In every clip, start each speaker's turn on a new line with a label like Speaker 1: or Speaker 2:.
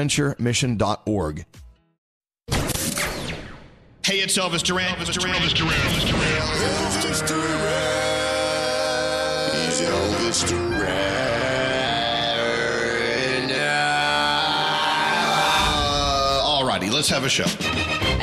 Speaker 1: adventuremission.org.
Speaker 2: Hey, it's Elvis Duran. Elvis Duran. Elvis Duran. Elvis Uh, alrighty, let's have a show.
Speaker 3: I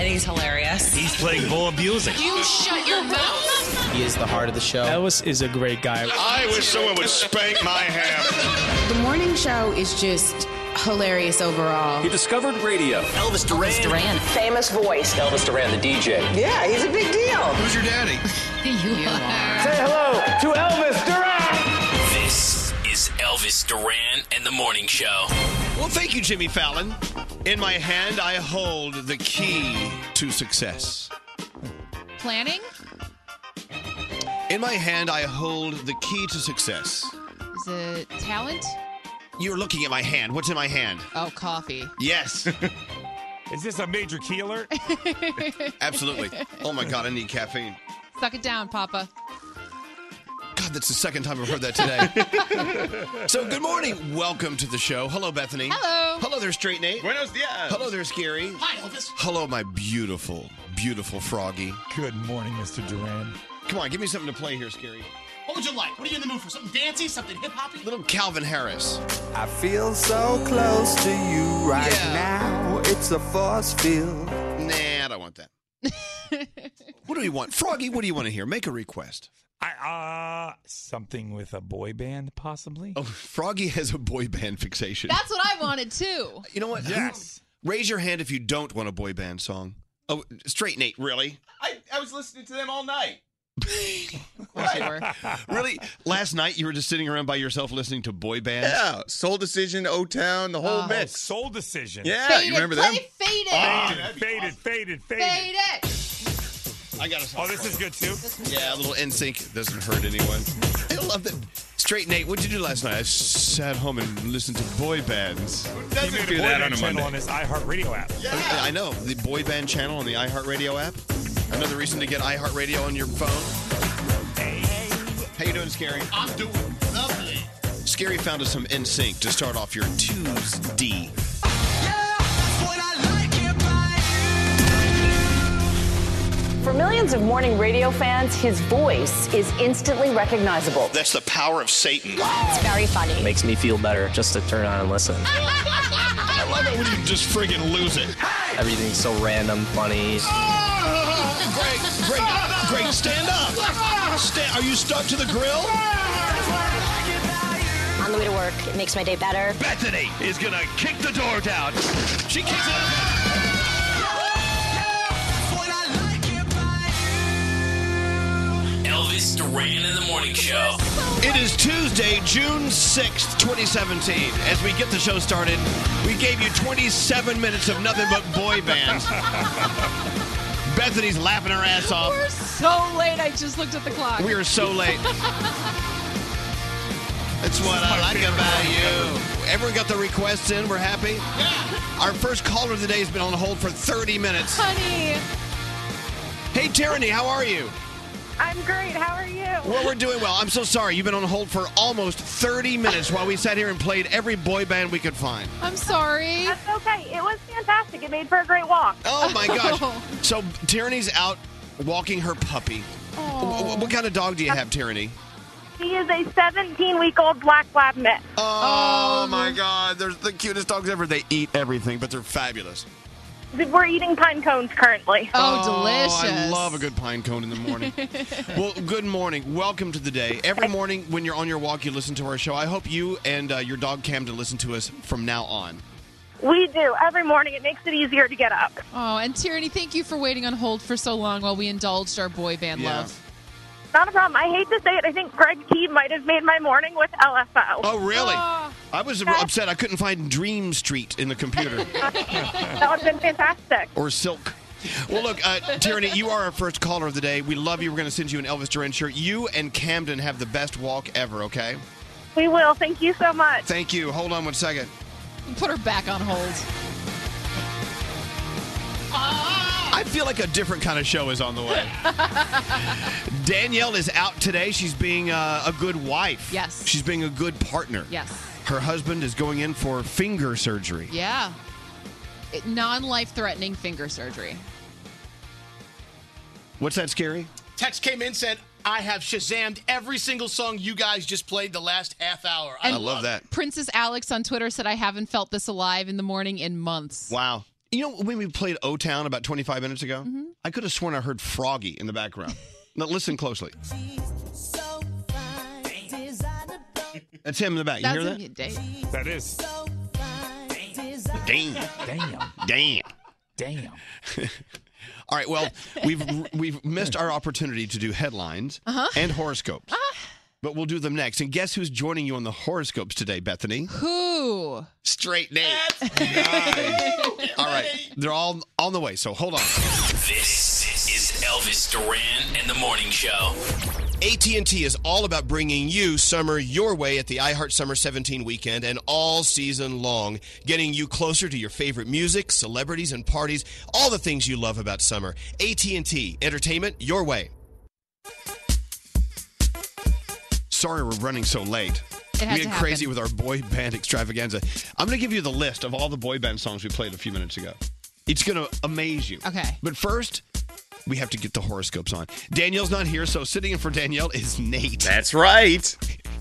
Speaker 3: think he's hilarious.
Speaker 4: He's playing full music.
Speaker 3: You shut your mouth.
Speaker 5: He is the heart of the show. Elvis is a great guy.
Speaker 2: I wish someone would spank my ham.
Speaker 6: The morning show is just hilarious overall.
Speaker 7: He discovered radio.
Speaker 5: Elvis Duran.
Speaker 3: Duran. Famous voice.
Speaker 7: Elvis Duran, the DJ.
Speaker 8: Yeah, he's a big deal.
Speaker 2: Who's your daddy?
Speaker 3: You, are.
Speaker 5: Say hello to Elvis Duran.
Speaker 9: This is Elvis Duran and the Morning Show.
Speaker 2: Well, thank you, Jimmy Fallon. In my hand, I hold the key to success.
Speaker 3: Planning?
Speaker 2: In my hand, I hold the key to success.
Speaker 3: Is it talent?
Speaker 2: You're looking at my hand. What's in my hand?
Speaker 3: Oh, coffee.
Speaker 2: Yes,
Speaker 4: Is this a major key alert?
Speaker 2: absolutely. Oh my God, I need caffeine.
Speaker 3: Suck it down, Papa.
Speaker 2: God, that's the second time I've heard that today. so, good morning. Welcome to the show. Hello, Bethany.
Speaker 3: Hello.
Speaker 2: Hello there, Straight Nate.
Speaker 4: Buenos dias.
Speaker 2: Hello there, Scary.
Speaker 9: Hi, Elvis.
Speaker 2: Hello, my beautiful, beautiful froggy.
Speaker 10: Good morning, Mr. Duran.
Speaker 2: Come on, give me something to play here, Scary.
Speaker 9: What would you like? What are you in the mood for? Something dancey? Something hip hoppy?
Speaker 2: Little Calvin Harris.
Speaker 5: I feel so close to you right
Speaker 2: Yeah.
Speaker 5: now. It's a force field.
Speaker 2: Nah, I don't want that. what do we want? Froggy, what do you want to hear? Make a request.
Speaker 10: I uh something with a boy band possibly.
Speaker 2: Oh, Froggy has a boy band fixation.
Speaker 3: That's what I wanted too.
Speaker 2: you know what?
Speaker 10: Yes.
Speaker 2: Raise your hand if you don't want a boy band song. Oh, straight Nate, really?
Speaker 9: I, I was listening to them all night.
Speaker 3: Of course you were.
Speaker 2: Really? Last night you were just sitting around by yourself listening to boy bands?
Speaker 11: Yeah, Soul Decision, O Town, the
Speaker 3: Oh.
Speaker 11: whole
Speaker 10: Oh,
Speaker 11: mix.
Speaker 10: soul decision.
Speaker 11: Yeah,
Speaker 3: Fade
Speaker 11: you
Speaker 3: it.
Speaker 11: remember
Speaker 3: Play
Speaker 11: them? Oh,
Speaker 3: Fade it.
Speaker 2: Ah,
Speaker 10: Faded, faded, faded, faded.
Speaker 3: Fade it.
Speaker 2: I got a song.
Speaker 10: Oh, this is good too.
Speaker 2: Yeah, a little NSYNC doesn't hurt anyone. I love that. Straight Nate, what did you do last night? I sat home and listened to boy bands. Oh,
Speaker 10: You made a boy band channel on this iHeartRadio app.
Speaker 2: I know. The boy band channel on the iHeartRadio app.
Speaker 1: Another reason to get iHeartRadio on your phone. How you doing, Scary? I'm doing lovely. Scary found us some NSYNC to start off your Tuesday.
Speaker 2: For millions of morning radio fans, his voice is instantly recognizable.
Speaker 1: That's the power of Satan.
Speaker 2: It's very funny.
Speaker 12: Makes me feel better just to turn on and listen.
Speaker 1: I love it when you just friggin' lose it.
Speaker 12: Everything's so random, funny.
Speaker 1: Great, great, great. Stand up. Stand, are you stuck to the grill?
Speaker 13: On the way to work, it makes my day better.
Speaker 1: Bethany is gonna kick the door down. She kicks it.
Speaker 9: Elvis Duran in the morning show.
Speaker 1: It is Tuesday, June 6th, 2017. As we get the show started, we gave you 27 minutes of nothing but boy bands. Bethany's laughing her ass off.
Speaker 3: We're so late. I just looked at the clock.
Speaker 1: We are so late. That's what I like about you. Everyone got the requests in. We're happy. Our first caller of the day has been on hold for 30 minutes.
Speaker 3: Honey.
Speaker 1: Hey, Tyranny, how are you?
Speaker 14: I'm great. How are you?
Speaker 1: Well, we're doing well. I'm so sorry. You've been on hold for almost 30 minutes while we sat here and played every boy band we could find.
Speaker 3: I'm sorry.
Speaker 14: That's okay. It was fantastic. It made for a great walk.
Speaker 1: Oh, my gosh. So, Tyranny's out walking her puppy. Wh- wh- What kind of dog do you have, Tyranny?
Speaker 14: He is a 17 week old black lab mix.
Speaker 1: Oh,
Speaker 14: Um,
Speaker 1: my God. They're the cutest dogs ever. They eat everything, but they're fabulous.
Speaker 14: We're eating pine cones currently.
Speaker 1: Oh, I love a good pine cone in the morning. well, good morning. Welcome to the day. Every morning when you're on your walk, you listen to our show. I hope you and uh, your dog Camden listen to us from now on.
Speaker 14: We do every morning. It makes it easier to get up.
Speaker 3: Oh, and Tyranny, thank you for waiting on hold for so long while we indulged our boy band love.
Speaker 14: Not a problem. I hate to say it. I think Greg T might have made my morning with LFO.
Speaker 1: Oh, really?
Speaker 14: Ah.
Speaker 1: I was upset I couldn't find Dream Street in the computer
Speaker 14: that would have been fantastic.
Speaker 1: or Silk. Well, look, uh, Tyranny, you are our first caller of the day. We love you. We're going to send you an Elvis Duran shirt. You and Camden have the best walk ever, okay?
Speaker 14: We will. Thank you so much.
Speaker 1: Thank you. Hold on one second.
Speaker 3: Put her back on hold.
Speaker 1: I feel like a different kind of show is on the way. Danielle is out today. She's being uh, a good wife.
Speaker 3: Yes.
Speaker 1: She's being a good partner.
Speaker 3: Yes.
Speaker 1: Her husband is going in for finger surgery.
Speaker 3: Yeah. Non life threatening finger surgery.
Speaker 1: What's that scary?
Speaker 15: Text came in said, "I have Shazammed every single song you guys just played the last half hour." I love
Speaker 1: that.
Speaker 3: Princess Alex on Twitter said, I haven't felt this alive in the morning in months.
Speaker 1: Wow. You know, when we played O Town about 25 minutes ago, I could have sworn I heard Froggy in the background. now, listen closely. That's him in the back. You hear that?
Speaker 16: That is.
Speaker 1: Damn. Damn. Damn.
Speaker 16: Damn.
Speaker 1: All right. Well, we've we've missed our opportunity to do headlines
Speaker 3: Uh-huh.
Speaker 1: and horoscopes, but we'll do them next. And guess who's joining you on the horoscopes today, Bethany?
Speaker 3: Who?
Speaker 1: Straight Nate. All right. They're all on the way. So hold on.
Speaker 9: This is Elvis Duran and the morning show.
Speaker 1: AT&T is all about bringing you summer your way at the iHeart Summer 17 weekend and all season long, getting you closer to your favorite music, celebrities and parties, all the things you love about summer. AT&T, entertainment your way. Sorry we're running so late.
Speaker 11: It had
Speaker 1: we
Speaker 11: to
Speaker 1: had crazy
Speaker 11: happen.
Speaker 1: with our boy band extravaganza. I'm going to give you the list of all the boy band songs we played a few minutes ago. It's going to amaze you.
Speaker 3: Okay.
Speaker 1: But first, we have to get the horoscopes on. Danielle's not here, so sitting in for Danielle is Nate. That's right.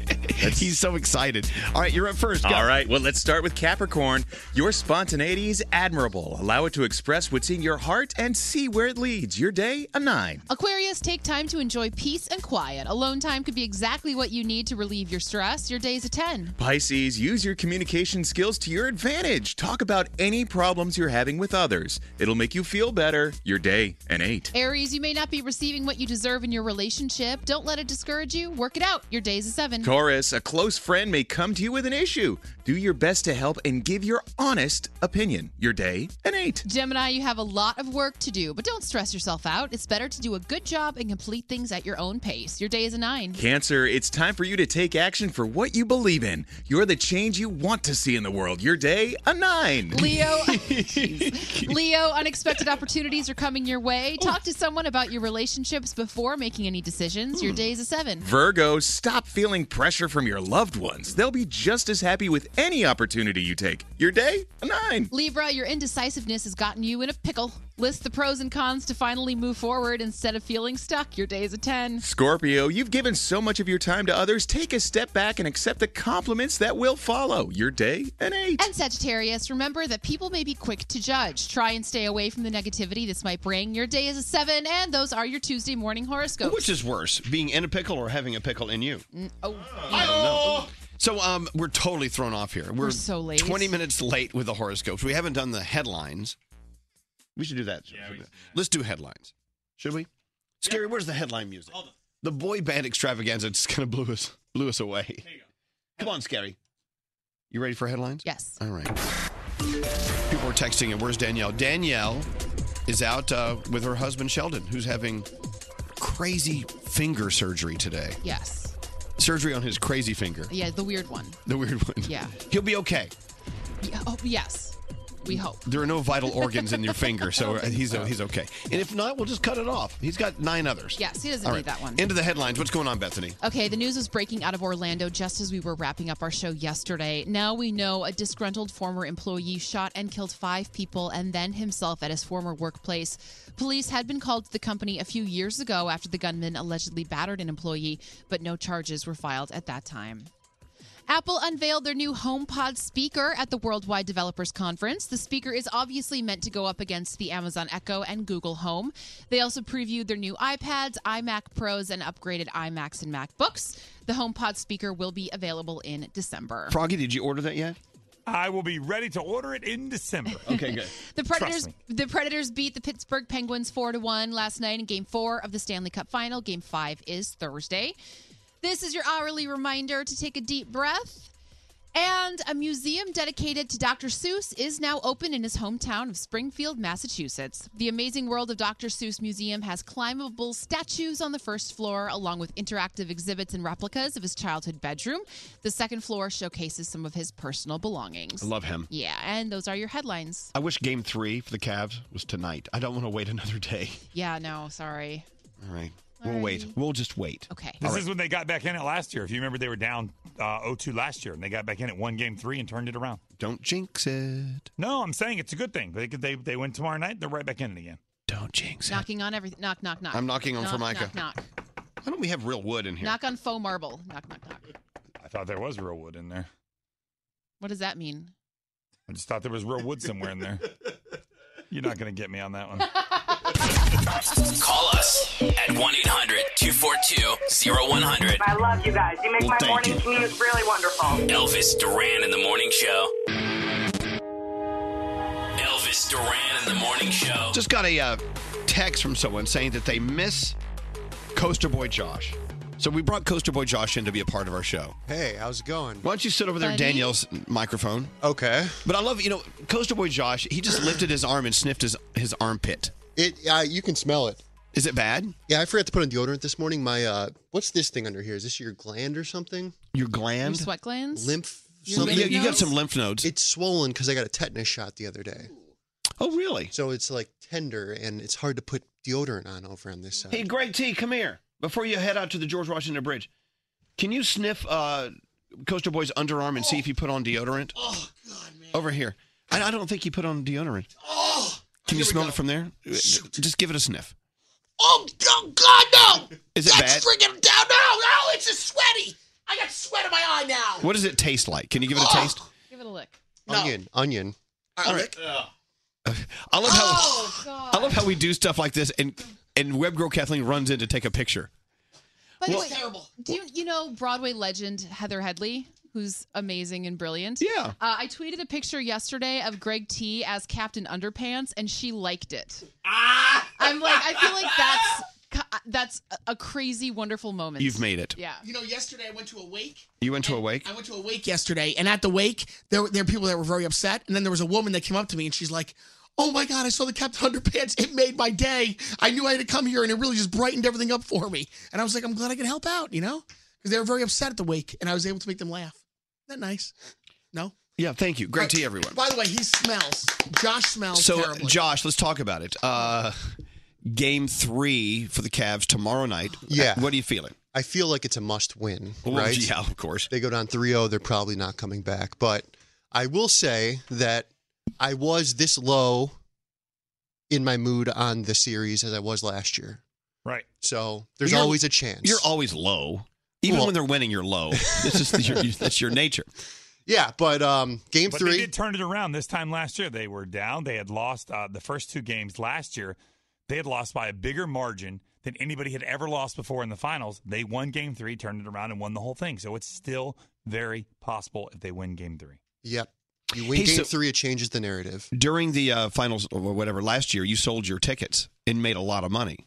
Speaker 1: He's so excited. All right, you're up first. Go.
Speaker 11: All right, well, let's start with Capricorn. Your spontaneity is admirable. Allow it to express what's in your heart and see where it leads. Your day, a nine.
Speaker 3: Aquarius, take time to enjoy peace and quiet. Alone time could be exactly what you need to relieve your stress. Your day's a 10.
Speaker 11: Pisces, use your communication skills to your advantage. Talk about any problems you're having with others. It'll make you feel better. Your day, an eight.
Speaker 3: Aries, you may not be receiving what you deserve in your relationship. Don't let it discourage you. Work it out. Your day's a 7.
Speaker 11: Chris, a close friend may come to you with an issue. Do your best to help and give your honest opinion. Your day an eight.
Speaker 3: Gemini, you have a lot of work to do, but don't stress yourself out. It's better to do a good job and complete things at your own pace. Your day is a nine.
Speaker 11: Cancer, it's time for you to take action for what you believe in. You're the change you want to see in the world. Your day a nine.
Speaker 3: Leo, Jeez. Leo, unexpected opportunities are coming your way. Talk to someone about your relationships before making any decisions. Your day is a seven.
Speaker 11: Virgo, stop feeling pressure from your loved ones. They'll be just as happy with any opportunity you take. Your day a nine.
Speaker 3: Libra, your indecisiveness has gotten you in a pickle. List the pros and cons to finally move forward instead of feeling stuck. Your day is a 10.
Speaker 11: Scorpio, you've given so much of your time to others. Take a step back and accept the compliments that will follow. Your day an eight.
Speaker 3: And Sagittarius, remember that people may be quick to judge. Try and stay away from the negativity this might bring. Your day is a 7, and those are your Tuesday morning horoscopes.
Speaker 1: Which is worse, being in a pickle or having a pickle in you?
Speaker 3: Mm, Oh,
Speaker 1: I don't know. So um, we're totally thrown off here. We're,
Speaker 3: so late.
Speaker 1: 20 minutes late with the horoscopes. We haven't done the headlines. We should do that. Let's do headlines. Should we? Scary, where's the headline music? The boy band extravaganza just kind of blew us blew us away. Come on, Scary. You ready for headlines?
Speaker 3: Yes.
Speaker 1: All right. People are texting and where's Danielle? Danielle is out uh, with her husband Sheldon, who's having crazy finger surgery today.
Speaker 3: Yes.
Speaker 1: Surgery on his crazy finger.
Speaker 3: Yeah, the weird one.
Speaker 1: The weird one.
Speaker 3: Yeah.
Speaker 1: He'll be okay.
Speaker 3: Yeah, oh, yes. We hope.
Speaker 1: There are no vital organs in your finger, so uh, he's he's okay. And if not, we'll just cut it off. He's got nine others.
Speaker 3: Yes, he doesn't
Speaker 1: All
Speaker 3: need
Speaker 1: right.
Speaker 3: that one.
Speaker 1: Into the headlines. What's going on, Bethany?
Speaker 3: Okay, the news was breaking out of Orlando just as we were wrapping up our show yesterday. Now we know a disgruntled former employee shot and killed five people and then himself at his former workplace. Police had been called to the company a few years ago after the gunman allegedly battered an employee, but no charges were filed at that time. Apple unveiled their new HomePod speaker at the Worldwide Developers Conference. The speaker is obviously meant to go up against the Amazon Echo and Google Home. They also previewed their new iPads, iMac Pros, and upgraded iMacs and MacBooks. The HomePod speaker will be available in December.
Speaker 1: Froggy, did you order that yet?
Speaker 10: I will be ready to order it in December.
Speaker 1: Okay, good.
Speaker 3: The Predators the Predators beat the Pittsburgh Penguins 4 to 1 last night in game 4 of the Stanley Cup final. Game 5 is Thursday. This is your hourly reminder to take a deep breath. And a museum dedicated to Dr. Seuss is now open in his hometown of Springfield, Massachusetts. The Amazing World of Dr. Seuss Museum has climbable statues on the first floor, along with interactive exhibits and replicas of his childhood bedroom. The second floor showcases some of his personal belongings.
Speaker 1: I love him.
Speaker 3: Yeah, and those are your headlines.
Speaker 1: I wish game three for the Cavs was tonight. I don't want to wait another day.
Speaker 3: Yeah, no, sorry.
Speaker 1: All right. We'll wait. We'll just wait.
Speaker 3: Okay.
Speaker 10: This is when they got back in it last year. If you remember, they were down uh, 0-2 last year, and they got back in at one game three and turned it around.
Speaker 1: Don't jinx it.
Speaker 10: No, I'm saying it's a good thing. They they they win tomorrow night. They're right back in it again.
Speaker 1: Don't jinx
Speaker 3: Knocking on everything. Knock, knock, knock.
Speaker 1: I'm knocking on
Speaker 3: knock,
Speaker 1: Formica.
Speaker 3: Knock, knock.
Speaker 1: Why don't we have real wood in here?
Speaker 3: Knock on faux marble. Knock, knock, knock.
Speaker 10: I thought there was real wood in there.
Speaker 3: What does that mean?
Speaker 10: I just thought there was real wood somewhere in there. You're not going to get me on that one.
Speaker 9: Call us at 1 800 242 0100.
Speaker 17: I love you guys. You make
Speaker 9: Well,
Speaker 17: my
Speaker 9: thank
Speaker 17: morning
Speaker 9: you.
Speaker 17: commute Mm, really wonderful.
Speaker 9: Elvis Duran in the Morning Show. Elvis Duran in the Morning Show.
Speaker 1: Just got a uh, text from someone saying that they miss Coaster Boy Josh. So we brought Coaster Boy Josh in to be a part of our show.
Speaker 18: Hey, how's it going?
Speaker 1: Why don't you sit over there,
Speaker 18: Buddy?
Speaker 1: Danielle's microphone?
Speaker 18: Okay.
Speaker 1: But I love, you know, Coaster Boy Josh, he just lifted his arm and sniffed his, his armpit.
Speaker 18: It uh, you can smell it.
Speaker 1: Is it bad?
Speaker 18: Yeah, I forgot to put on deodorant this morning. My uh what's this thing under here? Is this your gland or something?
Speaker 1: Your gland?
Speaker 3: Your sweat glands?
Speaker 18: Lymph
Speaker 3: Your
Speaker 18: something?
Speaker 3: lymph Yeah, you got nodes? some
Speaker 1: lymph nodes.
Speaker 18: It's swollen because I got a tetanus shot the other day.
Speaker 1: Oh really?
Speaker 18: So it's like tender and it's hard to put deodorant on over on this side.
Speaker 1: Hey, Greg T, come here. Before you head out to the George Washington Bridge, can you sniff uh, Coaster Boy's underarm and see if he put on deodorant? Oh, God, man. Over here. I, I don't think he put on deodorant.
Speaker 15: Oh!
Speaker 1: Can you smell it from there? Just give it a sniff.
Speaker 15: Oh, oh God, no!
Speaker 1: Is it
Speaker 15: That's
Speaker 1: bad?
Speaker 15: freaking down. No, no, it's just sweaty. I got sweat in my eye now.
Speaker 1: What does it taste like? Can you give it a
Speaker 15: Oh.
Speaker 1: taste?
Speaker 3: Give it a lick.
Speaker 18: Onion, onion.
Speaker 1: All right.
Speaker 15: Uh,
Speaker 1: I love how
Speaker 3: Oh, God.
Speaker 1: I love how we do stuff like this, and and Web Girl Kathleen runs in to take a picture.
Speaker 3: By the
Speaker 1: Well-
Speaker 3: way, do you, you know Broadway legend Heather Headley, who's amazing and brilliant? Yeah. Uh, I tweeted a picture yesterday of Greg T as Captain Underpants, and she liked it. Ah! I'm like, I feel like that's ki- that's a- a crazy, wonderful moment.
Speaker 1: You've made it.
Speaker 3: Yeah.
Speaker 15: You know, yesterday I went to a wake.
Speaker 1: You went to a wake?
Speaker 15: I went to a wake yesterday, and at the wake, there were, there were people that were very upset, and then there was a woman that came up to me, and she's like, "Oh my God, I saw the Captain Underpants. It made my day. I knew I had to come here, and it really just brightened everything up for me." And I was like, "I'm glad I could help out," you know, because they were very upset at the wake, and I was able to make them laugh. Isn't that nice? No.
Speaker 1: Yeah, thank you. Great tea, everyone.
Speaker 15: By the way, he smells. Josh smells
Speaker 1: So, uh,
Speaker 15: terribly.
Speaker 1: Josh, let's talk about it. Uh, game three for the Cavs tomorrow night. Uh,
Speaker 18: Yeah.
Speaker 1: What are you feeling?
Speaker 18: I feel like it's a must win,
Speaker 1: Well,
Speaker 18: right?
Speaker 1: yeah, of course.
Speaker 18: They go down 3 0, they're probably not coming back. But I will say that I was this low in my mood on the series as I was last year.
Speaker 10: Right.
Speaker 18: So there's
Speaker 1: You're-
Speaker 18: always a chance.
Speaker 1: You're always low. Even
Speaker 18: Well-
Speaker 1: when they're winning, you're low. This is your, that's your nature.
Speaker 18: yeah, but um, game
Speaker 10: but
Speaker 18: three.
Speaker 10: they did turn it around this time last year. They were down. They had lost uh, the first two games last year. They had lost by a bigger margin than anybody had ever lost before in the finals. They won game three, turned it around, and won the whole thing. So it's still very possible if they win game three.
Speaker 18: Yep. You win
Speaker 1: Hey,
Speaker 18: game
Speaker 1: so-
Speaker 18: three, it changes the narrative.
Speaker 1: During the uh, finals or whatever last year, you sold your tickets and made a lot of money.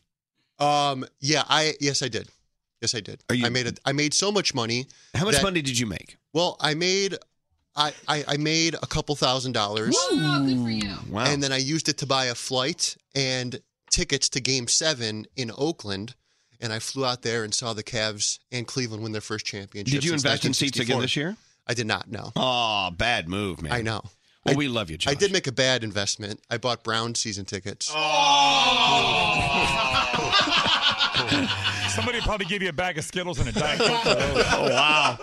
Speaker 18: Um, yeah, I yes, I did. Yes, I did. I made it. I made so much money.
Speaker 1: How much money did you make?
Speaker 18: Well, I made, I I, I made a couple thousand dollars.
Speaker 3: good for you.
Speaker 1: Wow.
Speaker 18: And then I used it to buy a flight and tickets to Game Seven in Oakland. And I flew out there and saw the Cavs and Cleveland win their first championship.
Speaker 1: Did you
Speaker 18: since
Speaker 1: invest in seats again
Speaker 18: 1964.
Speaker 1: this year?
Speaker 18: I did not. No.
Speaker 1: Oh, bad move, man.
Speaker 18: I know.
Speaker 1: Well, we love you, Josh.
Speaker 18: I did make a bad investment. I bought Brown season tickets.
Speaker 1: Oh,
Speaker 10: Somebody would probably give you a bag of Skittles and a Diet Coke.
Speaker 1: oh, wow.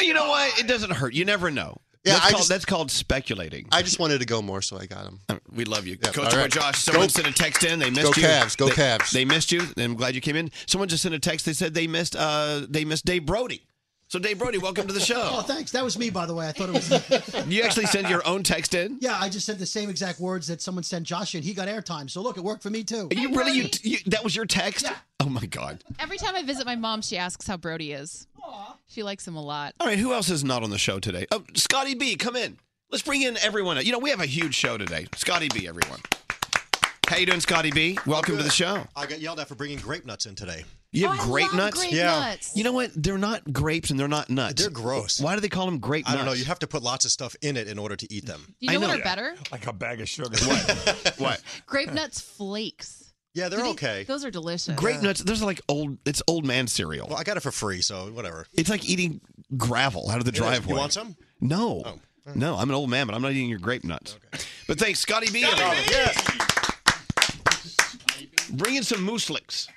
Speaker 1: You know what? It doesn't hurt. You never know.
Speaker 18: Yeah,
Speaker 1: that's,
Speaker 18: I
Speaker 1: called,
Speaker 18: just-
Speaker 1: that's called speculating.
Speaker 18: I just wanted to go more, so I got them.
Speaker 1: Uh, We love you.
Speaker 18: Yeah,
Speaker 1: Coach
Speaker 18: all
Speaker 1: or
Speaker 18: right.
Speaker 1: Josh, someone
Speaker 18: Go-
Speaker 1: sent a text in. They
Speaker 18: go
Speaker 1: missed you.
Speaker 18: Cavs, go
Speaker 1: they,
Speaker 18: Cavs.
Speaker 1: They missed you. I'm glad you came in. Someone just sent a text. They said they missed uh, they missed Dave Brody. So Dave Brody, welcome to the
Speaker 19: Oh,
Speaker 1: show.
Speaker 19: thanks. That was me, by the way. I thought it was.
Speaker 1: You actually sent your own text in?
Speaker 19: Yeah, I just said the same exact words that someone sent Josh, and he got airtime. So look, it worked for me too.
Speaker 1: You really? You, you that was your text? Oh my god.
Speaker 3: Every time I visit my mom, she asks how Brody is. She likes him a lot.
Speaker 1: All right, who else is not on the show today? Oh, Scotty B, come in. Let's bring in everyone. You know, we have a huge show today. Scotty B, everyone. How you doing, Scotty B? Welcome to the show.
Speaker 14: I got yelled at for bringing grape nuts in today.
Speaker 1: You have grape nuts?
Speaker 14: yeah.
Speaker 1: You know what? They're not grapes and they're not nuts. They're gross. Why do they call them grape
Speaker 14: I
Speaker 1: nuts?
Speaker 14: don't know. You have to put lots of stuff in it in order to eat them.
Speaker 3: Do you know, what are better?
Speaker 14: Like a bag of sugar.
Speaker 1: what?
Speaker 3: Grape nuts flakes.
Speaker 14: Yeah, they're
Speaker 3: Do they-
Speaker 14: okay.
Speaker 3: Those are delicious.
Speaker 1: Grape nuts, those are like old, it's old man cereal. Well,
Speaker 14: I got it for free, so whatever.
Speaker 1: It's like eating gravel out of the
Speaker 14: Yeah, you
Speaker 1: driveway.
Speaker 14: want some?
Speaker 1: No. No, I'm an old man, but I'm not eating your grape nuts. But thanks, Scotty B. everyone. Bring in some mooslicks.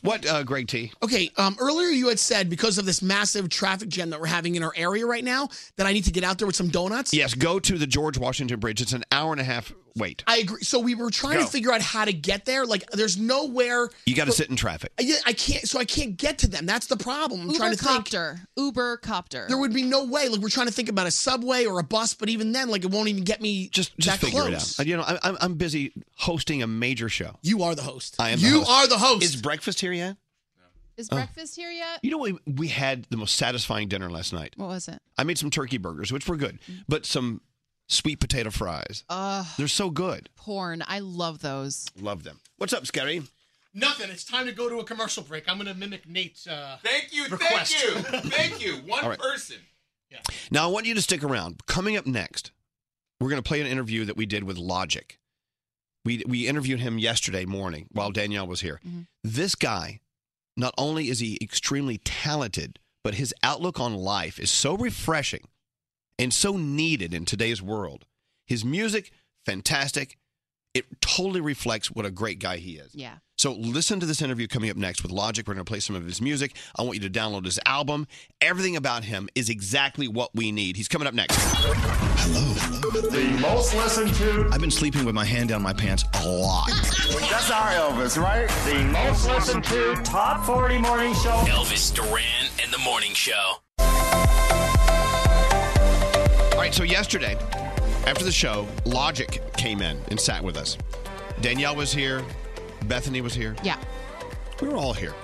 Speaker 1: What, uh, Greg T?
Speaker 15: Okay, um, earlier you had said because of this massive traffic jam that we're having in our area right now that I need to get out there with some donuts.
Speaker 1: Yes, go to the George Washington Bridge. It's an hour and a half wait.
Speaker 15: I agree. So we were trying
Speaker 1: Go.
Speaker 15: to figure out how to get there. Like, there's nowhere.
Speaker 1: You got to sit in traffic.
Speaker 15: I, yeah, I can't. So I can't get to them. That's the problem. I'm trying
Speaker 3: Uber
Speaker 15: to think.
Speaker 3: copter. Uber copter.
Speaker 15: There would be no way. Like we're trying to think about a subway or a bus, but even then, like it won't even get me just
Speaker 1: Just
Speaker 15: that
Speaker 1: figure
Speaker 15: close.
Speaker 1: it out. Uh, You know, I, I'm, I'm busy hosting a major show.
Speaker 15: You are the host.
Speaker 1: I am.
Speaker 15: You
Speaker 1: the host.
Speaker 15: are the host.
Speaker 1: Is breakfast here yet?
Speaker 3: Is
Speaker 1: Oh.
Speaker 3: breakfast here yet?
Speaker 1: You know, we, we had the most satisfying dinner last night.
Speaker 3: What was it?
Speaker 1: I made some turkey burgers, which were good, but some sweet potato fries.
Speaker 3: Uh,
Speaker 1: They're so good.
Speaker 3: porn. I love those.
Speaker 1: Love them. What's up, Scary?
Speaker 20: Nothing. It's time to go to a commercial break. I'm going to mimic Nate's. Uh,
Speaker 11: Thank you,
Speaker 20: request.
Speaker 11: thank you, thank you. One
Speaker 1: All right.
Speaker 11: person.
Speaker 1: Now, I want you to stick around. Coming up next, we're going to play an interview that we did with Logic. We, we interviewed him yesterday morning while Danielle was here. This guy, not only is he extremely talented, but his outlook on life is so refreshing and so needed in today's world. His music, fantastic. It totally reflects what a great guy he is.
Speaker 3: Yeah.
Speaker 1: So listen to this interview coming up next with Logic. We're going to play some of his music. I want you to download his album. Everything about him is exactly what we need. He's coming up next. Hello. The most listened to. I've been sleeping with my hand down my pants a lot.
Speaker 2: That's our Elvis, right? The most listened to top 40 morning show.
Speaker 21: Elvis Duran and the Morning Show.
Speaker 1: All right, so yesterday, after the show, Logic came in and sat with us. Danielle was here, Bethany was here.
Speaker 3: Yeah.
Speaker 1: We were all here.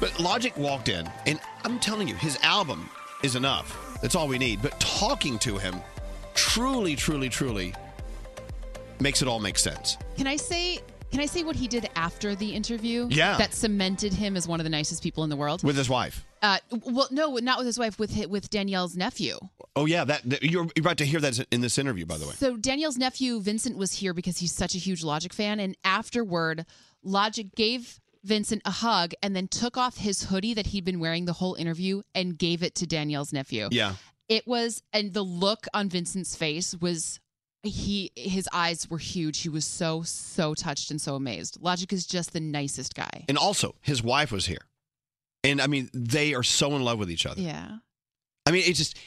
Speaker 1: But Logic walked in, and I'm telling you, his album is enough. That's all we need. But talking to him truly, truly, truly makes it all make sense.
Speaker 3: Can I say Can I say what he did after the interview?
Speaker 1: Yeah.
Speaker 3: That cemented him as one of the nicest people in the world.
Speaker 1: with his wife.
Speaker 3: Uh, well, no, not with his wife, with hi- with Danielle's nephew.
Speaker 1: Oh yeah, that, that- you're you're about to hear that in this interview, by the way.
Speaker 3: So Danielle's nephew Vincent was here because he's such a huge Logic fan, and afterward, Logic gave Vincent a hug and then took off his hoodie that he'd been wearing the whole interview and gave it to Danielle's nephew.
Speaker 1: Yeah.
Speaker 3: It was, and the look on Vincent's face was he his eyes were huge. He was so so touched and so amazed. Logic is just the nicest guy.
Speaker 1: And also, his wife was here, and I mean, they are so in love with each other.
Speaker 3: Yeah.
Speaker 1: I mean, it's just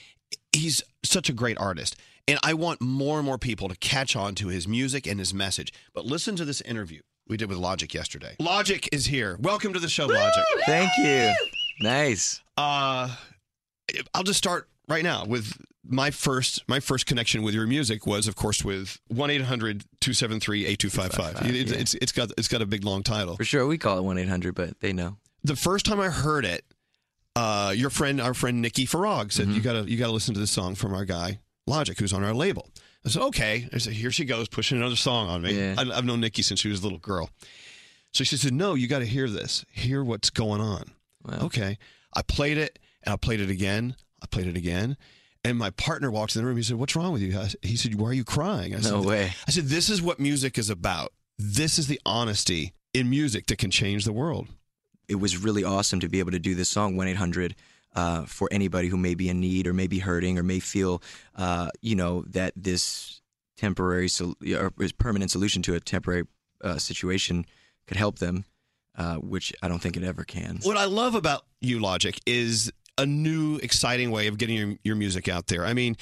Speaker 1: he's such a great artist. And I want more and more people to catch on to his music and his message. But listen to this interview we did with Logic yesterday. Logic is here. Welcome to the show, Logic.
Speaker 22: Thank you. Nice.
Speaker 1: Uh I'll just start right now with my first my first connection with your music was of course with 1-800-273-8255. It- it's it's got it's got a big long title. For
Speaker 22: sure we call it 1-800 but they know.
Speaker 1: The first time I heard it, uh, your friend, our friend Nikki Farag said,
Speaker 22: Mm-hmm.
Speaker 1: "You gotta, you gotta listen to this song from our guy Logic, who's on our label." I said, "Okay." I said, "Here she goes, pushing another song on me." I, I've known Nikki since she was a little girl, so she said, "No, you got to hear this. Hear what's going on." Okay, I played it, and I played it again. I played it again, and my partner walks in the room. He said, "What's wrong with you?" I, he said, "Why are you crying?" I
Speaker 22: No
Speaker 1: said,
Speaker 22: way.
Speaker 1: I said, "This is what music is about. This is the honesty in music that can change the world."
Speaker 22: It was really awesome to be able to do this song 1-800 uh, for anybody who may be in need or may be hurting or may feel uh, you know that this temporary sol- or permanent solution to a temporary uh, situation could help them uh, which I don't think it ever can.
Speaker 1: What I love about you, Logic, is a new, exciting way of getting your, your music out there. I mean,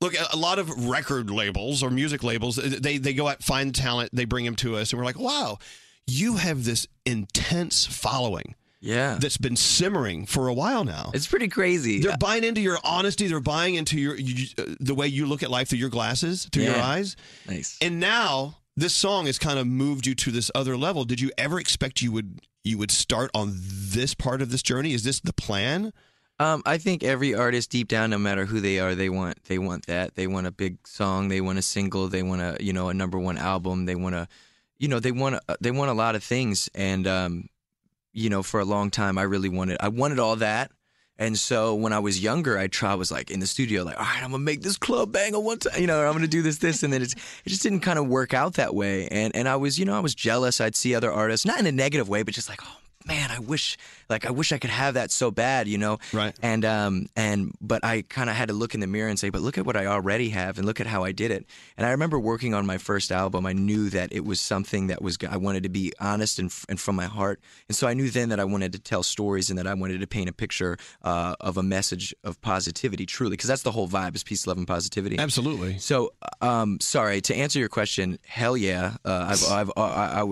Speaker 1: look, a, a lot of record labels or music labels, uh, they they go out find talent, they bring them to us, and we're like, wow, you have this intense following.
Speaker 22: Yeah.
Speaker 1: That's been simmering for a while now.
Speaker 22: It's pretty crazy.
Speaker 1: They're buying into your honesty. They're buying into your you, uh, the way you look at life through your glasses, through your
Speaker 22: Yeah.
Speaker 1: eyes.
Speaker 22: Nice.
Speaker 1: And now this song has kind of moved you to this other level. Did you ever expect you would you would start on this part of this journey? Is this the plan?
Speaker 22: Um, I think every artist deep down, no matter who they are, they want they want that. They want a big song. They want a single. They want a you know a number one album. They want a, you know they want a, they want a lot of things. And um, you know for a long time, I really wanted I wanted all that. And so when I was younger, I try I was like in the studio, like all right, I'm gonna make this club banger one time, you know, or I'm gonna do this this, and then it's it just didn't kind of work out that way. And and I was you know I was jealous. I'd see other artists, not in a negative way, but just like oh man, I wish like I wish I could have that so bad, you know. Right. And um and but I kind of had to look in the mirror and say, but look at what I already have and look at how I did it. And I remember working on my first album, I knew that it was something that was I wanted to be honest and and from my heart. And so I knew then that I wanted to tell stories and that I wanted to paint a picture uh, of a message of positivity truly because that's the whole vibe is peace, love and positivity.
Speaker 1: Absolutely.
Speaker 22: So um sorry, to answer your question, hell yeah. Uh, I've I've I,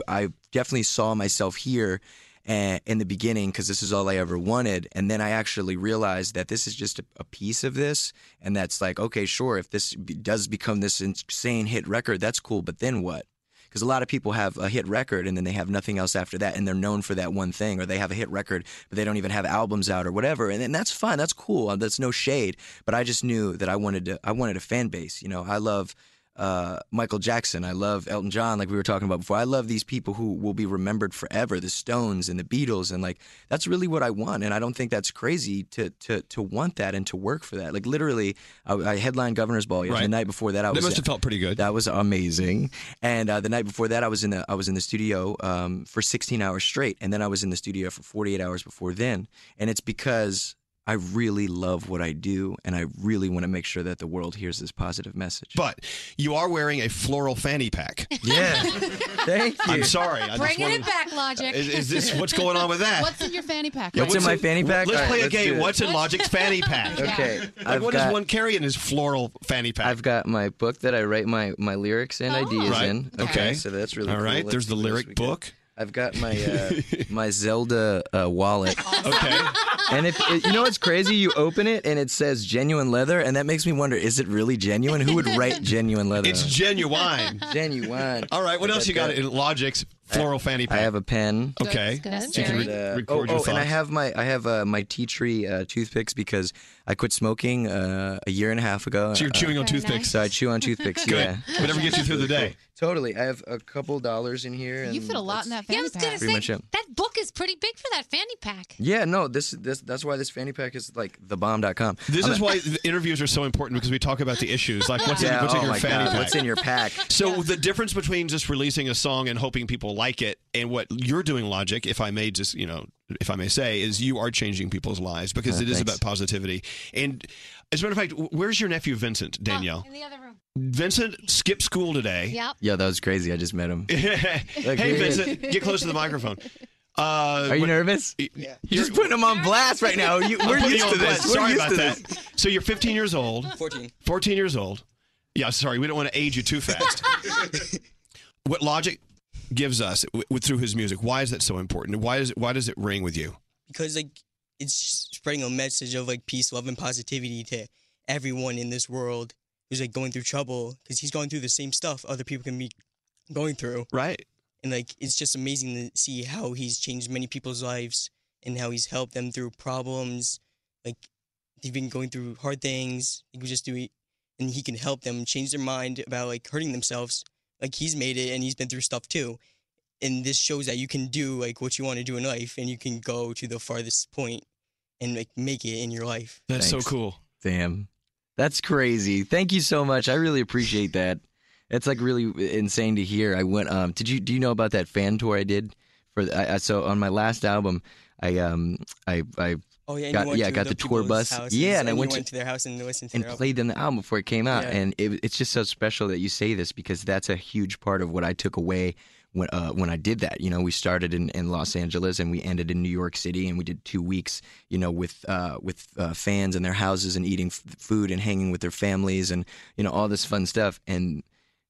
Speaker 22: I, I definitely saw myself here and in the beginning because this is all I ever wanted. And then I actually realized that this is just a, a piece of this, and that's like, okay, sure, if this be, does become this insane hit record, that's cool. But then what? Because a lot of people have a hit record and then they have nothing else after that, and they're known for that one thing, or they have a hit record but they don't even have albums out or whatever, and, and that's fine, that's cool, uh, that's no shade. But I just knew that I wanted to, I wanted a fan base. You know, I love uh, Michael Jackson. I love Elton John, like we were talking about before. I love these people who will be remembered forever, the Stones and the Beatles, and like that's really what I want. And I don't think that's crazy to to to want that and to work for that. Like literally, I, I headlined Governor's Ball.
Speaker 1: Right.
Speaker 22: The night before that, I
Speaker 1: That
Speaker 22: was
Speaker 1: must have felt pretty good.
Speaker 22: That was amazing. And uh, the night before that, I was in the I was in the studio um, for 16 hours straight, and then I was in the studio for 48 hours before then. And it's because. I really love what I do, and I really want to make sure that the world hears this positive message.
Speaker 1: But you are wearing a floral fanny pack.
Speaker 22: Yeah. Thank
Speaker 1: I'm sorry. I just
Speaker 3: Bringing
Speaker 1: wanted-
Speaker 3: it back, Logic.
Speaker 1: Is- is this- what's going on with that?
Speaker 3: What's in your fanny pack?
Speaker 1: Yeah,
Speaker 3: Logic?
Speaker 1: Let's
Speaker 22: All right,
Speaker 1: play a
Speaker 22: let's do
Speaker 1: game.
Speaker 22: it.
Speaker 1: What's in Logic's fanny pack?
Speaker 3: Yeah.
Speaker 22: Okay,
Speaker 1: Like,
Speaker 22: I've
Speaker 1: what
Speaker 22: got-
Speaker 1: does one carry in his floral fanny pack? Oh.
Speaker 22: I've got my book that I write my, my lyrics and ideas
Speaker 1: Right.
Speaker 22: in.
Speaker 1: Okay.
Speaker 22: so that's really
Speaker 1: All
Speaker 22: cool.
Speaker 1: right,
Speaker 22: Let's
Speaker 1: there's the
Speaker 22: see what else
Speaker 1: lyric
Speaker 22: we got.
Speaker 1: book.
Speaker 22: I've got my uh, my Zelda uh, wallet.
Speaker 1: Okay.
Speaker 22: And if it, you know what's crazy, you open it and it says genuine leather, and that makes me wonder: is it really genuine? Who would write genuine leather?
Speaker 1: It's
Speaker 22: on it?
Speaker 1: genuine.
Speaker 22: genuine.
Speaker 1: All right, what else you got in Logic's floral fanny pack? I have
Speaker 22: a pen.
Speaker 1: Okay. So you can
Speaker 22: And,
Speaker 1: re-
Speaker 22: uh,
Speaker 1: record
Speaker 22: oh,
Speaker 1: your
Speaker 22: oh, and I
Speaker 1: thoughts.
Speaker 22: have my I have uh, my tea tree uh, toothpicks because I quit smoking uh, a year and a half ago.
Speaker 1: So you're chewing on
Speaker 22: Uh,
Speaker 1: Very toothpicks. nice.
Speaker 22: So I chew on toothpicks.
Speaker 1: Good.
Speaker 22: yeah,
Speaker 1: Whatever gets you through the day.
Speaker 22: Totally. I have a couple dollars in here. And
Speaker 23: You fit a lot in that fanny pack. Yeah, I was
Speaker 22: Pretty
Speaker 23: going
Speaker 22: much
Speaker 23: to say,
Speaker 22: it.
Speaker 23: that book is pretty big for that fanny pack.
Speaker 22: Yeah, no, this this that's why this fanny pack is like thebomb.com.
Speaker 1: This
Speaker 22: I'm
Speaker 1: is
Speaker 22: a-
Speaker 1: why the interviews are so important because we talk about the issues, like what's
Speaker 22: Yeah,
Speaker 1: in, what's in
Speaker 22: oh
Speaker 1: your
Speaker 22: my
Speaker 1: fanny
Speaker 22: God,
Speaker 1: pack,
Speaker 22: what's in your pack.
Speaker 1: So the difference between just releasing a song and hoping people like it, and what you're doing, Logic, if I may just you know, if I may say, is you are changing people's lives because
Speaker 22: Uh,
Speaker 1: it is
Speaker 22: thanks.
Speaker 1: about positivity. And as a matter of fact, w- where's your nephew Vincent? Danielle.
Speaker 23: Oh, In the other room.
Speaker 1: Vincent skipped school today.
Speaker 23: Yep.
Speaker 22: Yeah, that was crazy. I just met him. Like,
Speaker 1: hey
Speaker 22: weird.
Speaker 1: Vincent, get close to the microphone. Uh,
Speaker 22: Are you nervous?
Speaker 1: You're
Speaker 22: just putting him on blast right now. You-
Speaker 1: I'm
Speaker 22: we're
Speaker 1: putting
Speaker 22: used
Speaker 1: you
Speaker 22: to
Speaker 1: on blast.
Speaker 22: this. We're
Speaker 1: Sorry
Speaker 22: used
Speaker 1: about
Speaker 22: to
Speaker 1: that. So you're 15 years old. 14. 14 years old. Yeah, sorry, we don't want to age you too fast. what logic gives us w- with, through his music? Why is that so important? Why is why does it ring with you?
Speaker 12: because like it's spreading a message of like peace, love, and positivity to everyone in this world who's like going through trouble because he's going through the same stuff other people can be going through.
Speaker 1: Right.
Speaker 12: And like it's just amazing to see how he's changed many people's lives and how he's helped them through problems. Like they've been going through hard things. He can just do it, and he can help them change their mind about like hurting themselves. Like he's made it, and he's been through stuff too and this shows that you can do like what you want to do in life and you can go to the farthest point and like make it in your life
Speaker 1: That's so cool.
Speaker 22: Damn. That's crazy. Thank you so much. I really appreciate that. That's like really insane to hear. I went um did you do you know about that fan tour I did for the- I, I so on my last album I um I I
Speaker 12: oh yeah and you
Speaker 22: got,
Speaker 12: went
Speaker 22: yeah I
Speaker 12: to
Speaker 22: got the tour
Speaker 12: people's
Speaker 22: bus
Speaker 12: houses,
Speaker 22: yeah and I
Speaker 12: you
Speaker 22: went to
Speaker 12: their house and listened to
Speaker 22: and
Speaker 12: their album.
Speaker 22: played them the album before it came out.
Speaker 12: Yeah.
Speaker 22: And it, it's just so special that you say this because that's a huge part of what I took away when uh, when I did that. You know, we started in, in Los Angeles and we ended in New York City, and we did two weeks. You know, with uh, with uh, fans in their houses and eating f- food and hanging with their families and you know all this fun stuff and.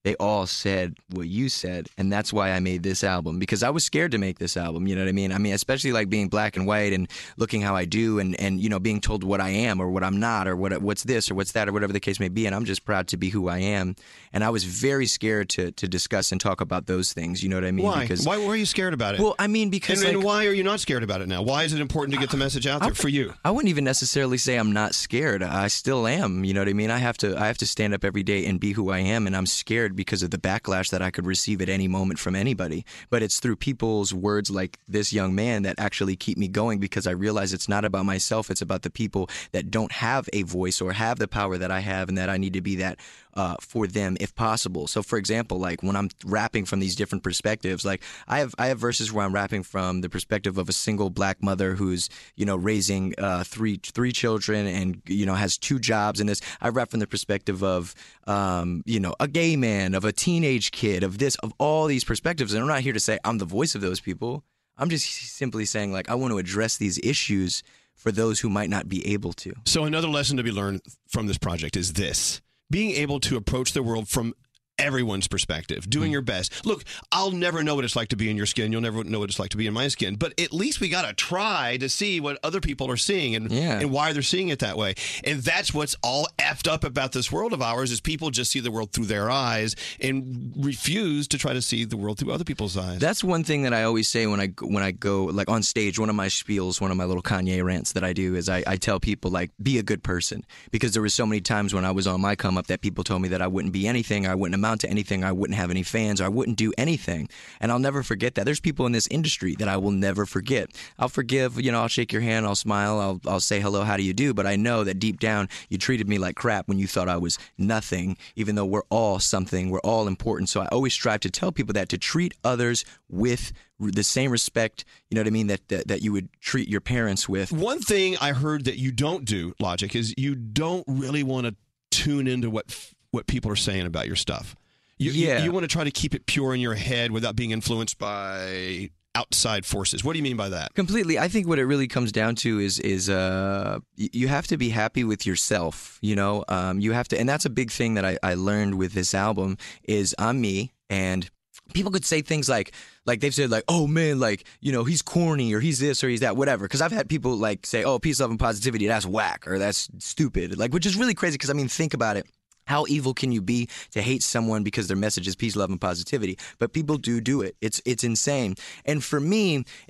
Speaker 22: They all said what you said, and that's why I made this album because I was scared to make this album. You know what I mean? I mean, especially like being black and white and looking how I do, and and you know being told what I am or what I'm not or what what's this or what's that or whatever the case may be. And I'm just proud to be who I am. And I was very scared to to discuss and talk about those things. You know what I mean?
Speaker 1: why?
Speaker 22: Because
Speaker 1: why were you scared about it?
Speaker 22: Well, I mean, because,
Speaker 1: and, and
Speaker 22: like-
Speaker 1: why are you not scared about it now? Why is it important to get the message out there for you?
Speaker 22: I wouldn't even necessarily say I'm not scared. I still am. You know what I mean? I have to I have to stand up every day and be who I am and I'm scared because of the backlash that I could receive at any moment from anybody. But it's through people's words like this young man that actually keep me going because I realize it's not about myself, it's about the people that don't have a voice or have the power that I have and that I need to be that uh, for them if possible. So, for example, like when I'm rapping from these different perspectives, like I have I have verses where I'm rapping from the perspective of a single black mother who's you know raising uh, three three children and you know has two jobs and this. I rap from the perspective of um, you know a gay man, of a teenage kid, of this, of all these perspectives. And I'm not here to say I'm the voice of those people. I'm just simply saying like I want to address these issues for those who might not be able to.
Speaker 1: So another lesson to be learned from this project is this: being able to approach the world from everyone's perspective, doing your best. Look, I'll never know what it's like to be in your skin. You'll never know what it's like to be in my skin. But at least we got to try to see what other people are seeing and and why they're seeing it that way. And that's what's all effed up about this world of ours is people just see the world through their eyes and refuse to try to see the world through other people's eyes.
Speaker 22: That's one thing that I always say when I when I go like on stage. One of my spiels, one of my little Kanye rants that I do is I, I tell people like be a good person because there were so many times when I was on my come up that people told me that I wouldn't be anything, I wouldn't amount to anything, I wouldn't have any fans, or I wouldn't do anything, and I'll never forget that. There's people in this industry that I will never forget. I'll forgive, you know, I'll shake your hand, I'll smile, I'll I'll say hello, how do you do, but I know that deep down you treated me like crap when you thought I was nothing, even though we're all something, we're all important. So I always strive to tell people that to treat others with r- the same respect, you know what I mean, that that, that you would treat your parents with.
Speaker 1: One thing I heard that you don't do, Logic, is you don't really want to tune into what f- what people are saying about your stuff. You, you-
Speaker 22: Yeah.
Speaker 1: You, want to try to keep it pure in your head without being influenced by outside forces. What do you mean by that?
Speaker 22: Completely. I think what it really comes down to is is uh y- you have to be happy with yourself. You know, um, you have to, and that's a big thing that I, I learned with this album is I'm me and. people could say things like like they've said like oh man like you know he's corny or he's this or he's that whatever because i've had people like say oh peace love and positivity that's whack or that's stupid like which is really crazy because i mean think about it how evil can you be to hate someone because their message is peace love and positivity but people do do it it's it's insane and for me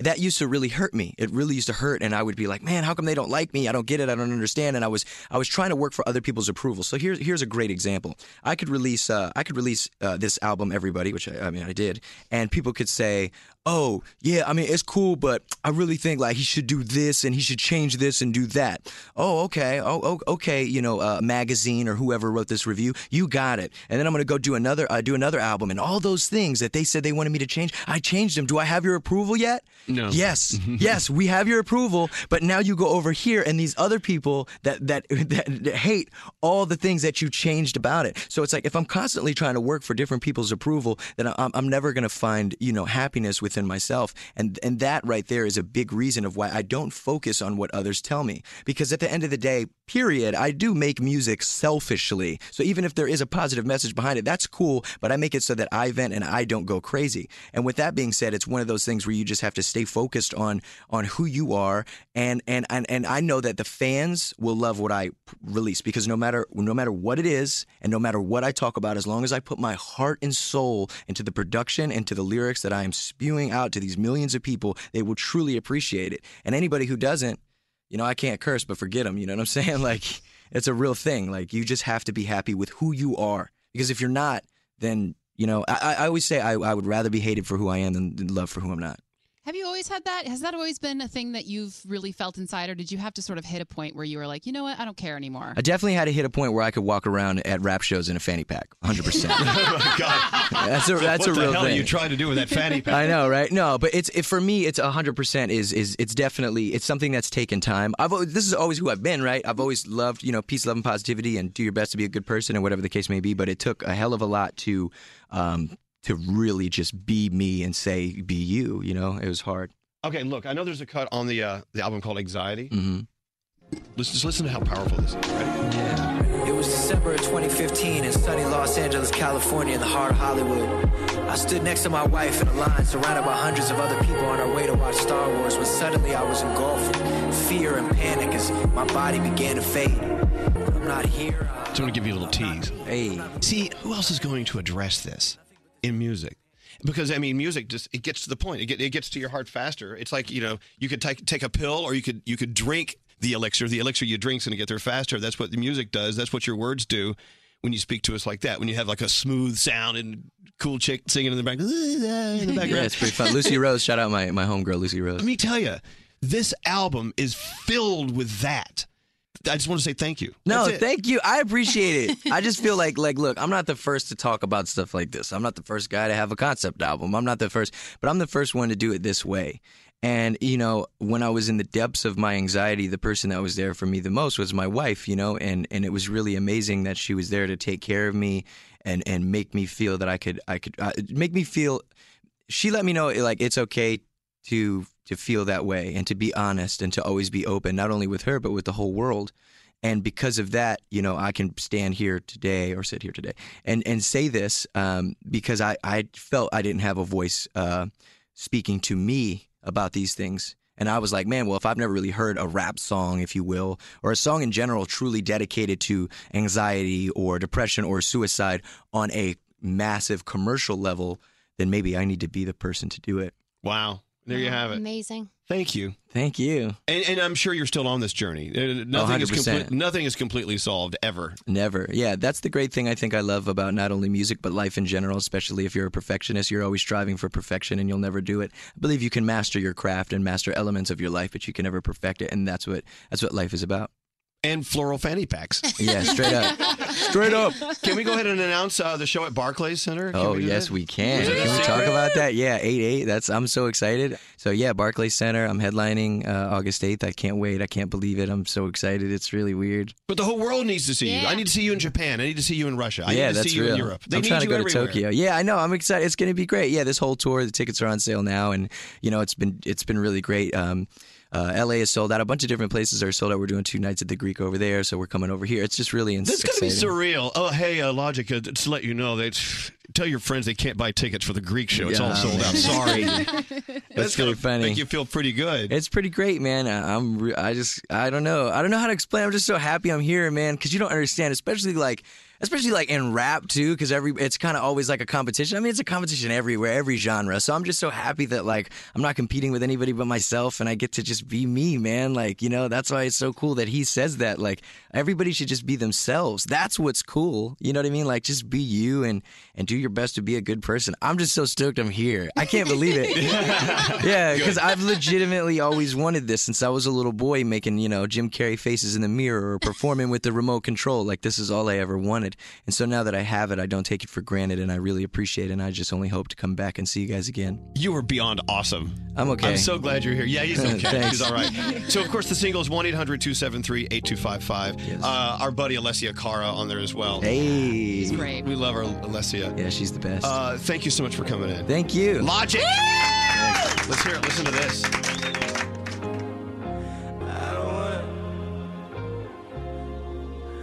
Speaker 22: that used to really hurt me it really used to hurt and i would be like man how come they don't like me i don't get it i don't understand and i was i was trying to work for other people's approval so here's here's a great example i could release uh, i could release uh, this album everybody which I, I mean i did and people could say oh yeah i mean it's cool but i really think like he should do this and he should change this and do that oh okay oh, oh okay you know uh, magazine or whoever wrote this review you got it and then i'm gonna go do another uh, do another album and all those things that they said they wanted me to change i changed them do i have your approval yet
Speaker 1: No.
Speaker 22: yes yes we have your approval but now you go over here and these other people that that that, that hate all the things that you changed about it so it's like if i'm constantly trying to work for different people's approval then i'm, I'm never gonna find you know happiness with within myself and and that right there is a big reason of why I don't focus on what others tell me because at the end of the day period I do make music selfishly so even if there is a positive message behind it that's cool but I make it so that I vent and I don't go crazy and with that being said it's one of those things where you just have to stay focused on on who you are and and and, and I know that the fans will love what I p- release because no matter no matter what it is and no matter what I talk about as long as I put my heart and soul into the production and to the lyrics that I am spewing out to these millions of people, they will truly appreciate it. And anybody who doesn't, you know, I can't curse, but forget them. You know what I'm saying? Like, it's a real thing. Like, you just have to be happy with who you are. Because if you're not, then, you know, I, I always say I, I would rather be hated for who I am than, than loved for who I'm not.
Speaker 3: Have you always had that? Has that always been a thing that you've really felt inside, or did you have to sort of hit a point where you were like, you know what, I don't care anymore?
Speaker 22: I definitely had to hit a point where I could walk around at rap shows in a fanny pack, 100%. That's a that's
Speaker 1: What
Speaker 22: a
Speaker 1: the
Speaker 22: real
Speaker 1: hell
Speaker 22: thing.
Speaker 1: you tried to do with that fanny pack?
Speaker 22: I know, right? No, but it's it, for me. It's hundred percent. Is is it's definitely it's something that's taken time. I've always, this is always who I've been, right? I've always loved you know peace, love, and positivity, and do your best to be a good person, and whatever the case may be. But it took a hell of a lot to um, to really just be me and say be you. You know, it was hard.
Speaker 1: Okay, look, I know there's a cut on the uh, the album called Anxiety.
Speaker 22: Mm-hmm.
Speaker 1: Let's just listen to how powerful this is. Ready?
Speaker 24: It was December of 2015 in sunny Los Angeles, California, in the heart of Hollywood. I stood next to my wife in a line surrounded by hundreds of other people on our way to watch Star Wars when suddenly I was engulfed in fear and panic as my body began to fade. I'm not here.
Speaker 1: So I'm gonna give you a little tease.
Speaker 22: Hey,
Speaker 1: see who else is going to address this in music? Because I mean, music just it gets to the point. It, get, it gets to your heart faster. It's like you know, you could take take a pill, or you could you could drink the elixir. The elixir you drink's gonna get there faster. That's what the music does. That's what your words do when you speak to us like that. When you have like a smooth sound and cool chick singing in the back in the
Speaker 22: Yeah,
Speaker 1: background.
Speaker 22: it's pretty fun. Lucy Rose, shout out my my homegirl Lucy Rose.
Speaker 1: Let me tell you, this album is filled with that. I just want to say thank you.
Speaker 22: No,
Speaker 1: That's it.
Speaker 22: thank you. I appreciate it. I just feel like like look, I'm not the first to talk about stuff like this. I'm not the first guy to have a concept album. I'm not the first, but I'm the first one to do it this way. And you know, when I was in the depths of my anxiety, the person that was there for me the most was my wife, you know, and and it was really amazing that she was there to take care of me and and make me feel that I could I could uh, make me feel she let me know like it's okay to to feel that way and to be honest and to always be open not only with her but with the whole world and because of that you know i can stand here today or sit here today and and say this um, because i i felt i didn't have a voice uh, speaking to me about these things and i was like man well if i've never really heard a rap song if you will or a song in general truly dedicated to anxiety or depression or suicide on a massive commercial level then maybe i need to be the person to do it
Speaker 1: wow There you have it.
Speaker 13: Amazing.
Speaker 1: Thank you.
Speaker 22: Thank you.
Speaker 1: And, and I'm sure you're still on this journey. Uh, Nothing is
Speaker 22: Oh, 100%.
Speaker 1: complete, nothing is completely solved ever.
Speaker 22: Never. Yeah, that's the great thing I think I love about not only music, but life in general, especially if you're a perfectionist. You're always striving for perfection and you'll never do it. I believe you can master your craft and master elements of your life, but you can never perfect it. And that's what that's what life is about.
Speaker 1: And floral fanny packs.
Speaker 22: Yeah, straight up.
Speaker 1: Straight up. Can we go ahead and announce uh, the show at Barclays Center? Can
Speaker 22: oh,
Speaker 1: we do
Speaker 22: yes,
Speaker 1: that?
Speaker 22: we can.
Speaker 1: Is it a
Speaker 22: Can we
Speaker 1: secret?
Speaker 22: talk about that? Yeah, 8 8. That's I'm so excited. So, yeah, Barclays Center. I'm headlining uh, August 8th. I can't wait. I can't believe it. I'm so excited. It's really weird.
Speaker 1: But the whole world needs to see you. I need to see you in Japan. I need to see you in Russia. I
Speaker 22: yeah,
Speaker 1: need to
Speaker 22: that's
Speaker 1: see you
Speaker 22: real.
Speaker 1: in Europe. They
Speaker 22: I'm
Speaker 1: need
Speaker 22: trying to
Speaker 1: you
Speaker 22: go
Speaker 1: everywhere.
Speaker 22: to Tokyo. Yeah, I know. I'm excited. It's going to be great. Yeah, this whole tour, the tickets are on sale now, and you know, it's been it's been really great. Um, Uh, LA is sold out. A bunch of different places are sold out. We're doing two nights at the Greek over there, so we're coming over here. It's just really insane.
Speaker 1: This is gonna be surreal. Oh, hey, uh, Logic, uh, to let you know, they tell your friends they can't buy tickets for the Greek show. It's all
Speaker 22: Yeah,
Speaker 1: sold out.
Speaker 22: man.
Speaker 1: Sorry.
Speaker 22: That's
Speaker 1: gonna
Speaker 22: pretty funny.
Speaker 1: Make you feel pretty good.
Speaker 22: It's pretty great, man. I, I'm. Re- I just. I don't know. I don't know how to explain. I'm just so happy I'm here, man. Because you don't understand, especially like, especially like in rap too. Because every, it's kind of always like a competition. I mean, it's a competition everywhere, every genre. So I'm just so happy that like I'm not competing with anybody but myself, and I get to just be me, man. Like you know, that's why it's so cool that he says that. Like everybody should just be themselves. That's what's cool. You know what I mean? Like just be you and and do your best to be a good person. I'm just so stoked I'm here. I can't believe it. Yeah, because I've legitimately always wanted this since I was a little boy, making you know Jim Carrey faces in the mirror or performing with the remote control. Like this is all I ever wanted, and so now that I have it, I don't take it for granted, and I really appreciate it. And I just only hope to come back and see you guys again.
Speaker 1: You were beyond awesome.
Speaker 22: I'm okay.
Speaker 1: I'm so glad you're here. Yeah, he's okay.
Speaker 22: Thanks.
Speaker 1: he's all right. So, of course, the single is 1 800 273 8255. Uh, Our buddy Alessia Cara on there as well.
Speaker 22: Hey. He's
Speaker 3: great.
Speaker 1: We love our Alessia.
Speaker 22: Yeah, she's the best.
Speaker 1: Uh, thank you so much for coming in.
Speaker 22: Thank you.
Speaker 1: Logic. Let's hear it. Listen to this.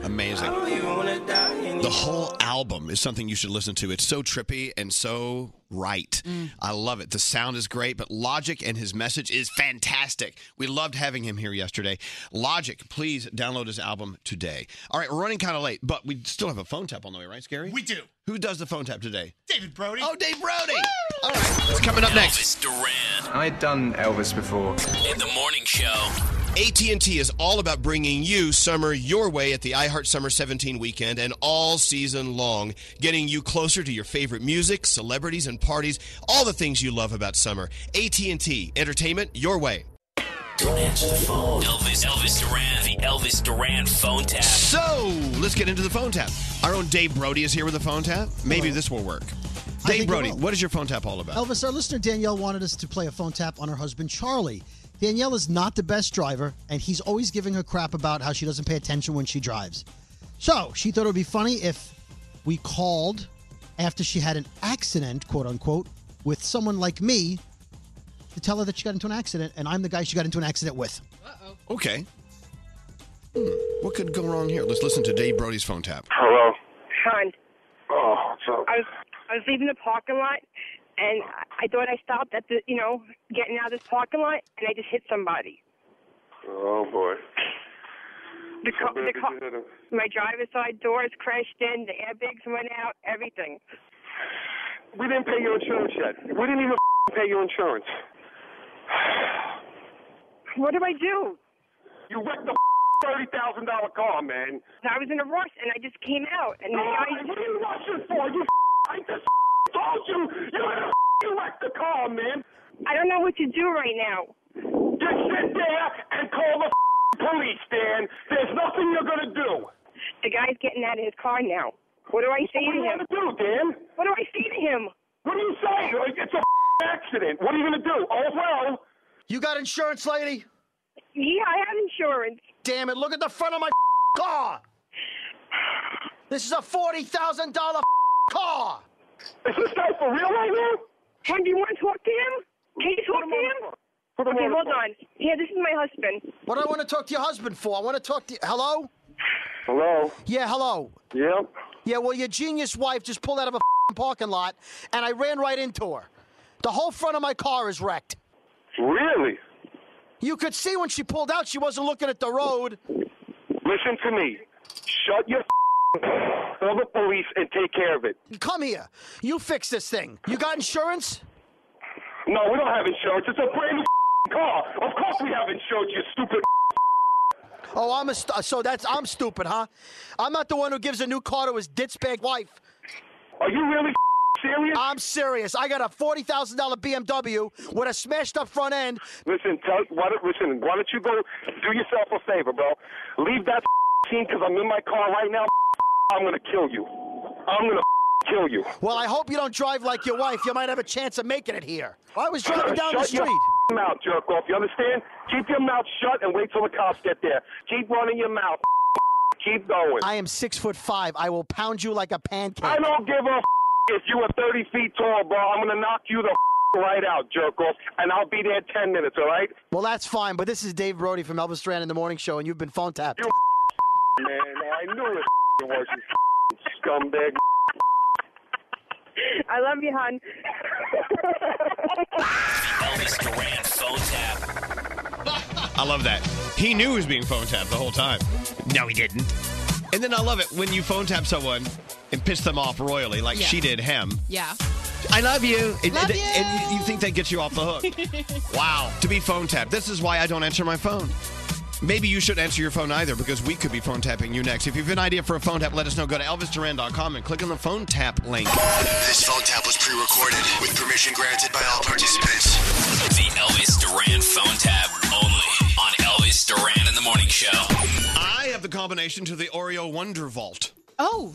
Speaker 1: Amazing. The whole album is something you should listen to. It's so trippy and so right. I love it. The sound is great, but Logic and his message is fantastic. We loved having him here yesterday. Logic, please download his album today. All right, we're running kind of late, but we still have a phone tap on the way, right, Scary? We do. Who does the phone tap today? David Brody. Oh, Dave Brody. All right, what's coming up next?
Speaker 9: Elvis Duran
Speaker 1: I'd done Elvis before.
Speaker 9: in the morning show.
Speaker 5: AT&T is all about bringing you summer your way at the iHeart Summer 17 weekend and all season long, getting you closer to your favorite music, celebrities and parties, all the things you love about summer. AT&T, entertainment your way.
Speaker 9: Don't answer the phone. Elvis, Elvis Duran, the Elvis Duran phone tap.
Speaker 1: So let's get into the phone tap. Our own Dave Brody is here with a phone tap. Maybe this will work. Dave
Speaker 19: it
Speaker 1: Brody,
Speaker 19: will.
Speaker 1: what is your phone tap all about?
Speaker 19: Elvis, our listener Danielle wanted us to play a phone tap on her husband Charlie. Danielle is not the best driver, and he's always giving her crap about how she doesn't pay attention when she drives. So she thought it would be funny if we called after she had an accident, quote unquote, with someone like me to tell her that she got into an accident, and I'm the guy she got into an accident with.
Speaker 1: Okay. Hmm, What could go wrong here? Let's listen to Dave Brody's phone tap.
Speaker 25: Hello.
Speaker 17: Sean,
Speaker 25: Oh, what's up?
Speaker 17: I was I was leaving the parking lot, and I I thought I stopped at the you know getting out of this parking lot, and I just hit somebody.
Speaker 25: Oh boy.
Speaker 17: The
Speaker 25: So
Speaker 17: car,
Speaker 25: bad
Speaker 17: the
Speaker 25: did
Speaker 17: car,
Speaker 25: you hit him?
Speaker 17: my driver's side doors crashed in, the airbags went out, everything.
Speaker 25: We didn't pay your insurance yet. We didn't even pay your insurance.
Speaker 17: What do I do?
Speaker 25: You wrecked the thirty thousand dollar car, man.
Speaker 17: I was in a rush, and I just came out, and
Speaker 25: No,
Speaker 17: the guy.
Speaker 25: what are you rushing for? You I just told you you had to you wrecked the car, man.
Speaker 17: I don't know what to do right now.
Speaker 25: Just sit there and call the police, Dan. There's nothing you're gonna do.
Speaker 17: The guy's getting out of his car now. What do I say
Speaker 25: What do
Speaker 17: to
Speaker 25: you
Speaker 17: him?
Speaker 25: want to do, Dan?
Speaker 17: What do I say to him?
Speaker 25: What do you say? Like, It's a accident. What are you gonna do? Oh well.
Speaker 17: You got insurance, lady? Yeah, I have insurance. Damn it, look at the front of my car. This is a forty thousand dollar car.
Speaker 25: Is this guy for real right now?
Speaker 17: When do you want to talk to him? Can you talk to him?
Speaker 25: Put him
Speaker 17: okay,
Speaker 25: on the
Speaker 17: hold
Speaker 25: phone.
Speaker 17: on. Yeah, this is my husband.
Speaker 19: What do I want to talk to your husband for? I want to talk to Hello?
Speaker 25: Hello.
Speaker 19: Yeah, hello.
Speaker 25: Yep.
Speaker 19: Yeah, well, your genius wife just pulled out of a f***ing parking lot, and I ran right into her. The whole front of my car is wrecked.
Speaker 25: Really?
Speaker 19: You could see when she pulled out, she wasn't looking at the road.
Speaker 25: Listen to me. Shut your call the police and take care of it.
Speaker 19: Come here. You fix this thing. You got insurance?
Speaker 25: No, we don't have insurance. It's a brand new car. Of course we have insurance. You stupid.
Speaker 19: Oh, I'm a st- so that's I'm stupid, huh? I'm not the one who gives a new car to his ditzbag wife.
Speaker 25: Are you really serious?
Speaker 19: I'm serious. I got a forty thousand dollar BMW with a smashed up front end.
Speaker 25: Listen, tell why don't, listen. Why don't you go do yourself a favor, bro? Leave that scene because I'm in my car right now. I'm gonna kill you. I'm gonna kill you.
Speaker 19: Well, I hope you don't drive like your wife. You might have a chance of making it here. I was driving down the
Speaker 25: shut
Speaker 19: street.
Speaker 25: Your mouth, jerk off. You understand? Keep your mouth shut and wait till the cops get there. Keep running your mouth. Keep going.
Speaker 19: I am six foot five. I will pound you like a pancake.
Speaker 25: I don't give a if you were 30 feet tall, bro. I'm gonna knock you the right out, jerk off, and I'll be there in 10 minutes, all right?
Speaker 17: Well, that's fine, but this is Dave Brody from Elvis Duran in the Morning Show, and you've been phone tapped.
Speaker 25: Man, I knew it was you scumbag.
Speaker 26: I love you, hon.
Speaker 9: Elvis Duran phone tap.
Speaker 1: I love that. He knew he was being phone tapped the whole time. No, he didn't. And then I love it when you phone tap someone and piss them off royally, like
Speaker 3: Yeah.
Speaker 1: she did him.
Speaker 3: Yeah.
Speaker 1: I love you. And,
Speaker 3: Love
Speaker 1: and- and you think that gets you off the hook. wow. To be phone tapped. This is why I don't answer my phone. Maybe you should answer your phone either because we could be phone tapping you next. If you have an idea for a phone tap, let us know. Go to elvisduran.com and click on the phone tap link.
Speaker 4: This phone tap was pre-recorded with permission granted by all participants.
Speaker 9: The Elvis Duran phone tap only on Elvis Duran in the Morning Show.
Speaker 1: I have the combination to the Oreo Wonder Vault.
Speaker 3: Oh,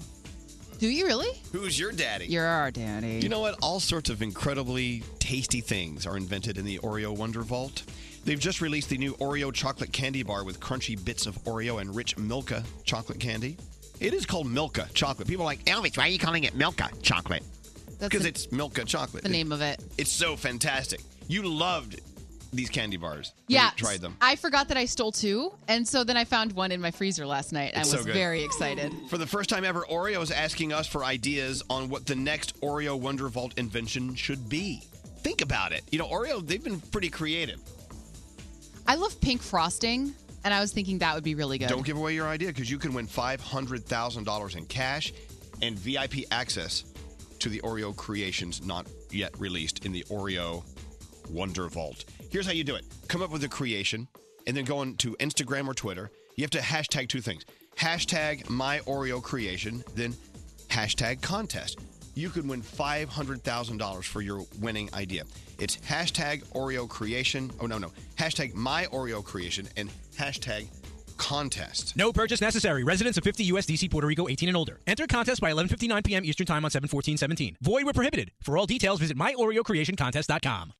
Speaker 3: do you really?
Speaker 1: Who's your daddy?
Speaker 3: You're our daddy.
Speaker 1: You know what? All sorts of incredibly tasty things are invented in the Oreo Wonder Vault. They've just released the new Oreo chocolate candy bar with crunchy bits of Oreo and rich Milka chocolate candy. It is called Milka chocolate. People are like, Elvis, why are you calling it Milka chocolate?
Speaker 3: That's
Speaker 1: Because
Speaker 3: the-
Speaker 1: it's Milka chocolate.
Speaker 3: the name of it.
Speaker 1: It's so fantastic. You loved these candy bars. when
Speaker 3: Yeah.
Speaker 1: You tried them.
Speaker 3: I forgot that I stole two, and so then I found one in my freezer last night. I
Speaker 1: It's
Speaker 3: was
Speaker 1: so good.
Speaker 3: very excited.
Speaker 1: For the first time ever, Oreo is asking us for ideas on what the next Oreo Wonder Vault invention should be. Think about it. You know, Oreo, they've been pretty creative.
Speaker 3: I love pink frosting, and I was thinking that would be really good.
Speaker 1: Don't give away your idea because you can win $500,000 in cash and VIP access to the Oreo creations not yet released in the Oreo Wonder Vault. Here's how you do it come up with a creation and then go on to Instagram or Twitter. You have to hashtag two things hashtag my Oreo creation, then hashtag contest. You could win $500,000 for your winning idea. It's hashtag Oreo creation. Oh, no, no. Hashtag my Oreo creation and hashtag contest.
Speaker 27: No purchase necessary. Residents of 50 U.S. D.C., Puerto Rico, 18 and older. Enter contest by 11:59 p.m. Eastern Time on 7/14/17. Void where prohibited. For all details, visit myoreocreationcontest.com.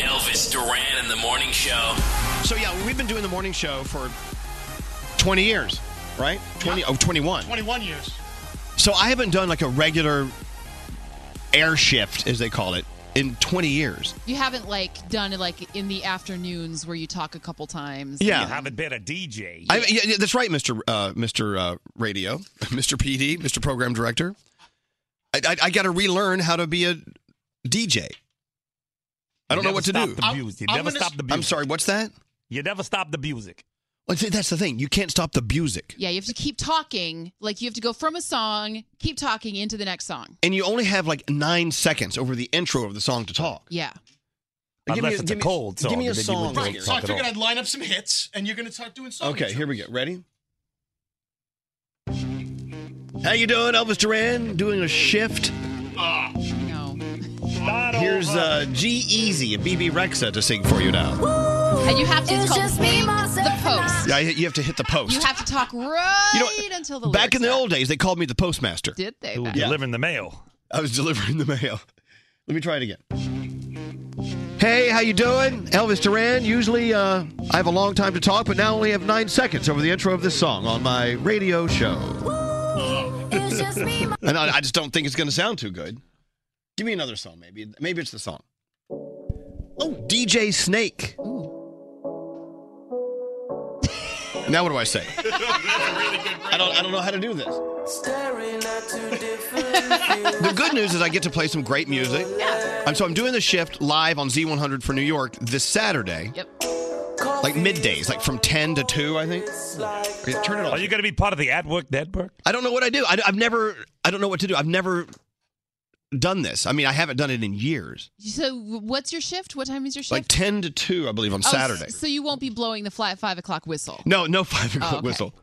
Speaker 9: Elvis Duran in the Morning Show.
Speaker 1: So yeah, we've been doing the morning show for 20 years, right? 20 oh 21.
Speaker 14: 21 years.
Speaker 1: So I haven't done like a regular air shift as they call it in 20 years.
Speaker 3: You haven't like done it like in the afternoons where you talk a couple times.
Speaker 1: Yeah.
Speaker 3: and-
Speaker 1: Haven't
Speaker 10: been a DJ.
Speaker 1: I, yeah, yeah, that's right, Mr. Uh, Mr. Uh, Radio, Mr. PD, Mr. Program Director. I, I, I got to relearn how to be a DJ. I don't know
Speaker 10: never
Speaker 1: what to
Speaker 10: stop
Speaker 1: do.
Speaker 10: the music. You I'm- never I'm gonna- stop the
Speaker 1: I'm
Speaker 10: music.
Speaker 1: sorry. What's that?
Speaker 10: You never stop the music.
Speaker 1: Well, see, that's the thing. You can't stop the music.
Speaker 3: Yeah, you have to keep talking. Like you have to go from a song, keep talking into the next song.
Speaker 1: and you only have like nine seconds over the intro of the song to talk.
Speaker 3: Yeah.
Speaker 1: me
Speaker 10: Unless it's a
Speaker 1: give me-
Speaker 10: cold
Speaker 1: Give
Speaker 10: song,
Speaker 1: me a
Speaker 10: then you
Speaker 1: song.
Speaker 10: wouldn't
Speaker 1: Right.
Speaker 10: do it.
Speaker 14: So I
Speaker 10: Talk at
Speaker 14: figured
Speaker 10: all.
Speaker 14: I'd line up some hits, and you're going to start doing songs.
Speaker 1: Okay, here we go. Ready? How you doing, Elvis Duran? Doing a shift.
Speaker 14: Ah,
Speaker 3: no.
Speaker 1: Here's uh, G Easy and BB Rexa to sing for you now.
Speaker 3: And you have to it's called Wing the post.
Speaker 1: Yeah, you have to hit the post.
Speaker 3: You have to talk right
Speaker 1: You
Speaker 3: until the
Speaker 1: Back
Speaker 3: lyrics
Speaker 1: in the old days, they called me the postmaster.
Speaker 3: Did they?
Speaker 1: Who
Speaker 3: back-
Speaker 10: delivering the mail.
Speaker 1: I was delivering the mail. Let me try it again. Hey, how you doing? Elvis Duran. Usually uh, I have a long time to talk, but now I only have nine seconds over the intro of this song on my radio show.
Speaker 3: Oh
Speaker 1: and I, I just don't think it's going to sound too good. Give me another song, maybe. Maybe it's the song. Oh, DJ Snake. Now what do I say? I don't. I don't know how to do this. The good news is I get to play some great music. And so I'm doing the shift live on Z100 for New York this Saturday.
Speaker 3: Yep.
Speaker 1: Like middays, like from 10 to 2, I think. Yeah, Turn it off.
Speaker 10: Are you going to be part of the ad work, dead work?
Speaker 1: I don't know what I do. I, have never, I don't know what to do. I've never done this. I mean, I haven't done it in years.
Speaker 3: So what's your shift? What time is your shift?
Speaker 1: Like 10 to 2, I believe, on
Speaker 3: Oh,
Speaker 1: Saturday.
Speaker 3: s- so you won't be blowing the flat five o'clock whistle.
Speaker 1: No, no 5 o'clock
Speaker 3: okay.
Speaker 1: whistle.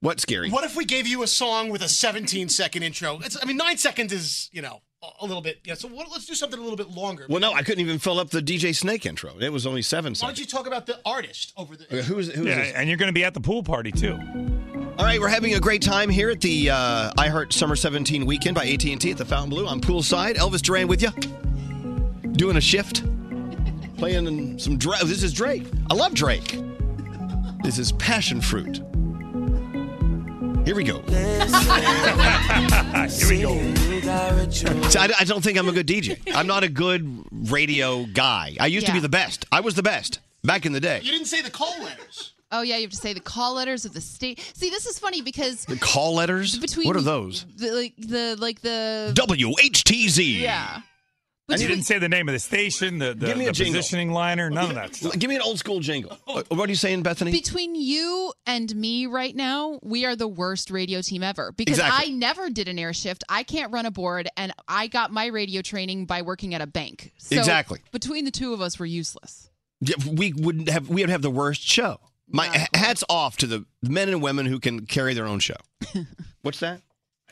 Speaker 1: What's scary?
Speaker 14: What if we gave you a song with a 17 second intro? It's, I mean, nine seconds is, you know, a- a little bit. Yeah, so what, let's do something a little bit longer.
Speaker 1: Well, no, I couldn't even fill up the DJ Snake intro. It was only 7
Speaker 14: Why don't
Speaker 1: seconds.
Speaker 14: you talk about the artist over the.
Speaker 1: Okay, who's who's
Speaker 10: Yeah,
Speaker 1: this?
Speaker 10: and you're going to be at the pool party too.
Speaker 1: All right, we're having a great time here at the uh, iHeart Summer 17 weekend by AT&T at the Fountain Blue. I'm poolside. Elvis Duran with you. Doing a shift. Playing some Drake. This is Drake. I love Drake. This is passion fruit. Here we go.
Speaker 10: Here we go.
Speaker 1: See, I, I don't think I'm a good DJ. I'm not a good radio guy. I used to be
Speaker 3: Yeah.
Speaker 1: the best. I was the best back in the day.
Speaker 3: didn't say the call letters. Oh yeah, you have to say the call letters of the state. See, this is funny because
Speaker 1: The call letters?
Speaker 3: Between
Speaker 1: what are
Speaker 3: the-
Speaker 1: those?
Speaker 3: the, like the like the
Speaker 1: WHTZ.
Speaker 3: Yeah.
Speaker 10: And you didn't say the name of the station, the, the,
Speaker 1: Give me a
Speaker 10: the
Speaker 1: jingle.
Speaker 10: positioning liner, none of that stuff. Oh.
Speaker 1: Give me an old school jingle. What are you saying, Bethany?
Speaker 3: Between you and me right now, we are the worst radio team ever because
Speaker 1: Exactly.
Speaker 3: I never did an air shift. I can't run a board, and I got my radio training by working at a bank. So
Speaker 1: Exactly.
Speaker 3: Between the two of us, we're useless.
Speaker 1: Yeah, we wouldn't have we would have the worst show. My hats off to the men and women who can carry their own show. What's that?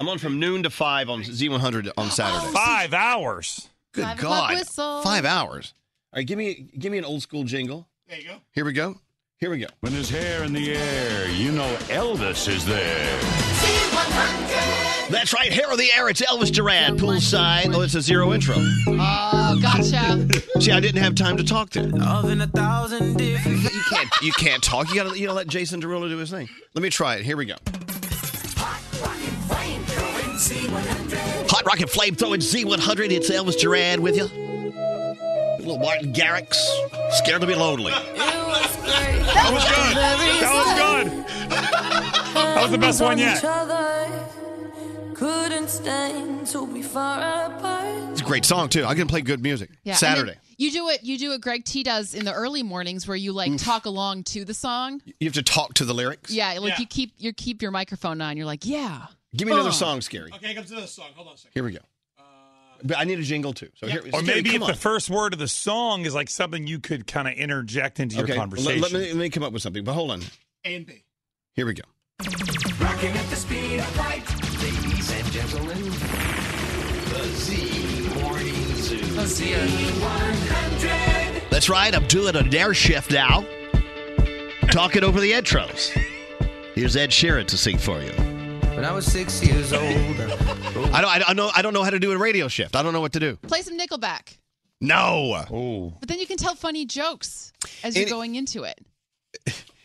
Speaker 1: I'm on from noon to five on Z100 on Saturday.
Speaker 10: Oh, Five hours.
Speaker 1: Good
Speaker 10: Five o'clock
Speaker 1: God.
Speaker 10: whistle.
Speaker 1: Five hours. All right, give me give me an old school jingle. There you go. Here we go. Here we go.
Speaker 11: When there's hair in the air, you know Elvis is there.
Speaker 1: That's right. Hair of the air. It's Elvis Duran poolside. Oh, it's a zero intro.
Speaker 3: Oh, gotcha.
Speaker 1: See, I didn't have time to talk there. you can't. You can't talk. You gotta. You know, let Jason Derulo do his thing. Let me try it. Here we go. Hot rocket flame throwing Z100. It's Elvis Duran with you. Little Martin Garrix. Scared to be lonely.
Speaker 10: That was good. That was good.
Speaker 18: That
Speaker 10: was the best one yet.
Speaker 18: Couldn't stand to be far apart.
Speaker 1: It's a great song too. I can play good music.
Speaker 3: Yeah, and
Speaker 1: Saturday.
Speaker 3: then you do what you do what Greg T does in the early mornings, where you like talk along to the song.
Speaker 1: you have to talk to the lyrics.
Speaker 3: Yeah, like you keep you keep your microphone on. You're like, yeah.
Speaker 1: Give me
Speaker 3: Oh.
Speaker 1: another song, Scary.
Speaker 14: Okay, here comes another song. Hold on a second.
Speaker 1: Here we go. But I need a jingle too. So here,
Speaker 10: Or
Speaker 1: Scary,
Speaker 10: maybe
Speaker 1: come
Speaker 10: if the
Speaker 1: on.
Speaker 10: first word of the song is like something you could kind of interject into your
Speaker 1: Okay, let-
Speaker 10: conversation.
Speaker 1: Let, me, let me come up with something. But hold on.
Speaker 14: A and B.
Speaker 1: Here we go.
Speaker 2: Rocking at the speed of light, ladies and gentlemen. The Z Morning Zoo. The Z100.
Speaker 1: That's right. I'm doing a air shift now. Talking over the intros. Here's Ed Sheeran to sing for you.
Speaker 28: When I was six years old,
Speaker 1: I don't, I don't know. I don't know how to do a radio shift. I don't know what to do.
Speaker 3: Play some Nickelback,
Speaker 1: No. Oh.
Speaker 3: but then you can tell funny jokes as you're
Speaker 1: Any-
Speaker 3: going into it.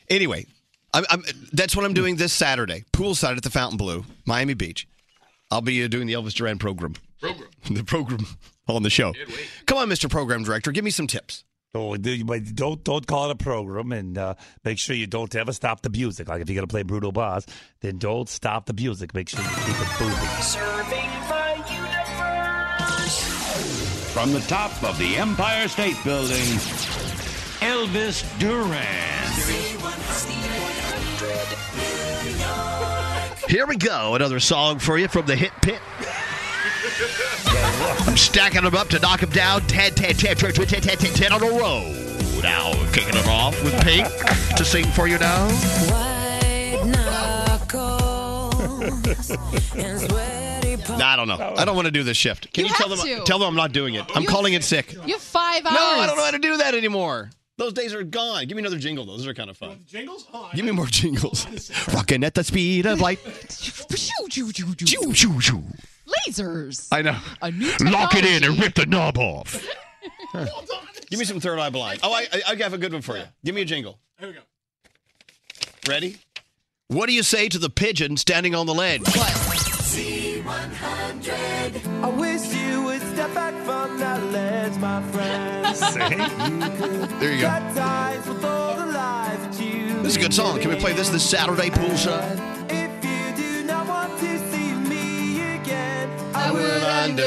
Speaker 1: Anyway, I'm, I'm, that's what I'm doing this Saturday, poolside at the Fountain Blue, Miami Beach. I'll be uh, doing the Elvis Duran program. Program. the program on the show. Come on, Mr. Program Director, give me some tips.
Speaker 10: Oh, do- but don't don't call it a program, and uh, make sure you don't ever stop the music. Like if you're gonna play brutal bars, then don't stop the music. Make sure you keep it moving.
Speaker 2: Serving the universe.
Speaker 11: From the top of the Empire State Building, Elvis Duran.
Speaker 1: Here we go, another song for you from the hit pit. I'm stacking them up to knock them down. 10, 10, 10, 10, 10, 10, 10, 10 on a row. Now, kicking it off with Pink to sing for you now.
Speaker 18: White knuckles and sweaty palms.
Speaker 1: Nah, I don't know. I don't want to do this shift. Can you,
Speaker 18: You
Speaker 1: tell them?
Speaker 18: have to.
Speaker 1: Tell them I'm not doing it. I'm
Speaker 18: You-
Speaker 1: calling it sick.
Speaker 3: You have five hours.
Speaker 1: No, I don't know how to do that anymore. Those days are gone. Give me another jingle, though. Those are kind of fun.
Speaker 14: Jingles? Hold on.
Speaker 1: Give me more jingles. Rocking at the speed of light. Choo, choo, choo.
Speaker 3: Lasers.
Speaker 1: I know.
Speaker 3: A new
Speaker 1: Lock it in
Speaker 3: technology.
Speaker 1: and rip the knob off. Give me some third eye blind. Oh, I, I, I have a good one for you. Give me a jingle.
Speaker 14: Here we go.
Speaker 1: Ready? What do you say to the pigeon standing on the ledge?
Speaker 2: Z100. I wish you would step back from that ledge, my friend.
Speaker 1: There you go.
Speaker 2: Cut ties with all the lies that you
Speaker 1: This is a good song. Can we play this this Saturday poolside?
Speaker 2: do not want to see me again.
Speaker 1: I would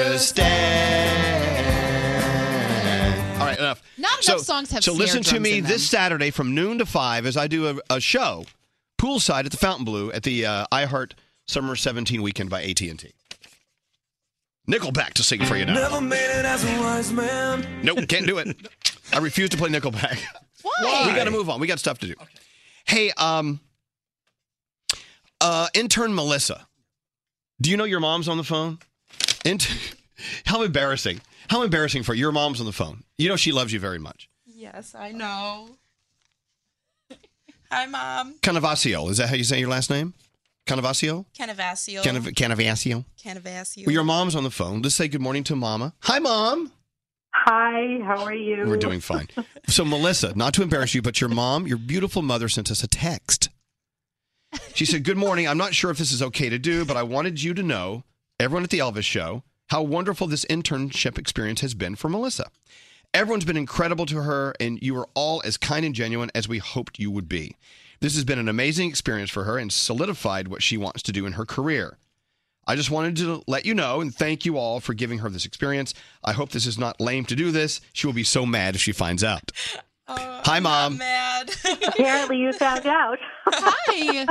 Speaker 1: understand. All right, enough.
Speaker 3: Not enough songs have
Speaker 1: So
Speaker 3: snare
Speaker 1: listen to
Speaker 3: drums
Speaker 1: me
Speaker 3: in
Speaker 1: this Saturday from noon to five as I do a, a show poolside at the Fountain Blue at the uh, iHeart Summer 17 Weekend by AT and T. Nickelback to sing for you now.
Speaker 2: Never made it as a wise man.
Speaker 1: Nope, can't do it. I refuse to play Nickelback.
Speaker 2: Why?
Speaker 1: We got to move on. We got stuff to do. Hey, um, uh, intern Melissa, do you know your mom's on the phone? Int- How embarrassing! How embarrassing for your mom's on the phone. You know she loves you very much.
Speaker 29: Yes, I know. Hi, Mom.
Speaker 1: Canavasio, is that how you say your last name? Canavasio.
Speaker 29: Canavasio.
Speaker 1: Canav- Canavasio.
Speaker 29: Canavasio.
Speaker 1: Well, your mom's on the phone. Let's say good morning to Mama. Hi, Mom.
Speaker 29: Hi, how are you?
Speaker 1: We're doing fine. So, Melissa, not to embarrass you, but your mom, your beautiful mother, sent us a text. She said, Good morning. I'm not sure if this is okay to do, but I wanted you to know, everyone at the Elvis show, how wonderful this internship experience has been for Melissa. Everyone's been incredible to her, and you are all as kind and genuine as we hoped you would be. This has been an amazing experience for her and solidified what she wants to do in her career. I just wanted to let you know and thank you all for giving her this experience. I hope this is not lame to do this. She will be so mad if she finds out. Hi, Mom.
Speaker 29: Mad. Apparently, you found out. Hi.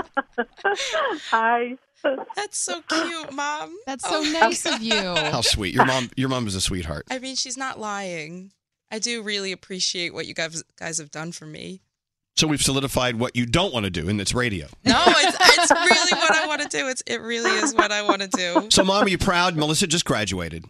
Speaker 29: Hi.
Speaker 30: That's so cute, mom. Oh.
Speaker 3: That's so nice of you.
Speaker 1: How sweet. Your mom your mom is a sweetheart.
Speaker 30: I mean, she's not lying. I do really appreciate what you guys guys have done for me.
Speaker 1: So we've solidified what you don't want to do, and it's radio.
Speaker 30: No, it's, it's really what I want to do. It's it really is what I want to do.
Speaker 1: So, Mom, are you proud? Melissa just graduated.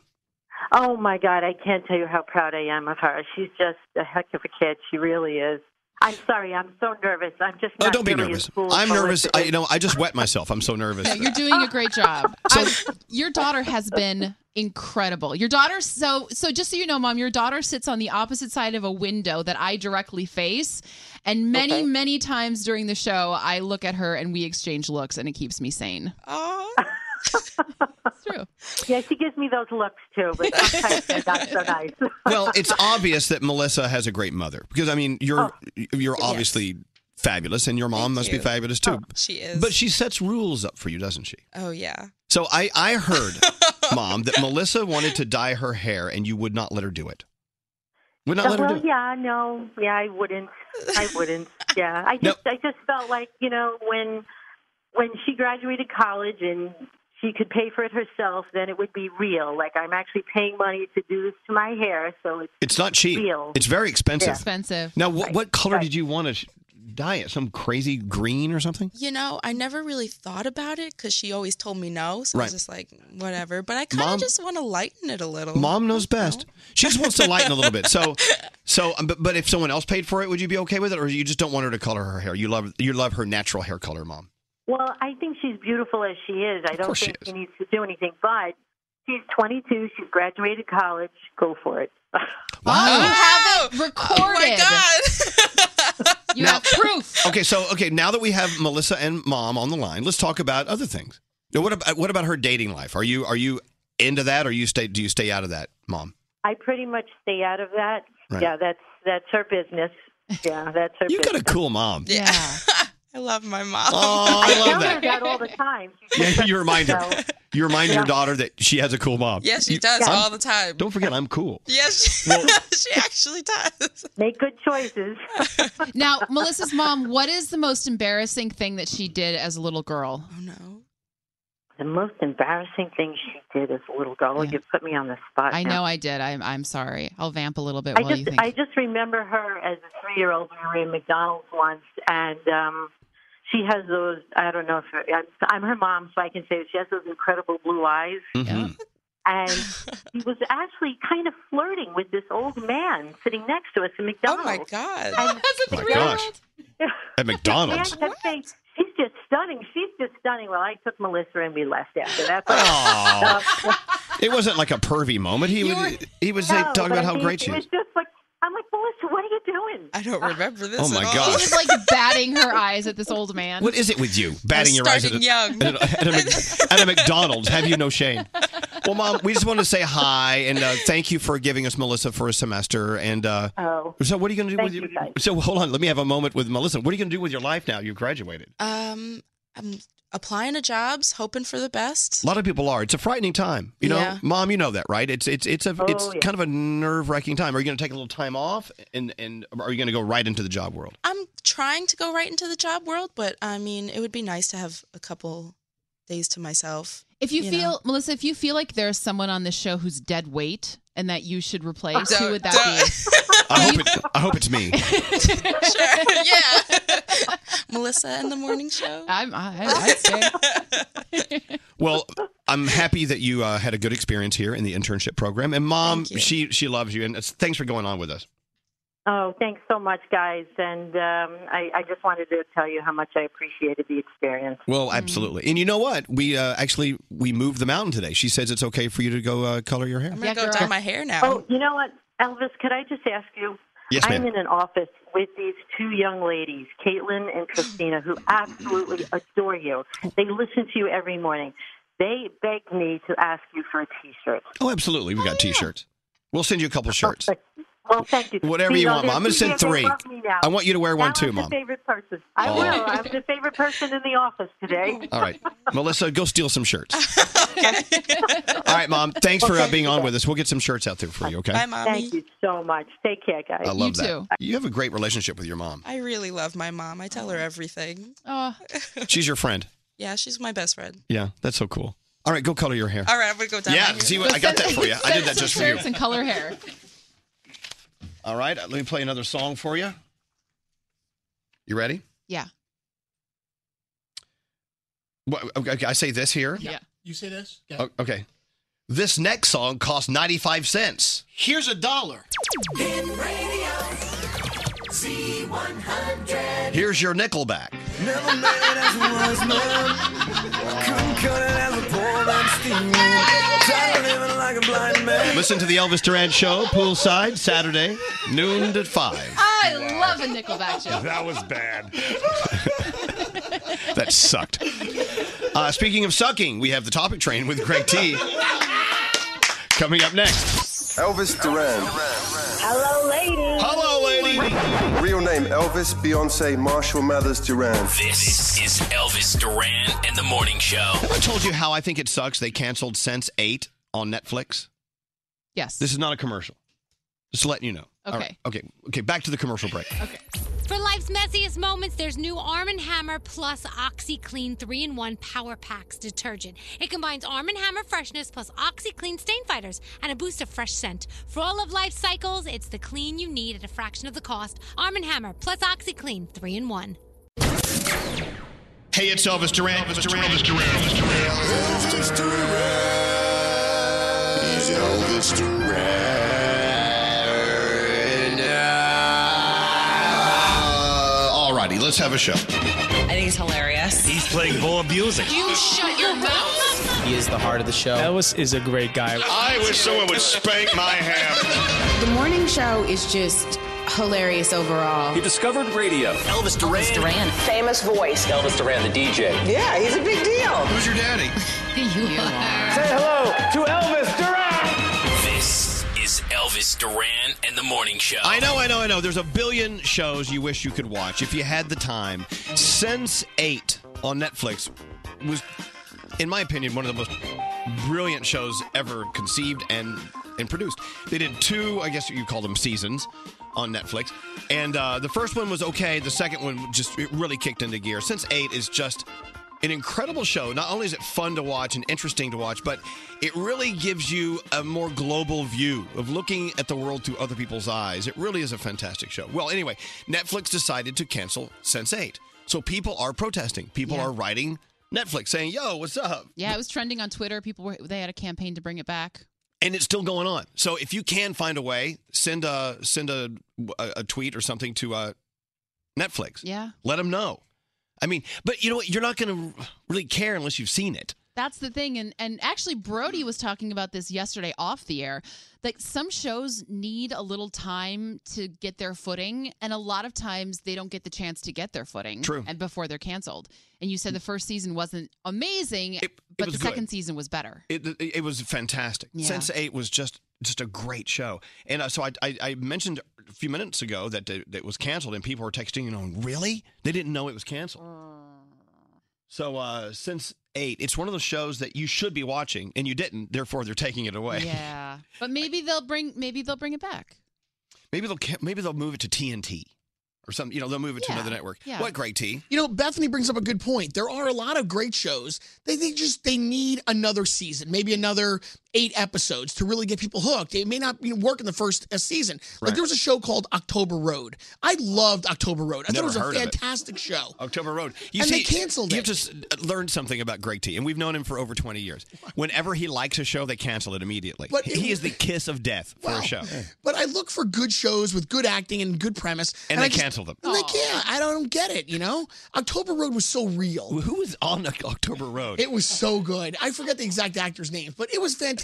Speaker 29: Oh my God, I can't tell you how proud I am of her. She's just a heck of a kid. She really is. I'm sorry, I'm so nervous. I'm just.
Speaker 1: Oh,
Speaker 29: Not
Speaker 1: don't be
Speaker 29: really
Speaker 1: nervous.
Speaker 29: as cool
Speaker 1: I'm
Speaker 29: as
Speaker 1: nervous. I, you know, I just wet myself. I'm so nervous.
Speaker 3: Yeah, you're doing a great job. I- your daughter has been incredible. Your daughter, so so just so you know, mom, your daughter sits on the opposite side of a window that I directly face, and many many times during the show, I look at her and we exchange looks, and it keeps me sane.
Speaker 29: Yeah, she gives me those looks too, but sometimes they're not so nice.
Speaker 1: well, it's obvious that Melissa has a great mother because I mean, you're you're obviously fabulous, and your mom must
Speaker 30: you.
Speaker 1: be fabulous too.
Speaker 30: She is.
Speaker 1: But she sets rules up for you, doesn't she?
Speaker 30: Oh yeah.
Speaker 1: So I I heard, Mom, that Melissa wanted to dye her hair, and you would not let her do it. Would not let her
Speaker 29: well,
Speaker 1: do it.
Speaker 29: yeah, no, yeah, I wouldn't. I wouldn't. Yeah, I just, I just felt like you know when, when she graduated college and she could pay for it herself, then it would be real. Like I'm actually paying money to do this to my hair, so it's
Speaker 1: It's not cheap.
Speaker 29: Real.
Speaker 1: It's very expensive.
Speaker 29: Yeah.
Speaker 3: Expensive.
Speaker 1: Now, what what color did you want to sh- dye it? Some crazy green or something?
Speaker 30: You know, I never really thought about it because she always told me no. So I
Speaker 1: Right.
Speaker 30: was just like, whatever. But I kind
Speaker 1: Mom-
Speaker 30: of just want to lighten it a
Speaker 3: Oh.
Speaker 30: little.
Speaker 1: Mom knows best. She just wants to lighten a little bit. So, so, um, but, but if someone else paid for it, would you be okay with it, or you just don't want her to color her hair? You love you love her natural hair color, mom.
Speaker 29: Well, I think she's beautiful as she is. I don't
Speaker 1: course she
Speaker 29: think she, needs to do anything, but she's 22. She's graduated college. Go for it.
Speaker 3: Oh, you have it recorded. you have proof.
Speaker 1: Okay, so okay, now that we have Melissa and mom on the line, let's talk about other things. Now, what about what about her dating life? Are you are you into that, or you stay do you stay out of that, mom?
Speaker 29: I pretty much stay out of that.
Speaker 1: Right.
Speaker 29: Yeah, that's that's her business. Yeah, that's her.
Speaker 1: You
Speaker 29: business.
Speaker 1: got a cool mom.
Speaker 29: Yeah.
Speaker 30: I love my mom.
Speaker 1: Oh, I love
Speaker 29: tell her
Speaker 1: that.
Speaker 29: that all the time.
Speaker 1: Yeah, you remind her.
Speaker 29: So-
Speaker 1: You remind your
Speaker 29: Yeah.
Speaker 1: daughter that she has a cool mom.
Speaker 30: Yeah, she
Speaker 1: You-
Speaker 30: does
Speaker 1: I'm-
Speaker 30: all the time.
Speaker 1: Don't forget, I'm cool.
Speaker 30: Yes, she actually does.
Speaker 29: Make good choices.
Speaker 3: Now, Melissa's mom, what is the most embarrassing thing that she did as a little girl? Oh no.
Speaker 29: The most embarrassing thing she did as a little girl. You put me on the spot.
Speaker 3: I
Speaker 29: now.
Speaker 3: know I did. I'm I'm sorry. I'll vamp a little bit
Speaker 29: I
Speaker 3: while you
Speaker 29: just
Speaker 3: think.
Speaker 29: I just remember her as a three year old. We were in McDonald's once, and um, she has those. I don't know if I'm, I'm her mom, so I can say she has those incredible blue eyes.
Speaker 3: Mm-hmm.
Speaker 29: And he was actually kind of flirting with this old man sitting next to us in McDonald's. Oh my
Speaker 30: god!
Speaker 1: Oh my gosh. At McDonald's.
Speaker 29: Man kept saying, She's just stunning. She's just stunning. Well, I took Melissa and we left after that. But,
Speaker 1: Aw. It wasn't like a pervy moment. He was he was
Speaker 29: No,
Speaker 1: like, talking
Speaker 29: but
Speaker 1: about
Speaker 29: I
Speaker 1: how
Speaker 29: mean,
Speaker 1: great she
Speaker 29: was
Speaker 1: is.
Speaker 29: just like, I'm like, Melissa, what are you doing?
Speaker 30: I don't remember this.
Speaker 1: Oh my
Speaker 30: at
Speaker 3: she
Speaker 1: gosh.
Speaker 3: was like batting her eyes at this old man.
Speaker 1: What is it with you? Batting your eyes at a,
Speaker 3: starting young.
Speaker 1: At, a, at, a, Mc- at a McDonald's. Have you no shame? Well, Mom, we just want to say hi and uh, thank you for giving us Melissa for a semester. And uh,
Speaker 29: oh,
Speaker 1: so, what are you going to do
Speaker 30: Thank
Speaker 1: with
Speaker 30: you,
Speaker 1: your? So, hold on. Let me have a moment with Melissa. What are you going to do with your life now? You've graduated.
Speaker 30: all. Um, I'm applying to jobs, hoping for the best.
Speaker 1: A lot of people are. It's a frightening time. You know,
Speaker 30: Yeah.
Speaker 1: Mom, you know that, right? It's it's it's a
Speaker 30: Oh,
Speaker 1: it's
Speaker 30: yeah.
Speaker 1: kind of a nerve wracking time. Are you going to take a little time off and and or are you going to go right into the job world?
Speaker 30: I'm trying to go right into the job world, but I mean, it would be nice to have a couple days to myself.
Speaker 3: If you, feel
Speaker 30: know.
Speaker 3: Melissa, if you feel like there's someone on this show who's dead weight and that you should replace, who
Speaker 30: Don't-
Speaker 3: would that
Speaker 1: I hope it, I hope it's me.
Speaker 30: Melissa and the morning show.
Speaker 3: I'm, I, I'd say.
Speaker 1: Well, I'm happy that you uh, had a good experience here in the internship program, and Mom, she she loves you, and it's, thanks for going on with us.
Speaker 29: oh, thanks so much, guys. And um, I, I just wanted to tell you how much I appreciated the experience.
Speaker 1: Well,
Speaker 30: Mm-hmm.
Speaker 1: absolutely, and you know what? We uh, actually we moved the mountain today. She says it's okay for you to go uh, color your hair.
Speaker 30: I'm gonna go dye my hair now.
Speaker 29: Oh, you know what, Elvis? Could I just ask you?
Speaker 1: Yes,
Speaker 29: I'm
Speaker 1: ma'am.
Speaker 29: in an office with these two young ladies, Caitlin and Christina, who absolutely adore you. They listen to you every morning. They begged me to ask you for a T-shirt.
Speaker 1: Oh, absolutely. We got T-shirts. We'll send you a couple shirts.
Speaker 29: Well, thank you.
Speaker 1: Whatever
Speaker 29: See,
Speaker 1: you
Speaker 29: now
Speaker 1: want, Mom. I'm
Speaker 29: they're-
Speaker 1: gonna send
Speaker 29: they
Speaker 1: three.
Speaker 29: love me now.
Speaker 1: I want you to wear one
Speaker 29: Now
Speaker 1: too,
Speaker 29: I'm
Speaker 1: Mom.
Speaker 29: The favorite person. I
Speaker 1: Oh.
Speaker 29: will. I'm the favorite person in the office today.
Speaker 1: All right, Melissa, go steal some shirts. All right, Mom. Thanks for uh, being on with us. We'll get some shirts out there for you. Okay.
Speaker 29: Thank you so much. Take care, guys.
Speaker 1: I love that. You have a great relationship with your mom.
Speaker 30: I really love my mom. I tell her everything.
Speaker 3: Oh,
Speaker 1: She's your friend.
Speaker 30: yeah, she's my best friend.
Speaker 1: Yeah, that's so cool. All right, go color your hair.
Speaker 30: All right, I'm gonna go down.
Speaker 1: Yeah,
Speaker 30: my hair.
Speaker 1: see what I got that for you. I did that just for you.
Speaker 3: shirts and color hair.
Speaker 1: All right, let me play another song for you. You ready?
Speaker 3: Yeah.
Speaker 1: What, okay, I say this here.
Speaker 14: Yeah. You say this? Yeah.
Speaker 1: O- Okay. This next song costs 95 cents. Here's a dollar.
Speaker 2: C100.
Speaker 1: Here's your nickel back.
Speaker 2: Never made it as it was known. Couldn't cut it as a poor man steam. Tired of living like a blind man.
Speaker 1: Listen to the Elvis Duran show poolside Saturday, noon to 5.
Speaker 3: I love a Nickelback joke.
Speaker 1: That was bad. that sucked. Uh, speaking of sucking, we have the topic train with Greg T. Coming up next.
Speaker 31: Elvis Duran.
Speaker 2: Hello, lady.
Speaker 1: Hello, lady.
Speaker 31: Real name Elvis Beyonce Marshall Mathers Duran.
Speaker 9: This is Elvis Duran and the Morning Show.
Speaker 1: Have I told you how I think it sucks they canceled Sense 8 on Netflix?
Speaker 3: Yes.
Speaker 1: This is not a commercial. Just letting you know. All
Speaker 12: Okay.
Speaker 1: right. Okay. Okay. Back to the commercial break. Okay.
Speaker 12: For life's messiest moments, there's new Arm & Hammer plus OxyClean 3-in-1 Power Packs detergent. It combines Arm & Hammer freshness plus OxyClean stain fighters and a boost of fresh scent. For all of life's cycles, it's the clean you need at a fraction of the cost. Arm & Hammer plus OxyClean 3-in-1.
Speaker 1: Hey, it's Elvis Duran. Elvis Duran. Elvis Duran. Elvis Duran.
Speaker 2: Elvis Duran. He's Elvis Duran.
Speaker 1: Uh, all righty. Let's have a show.
Speaker 32: I think it's hilarious.
Speaker 1: He's playing bull abusing.
Speaker 32: You shut your mouth.
Speaker 24: He is the heart of the show. Elvis is a great guy.
Speaker 1: I wish someone would spank my ham.
Speaker 33: The morning show is just hilarious overall.
Speaker 24: He discovered radio. Elvis Duran.
Speaker 33: Duran. Famous voice.
Speaker 24: Elvis Duran, the DJ.
Speaker 33: Yeah, he's a big deal.
Speaker 1: Who's your daddy?
Speaker 32: You are.
Speaker 33: Say hello to Elvis
Speaker 9: This is Elvis Duran and the Morning Show.
Speaker 1: I know, I know, I know. There's a billion shows you wish you could watch if you had the time. Sense 8 on Netflix was, in my opinion, one of the most brilliant shows ever conceived and, and produced. They did two, I guess you call them seasons, on Netflix. And uh, the first one was okay. The second one just it really kicked into gear. Sense 8 is just an incredible show. Not only is it fun to watch and interesting to watch, but it really gives you a more global view of looking at the world through other people's eyes. It really is a fantastic show. Well, anyway, Netflix decided to cancel Sense8. So people are protesting. People
Speaker 3: Yeah.
Speaker 1: are writing Netflix saying, "Yo, what's up?"
Speaker 3: Yeah, it was trending on Twitter. People were they had a campaign to bring it back.
Speaker 1: and it's still going on. So if you can find a way, send a send a a, a tweet or something to uh, Netflix.
Speaker 3: Yeah.
Speaker 1: Let them know. I mean, but you know what? You're not going to really care unless you've seen it.
Speaker 3: That's the thing, and and actually Brody was talking about this yesterday off the air. Like some shows need a little time to get their footing, and a lot of times they don't get the chance to get their footing.
Speaker 1: True.
Speaker 3: And before they're canceled, and you said the first season wasn't amazing, but
Speaker 1: was
Speaker 3: the
Speaker 1: good.
Speaker 3: second season was better.
Speaker 1: It it it was fantastic.
Speaker 3: Yeah.
Speaker 1: Sense Eight was just just a great show. And uh, so I, I I mentioned a few minutes ago that it, that it was canceled, and people were texting, you know, really? They didn't know it was canceled. So uh, since eight, it's one of those shows that you should be watching, and you didn't. Therefore, they're taking it away.
Speaker 3: Yeah, but maybe they'll bring maybe they'll bring it back.
Speaker 1: Maybe they'll ca- maybe they'll move it to TNT or something. You know, they'll move it to
Speaker 15: Yeah,
Speaker 1: another network.
Speaker 15: yeah.
Speaker 1: What great T?
Speaker 15: You know, Bethany brings up a good point. There are a lot of great shows. They, they just they need another season, maybe another eight episodes to really get people hooked. It may not you know, work in the first uh, season.
Speaker 1: Right.
Speaker 15: Like there was a show called October Road. I loved October Road. I
Speaker 1: Never
Speaker 15: thought it
Speaker 1: heard
Speaker 15: was
Speaker 1: of
Speaker 15: a
Speaker 1: it.
Speaker 15: fantastic show.
Speaker 1: October Road.
Speaker 15: And they canceled
Speaker 1: you
Speaker 15: it.
Speaker 1: You just uh, learned something about Greg T, and we've known him for over 20 years. Whenever he likes a show, they cancel it immediately.
Speaker 15: But it-
Speaker 1: he is the kiss of death for a show.
Speaker 15: But I look for good shows with good acting and good premise,
Speaker 1: And
Speaker 15: I
Speaker 1: they
Speaker 15: just
Speaker 1: cancel them.
Speaker 15: I'm like, yeah, I don't get it. You know, October Road was so real.
Speaker 1: Who was on October Road?
Speaker 15: It was so good. I forget the exact actor's name, but it was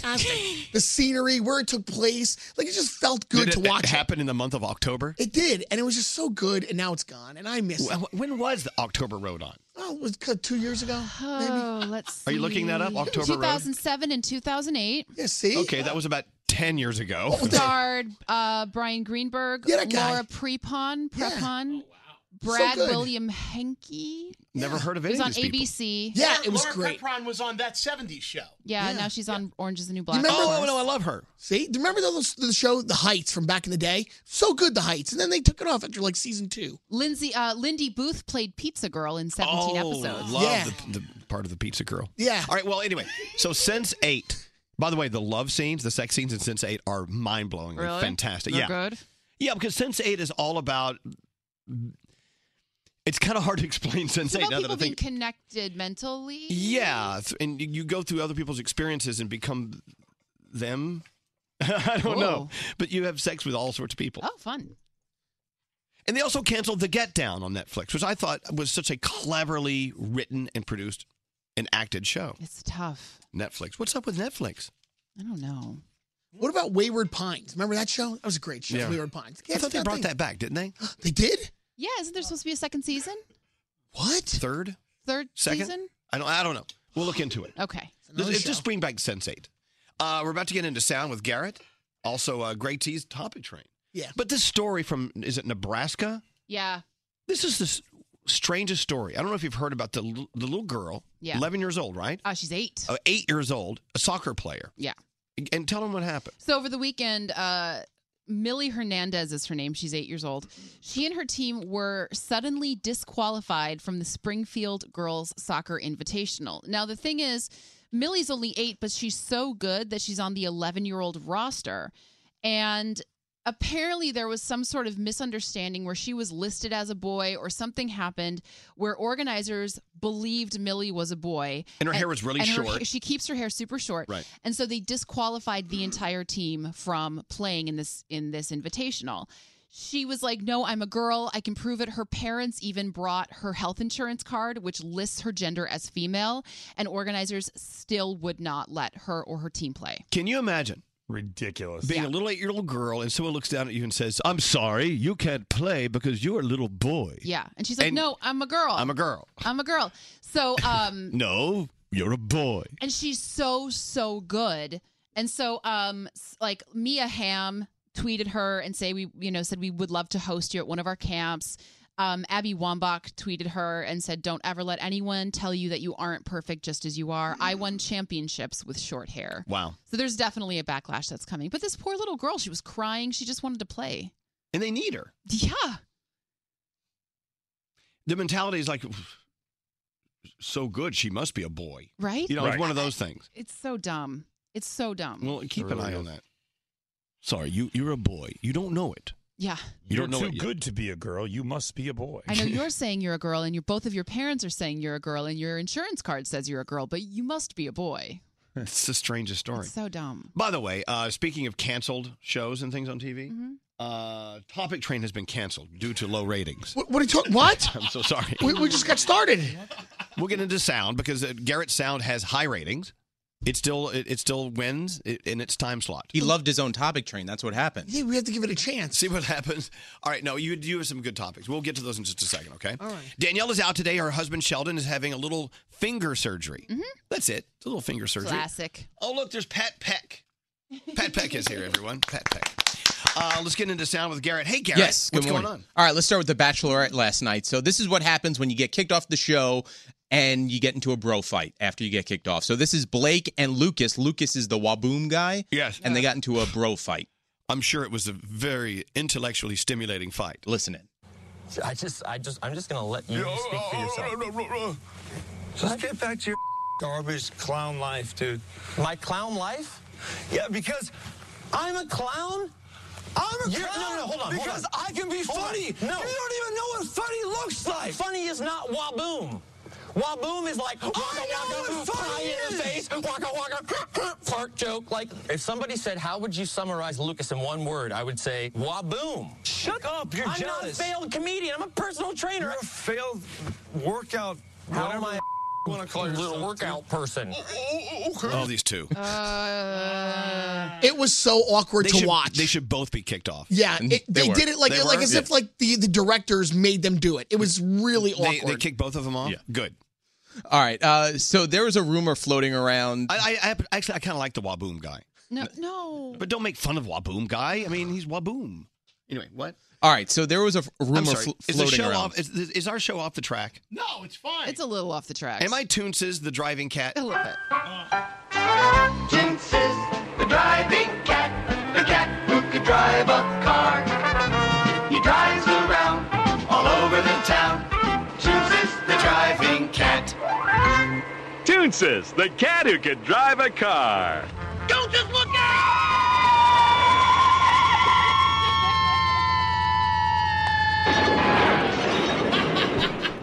Speaker 15: fantastic. the scenery, where it took place, like it just felt good
Speaker 1: Did
Speaker 15: to
Speaker 1: it-
Speaker 15: watch.
Speaker 1: It happened in the month of October.
Speaker 15: It did, and it was just so good, and now it's gone, and I miss it.
Speaker 1: Wh- When was the October Road on?
Speaker 15: Oh, it was cut two years ago, maybe.
Speaker 3: Oh, let's see.
Speaker 1: Are you looking that up? October Road?
Speaker 3: 2007 and 2008.
Speaker 15: Yeah, see? Oh,
Speaker 1: Okay, that was about 10 years ago.
Speaker 3: Starred uh, Brian Greenberg,
Speaker 1: Yeah, that guy.
Speaker 3: Laura Prepon, Prepon,
Speaker 1: wow.
Speaker 3: Brad
Speaker 1: So good.
Speaker 3: William Henke.
Speaker 1: Never heard of
Speaker 3: It
Speaker 1: any
Speaker 3: was
Speaker 1: of
Speaker 3: on
Speaker 1: these people.
Speaker 3: ABC.
Speaker 15: Laura great.
Speaker 14: Prepron was on that '70s show.
Speaker 3: Yeah, now she's on Orange is the New Black.
Speaker 15: Remember-
Speaker 3: of course.
Speaker 1: Oh, I love her.
Speaker 15: See, do you remember those, the show The Heights from back in the day? So good, The Heights, and then they took it off after like season two.
Speaker 3: Lindsay uh, Lindy Booth played Pizza Girl in 17 episodes.
Speaker 1: Oh, Love the, the part of the pizza girl.
Speaker 15: Yeah.
Speaker 1: All right. Well, anyway, so Sense Eight. By the way, the love scenes, the sex scenes in Sense Eight are mind blowingly
Speaker 22: Really?
Speaker 1: fantastic.
Speaker 22: They're
Speaker 1: yeah.
Speaker 22: good?
Speaker 1: Yeah, because Sense Eight is all about. It's kind of hard to explain Sense
Speaker 3: It's
Speaker 1: Eight
Speaker 3: about
Speaker 1: now that I
Speaker 3: people being
Speaker 1: think.
Speaker 3: connected mentally.
Speaker 1: yeah, th- and you- you go through other people's experiences and become them. I don't know, but you have sex with all sorts of people.
Speaker 3: Oh, fun.
Speaker 1: And they also canceled The Get Down on Netflix, which I thought was such a cleverly written and produced and acted show.
Speaker 3: It's tough.
Speaker 1: Netflix. What's up with Netflix?
Speaker 3: I don't know.
Speaker 15: What about Wayward Pines? Remember that show? That was a great show,
Speaker 1: Yeah.
Speaker 15: Wayward Pines.
Speaker 1: I thought they
Speaker 15: Can't
Speaker 1: brought
Speaker 15: stop
Speaker 1: that back, didn't they?
Speaker 15: thinking. They did?
Speaker 3: Yeah, isn't there supposed to be a second season?
Speaker 15: What?
Speaker 1: Third?
Speaker 3: Third
Speaker 1: Second?
Speaker 3: season?
Speaker 1: I don't, I don't know. We'll look into it.
Speaker 3: Okay.
Speaker 1: Let's- just bring back Sense8. Uh, we're about to get into sound with Garrett. Also, uh, Greg T's Topic Train.
Speaker 15: Yeah.
Speaker 1: But this story from, is it Nebraska?
Speaker 3: Yeah.
Speaker 1: This is the s- strangest story. I don't know if you've heard about the, l- the little girl,
Speaker 3: Yeah.
Speaker 1: 11 years old, right?
Speaker 3: Uh, she's eight.
Speaker 1: Uh, eight years old, a soccer player.
Speaker 3: Yeah.
Speaker 1: And tell them what happened.
Speaker 3: So over the weekend, uh, Millie Hernandez is her name. She's eight years old. She and her team were suddenly disqualified from the Springfield Girls Soccer Invitational. Now, the thing is, Millie's only eight, but she's so good that she's on the 11 year old roster. And apparently there was some sort of misunderstanding where she was listed as a boy or something happened where organizers believed Millie was a boy.
Speaker 1: And her hair was really
Speaker 3: and her
Speaker 1: short.
Speaker 3: ha- she keeps her hair super short.
Speaker 1: Right.
Speaker 3: And so they disqualified the entire team from playing in this in this invitational. She was like, "No, I'm a girl. I can prove it." Her parents even brought her health insurance card which lists her gender as female, and organizers still would not let her or her team play.
Speaker 1: Can you imagine?
Speaker 10: Ridiculous.
Speaker 1: Being a little eight year old girl and someone looks down at you and says, I'm sorry, you can't play because you're a little boy.
Speaker 3: Yeah. And she's like,
Speaker 1: And-
Speaker 3: "No, I'm a girl.
Speaker 1: I'm a girl.
Speaker 3: I'm a girl." So, um
Speaker 1: No, you're a boy.
Speaker 3: and she's so so good and so um s- like mia ham tweeted her and say we you know said we would love to host you at one of our camps um, Abby Wambach tweeted her and said, "Don't ever let anyone tell you that you aren't perfect just as you are. I won championships with short hair."
Speaker 1: Wow.
Speaker 3: So there's definitely a backlash that's coming. But this poor little girl, she was crying. She just wanted to play.
Speaker 1: And they need her.
Speaker 3: Yeah.
Speaker 1: The mentality is like, so good, she must be a boy.
Speaker 3: Right?
Speaker 1: You know,
Speaker 3: Right.
Speaker 1: it's one of those things.
Speaker 3: It's so dumb. It's so dumb.
Speaker 1: Well, keep an eye on that. Sorry, you, you're a boy. You don't know it.
Speaker 3: Yeah.
Speaker 1: You
Speaker 10: You're
Speaker 1: don't know
Speaker 10: too
Speaker 1: it yet.
Speaker 10: good to be a girl. You must be a boy.
Speaker 3: I know you're saying you're a girl, and your both of your parents are saying you're a girl, and your insurance card says you're a girl, but you must be a boy.
Speaker 1: It's the strangest story.
Speaker 3: It's so dumb.
Speaker 1: By the way, uh, speaking of canceled shows and things on TV, uh, Topic Train has been canceled due to low ratings.
Speaker 15: What, what are you talking? What?
Speaker 1: I'm so sorry.
Speaker 15: We, we just got started.
Speaker 1: We'll get into sound because uh, Garrett Sound has high ratings. It still it, it still wins i- in its time slot.
Speaker 5: He loved his own topic train. That's what happened.
Speaker 15: Yeah, we have to give it a chance.
Speaker 1: See what happens. All right, no, you you have some good topics. We'll get to those in just a second, okay?
Speaker 15: All right.
Speaker 1: Danielle is out today. Her husband Sheldon is having a little finger surgery.
Speaker 15: Mm-hmm.
Speaker 1: That's it. It's a little finger surgery.
Speaker 3: Classic.
Speaker 1: Oh look, there's Pat Peck. Pat Peck is here, everyone. Pat Peck. Uh, let's get into sound with Garrett. Hey, Garrett.
Speaker 5: Yes. good
Speaker 1: what's going
Speaker 5: morning.
Speaker 1: on?
Speaker 5: All right, let's start with The Bachelorette last night. So this is what happens when you get kicked off the show and you get into a bro fight after you get kicked off. So this is Blake and Lucas. Lucas is the Waboom guy.
Speaker 1: Yes.
Speaker 5: And they got into a bro fight.
Speaker 1: I'm sure it was a very intellectually stimulating fight.
Speaker 5: Listen in.
Speaker 25: I just, I just, I'm just gonna let you
Speaker 17: Yeah,
Speaker 25: speak for
Speaker 17: oh,
Speaker 25: yourself.
Speaker 17: oh, oh, oh, oh. Just get back to your garbage clown life, dude.
Speaker 25: My clown life?
Speaker 17: Yeah, because I'm a clown. I'm a
Speaker 25: You're-
Speaker 17: clown.
Speaker 25: no, no, hold on, hold
Speaker 17: Because
Speaker 25: on.
Speaker 17: I can be
Speaker 25: Hold on.
Speaker 17: funny.
Speaker 25: No.
Speaker 17: You don't even know what funny looks like.
Speaker 25: Funny is not waboom. Waboom is like, "Oh, waka waka, fly in the face, waka waka, fart joke. Like, if somebody said, how would you summarize Lucas in one word, I would say, waboom.
Speaker 17: Shut up, you're
Speaker 25: I'm
Speaker 17: jealous.
Speaker 25: not a failed comedian. I'm a personal trainer.
Speaker 17: You're a failed workout.
Speaker 25: How
Speaker 17: whatever
Speaker 25: am I
Speaker 17: you want to call yourself?
Speaker 25: little workout person?
Speaker 1: Oh, these two.
Speaker 5: Uh,
Speaker 15: it was so awkward
Speaker 1: They
Speaker 15: to
Speaker 1: should-
Speaker 15: watch.
Speaker 1: They should both be kicked off.
Speaker 15: yeah, it, they,
Speaker 1: were.
Speaker 15: did it like
Speaker 1: They
Speaker 15: like
Speaker 1: were,
Speaker 15: as
Speaker 1: yeah.
Speaker 15: if like the, the directors made them do it. It was really awkward.
Speaker 1: They, they kicked both of them off. Good.
Speaker 5: All right. Uh, so there was a rumor floating around.
Speaker 1: I, I, I actually I kind of like the Waboom guy,
Speaker 3: No, no.
Speaker 1: but don't make fun of Waboom guy. I mean, he's Waboom. Anyway, what?
Speaker 5: All right. So there was a f- rumor
Speaker 1: I'm sorry.
Speaker 5: fl-
Speaker 1: is the
Speaker 5: floating
Speaker 1: show
Speaker 5: around.
Speaker 1: off? Is, is our show off the track?
Speaker 15: No, it's fine.
Speaker 3: It's a little off the tracks.
Speaker 1: Am I Toonces the driving cat?
Speaker 3: A little bit.
Speaker 2: the driving cat, the cat who could drive a car. He drives around all over the town. Tunes is the driving cat.
Speaker 22: Toonsis, the cat who could drive a car.
Speaker 2: Don't just look out!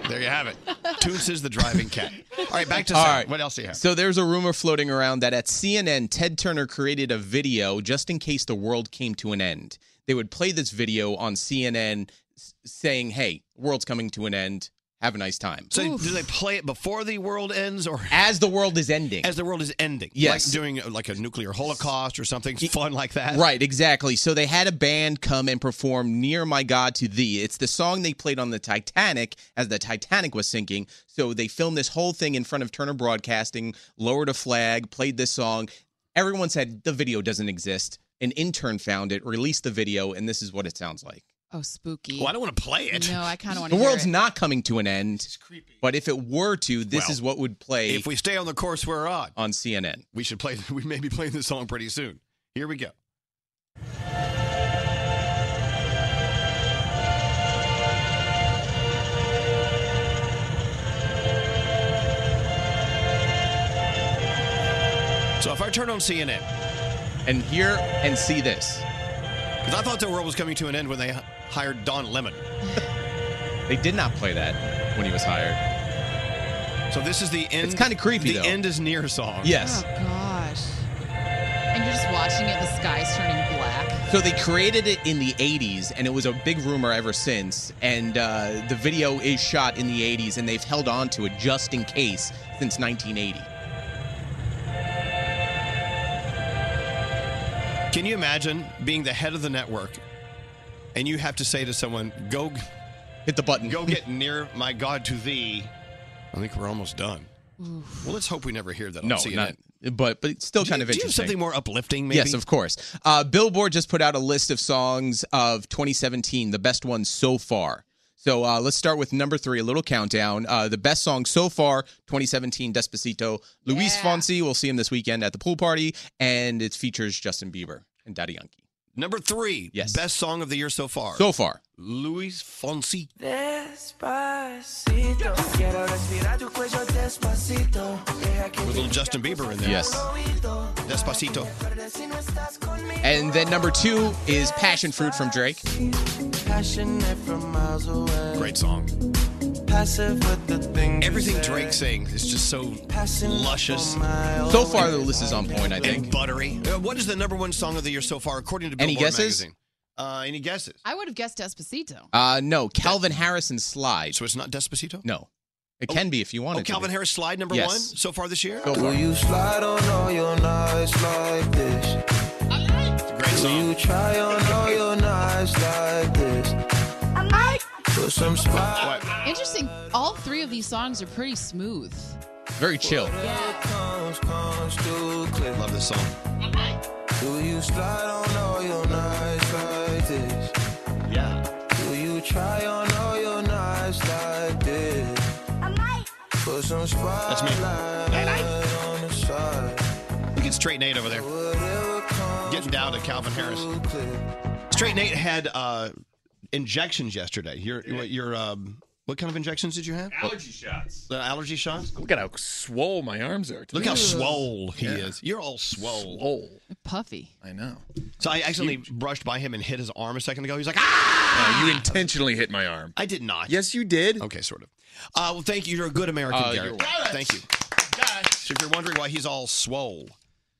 Speaker 1: There you have it. Toonces the driving cat. All right, back to
Speaker 5: All
Speaker 1: Sam.
Speaker 5: right.
Speaker 1: What else do you have?
Speaker 5: So there's a rumor floating around that at CNN, Ted Turner created a video just in case the world came to an end. They would play this video on CNN s- saying, "Hey, world's coming to an end. Have a nice time."
Speaker 1: So do they play it before the world ends or
Speaker 5: as the world is ending?
Speaker 1: As the world is ending.
Speaker 5: Yes.
Speaker 1: Like doing uh, like a nuclear holocaust or something fun like that.
Speaker 5: Right, exactly. So they had a band come and perform Near My God to Thee. It's the song they played on the Titanic as the Titanic was sinking. So they filmed this whole thing in front of Turner Broadcasting, lowered a flag, played this song. Everyone said the video doesn't exist. An intern found it, released the video, and this is what it sounds like.
Speaker 3: Oh, spooky.
Speaker 1: Well, I don't want to play it.
Speaker 3: No, I kind of want
Speaker 5: The
Speaker 3: to.
Speaker 5: world's
Speaker 3: it.
Speaker 5: not coming to an end. But if it were to, this
Speaker 1: Well,
Speaker 5: is what would play
Speaker 1: If we stay on the course we're on,
Speaker 5: on CNN.
Speaker 1: we should play we may be playing this song pretty soon. Here we go. So if I turn on CNN
Speaker 5: and hear and see this,
Speaker 1: because I thought the world was coming to an end when they h- hired Don Lemon.
Speaker 5: They did not play that when he was hired.
Speaker 1: So this is the end.
Speaker 5: It's kinda creepy,
Speaker 1: The
Speaker 5: though.
Speaker 1: end is near song.
Speaker 5: Yes.
Speaker 3: Oh gosh. And you're just watching it. The sky's turning black.
Speaker 5: So they created it in the 80s, and it was a big rumor ever since. And uh, the video is shot in the 80s, and they've held on to it just in case since 1980.
Speaker 1: Can you imagine being the head of the network and you have to say to someone, go g-
Speaker 5: hit the button,
Speaker 1: go get near my God to thee? I think we're almost done. Well, let's hope we never hear that on
Speaker 5: No,
Speaker 1: CNN.
Speaker 5: not, but but it's still kind of
Speaker 1: do you have
Speaker 5: interesting.
Speaker 1: something more uplifting, maybe?
Speaker 5: Yes, of course. Uh, Billboard just put out a list of songs of 2017, the best ones so far. So uh, let's start with number three, a little countdown. Uh, the best song so far, 2017, Despacito. Luis Fonsi, we'll see him this weekend at the pool party, and it features Justin Bieber and Daddy Yankee.
Speaker 1: Number three,
Speaker 5: Yes.
Speaker 1: best song of the year so far.
Speaker 5: So far.
Speaker 1: Luis Fonsi.
Speaker 28: Despacito. Quiero respirar tu cuello despacito. Deja que
Speaker 1: With a little Justin Bieber in there.
Speaker 5: Yes.
Speaker 1: Despacito.
Speaker 28: recuerdes si no estás conmigo.
Speaker 5: And then number two is Passion Fruit from Drake.
Speaker 28: Passionate from miles away.
Speaker 1: Great song.
Speaker 28: Passive with the things you
Speaker 1: Everything
Speaker 28: say.
Speaker 1: Drake sings is just so luscious.
Speaker 5: So far, the list is on point, I
Speaker 1: And
Speaker 5: think.
Speaker 1: buttery. Uh, What is the number one song of the year so far, according to Billboard
Speaker 5: Any guesses?
Speaker 1: magazine? Uh, any guesses?
Speaker 3: I would have guessed Despacito.
Speaker 5: Uh, no, Calvin Harris and Slide. So
Speaker 1: it's not Despacito?
Speaker 5: No. It can be if you want
Speaker 1: Oh,
Speaker 5: it to
Speaker 1: Calvin
Speaker 5: be.
Speaker 1: Harris slide number
Speaker 5: Yes.
Speaker 1: one so far this year.
Speaker 5: So far.
Speaker 28: Do you slide on all your knives like this?
Speaker 1: Great song.
Speaker 28: Do you try on all your knives like this? Put some spot.
Speaker 3: Interesting. All three of these songs are pretty smooth.
Speaker 5: Very chill.
Speaker 28: Comes, comes too clear.
Speaker 1: Love this song.
Speaker 28: Do you slide on all your knives like this? Yeah. Do you try on all your knives like this? Put some spotlight
Speaker 1: That's me.
Speaker 28: on the side.
Speaker 1: Look at Straight Nate over there. Getting down to Calvin Harris. Straight Nate had uh, injections yesterday. Your your um, What kind of injections did you have?
Speaker 22: Allergy shots.
Speaker 1: The allergy shots?
Speaker 4: Look at how swole my arms are.
Speaker 1: Look how
Speaker 4: Ugh.
Speaker 1: swole he
Speaker 4: Yeah.
Speaker 1: is. You're all swole.
Speaker 4: Swole.
Speaker 3: Puffy.
Speaker 4: I know.
Speaker 1: So I accidentally brushed by him and hit his arm a second ago. He's like, ah!
Speaker 4: you intentionally hit my arm.
Speaker 1: I did not.
Speaker 4: Yes, you did.
Speaker 1: Okay, sort of. Uh, well, thank you. You're a good American,
Speaker 4: Uh,
Speaker 1: Garrett.
Speaker 4: you're welcome.
Speaker 1: Thank you. So if you're wondering why he's all swole,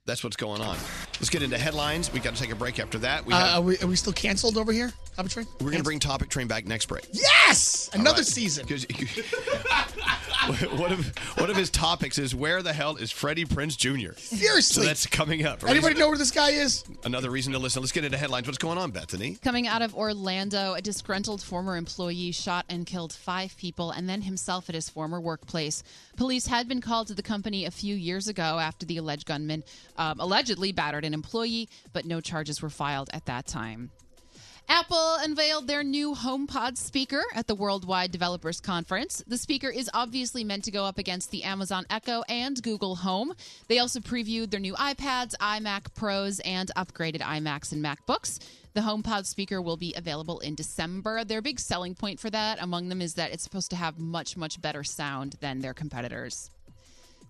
Speaker 1: that's what's going on. Let's get into headlines. We got to take a break after that. We
Speaker 15: uh,
Speaker 1: have,
Speaker 15: are, we, are we still canceled over here? Topic train?
Speaker 1: we're going to bring Topic Train back next break.
Speaker 15: Yes!
Speaker 1: All
Speaker 15: Another
Speaker 1: right.
Speaker 15: season.
Speaker 1: one of one of his topics is where the hell is Freddie Prince Jr.
Speaker 15: Seriously.
Speaker 1: So that's coming up. A
Speaker 15: Anybody
Speaker 1: reason-
Speaker 15: know where this guy is?
Speaker 1: Another reason to listen. Let's get into headlines. What's going on, Bethany?
Speaker 3: Coming out of Orlando, a disgruntled former employee shot and killed five people and then himself at his former workplace. Police had been called to the company a few years ago after the alleged gunman um, allegedly battered an employee, but no charges were filed at that time. Apple unveiled their new HomePod speaker at the Worldwide Developers Conference. The speaker is obviously meant to go up against the Amazon Echo and Google Home. They also previewed their new iPads, iMac Pros, and upgraded iMacs and MacBooks. The HomePod speaker will be available in December. Their big selling point for that, among them, is that it's supposed to have much, much better sound than their competitors.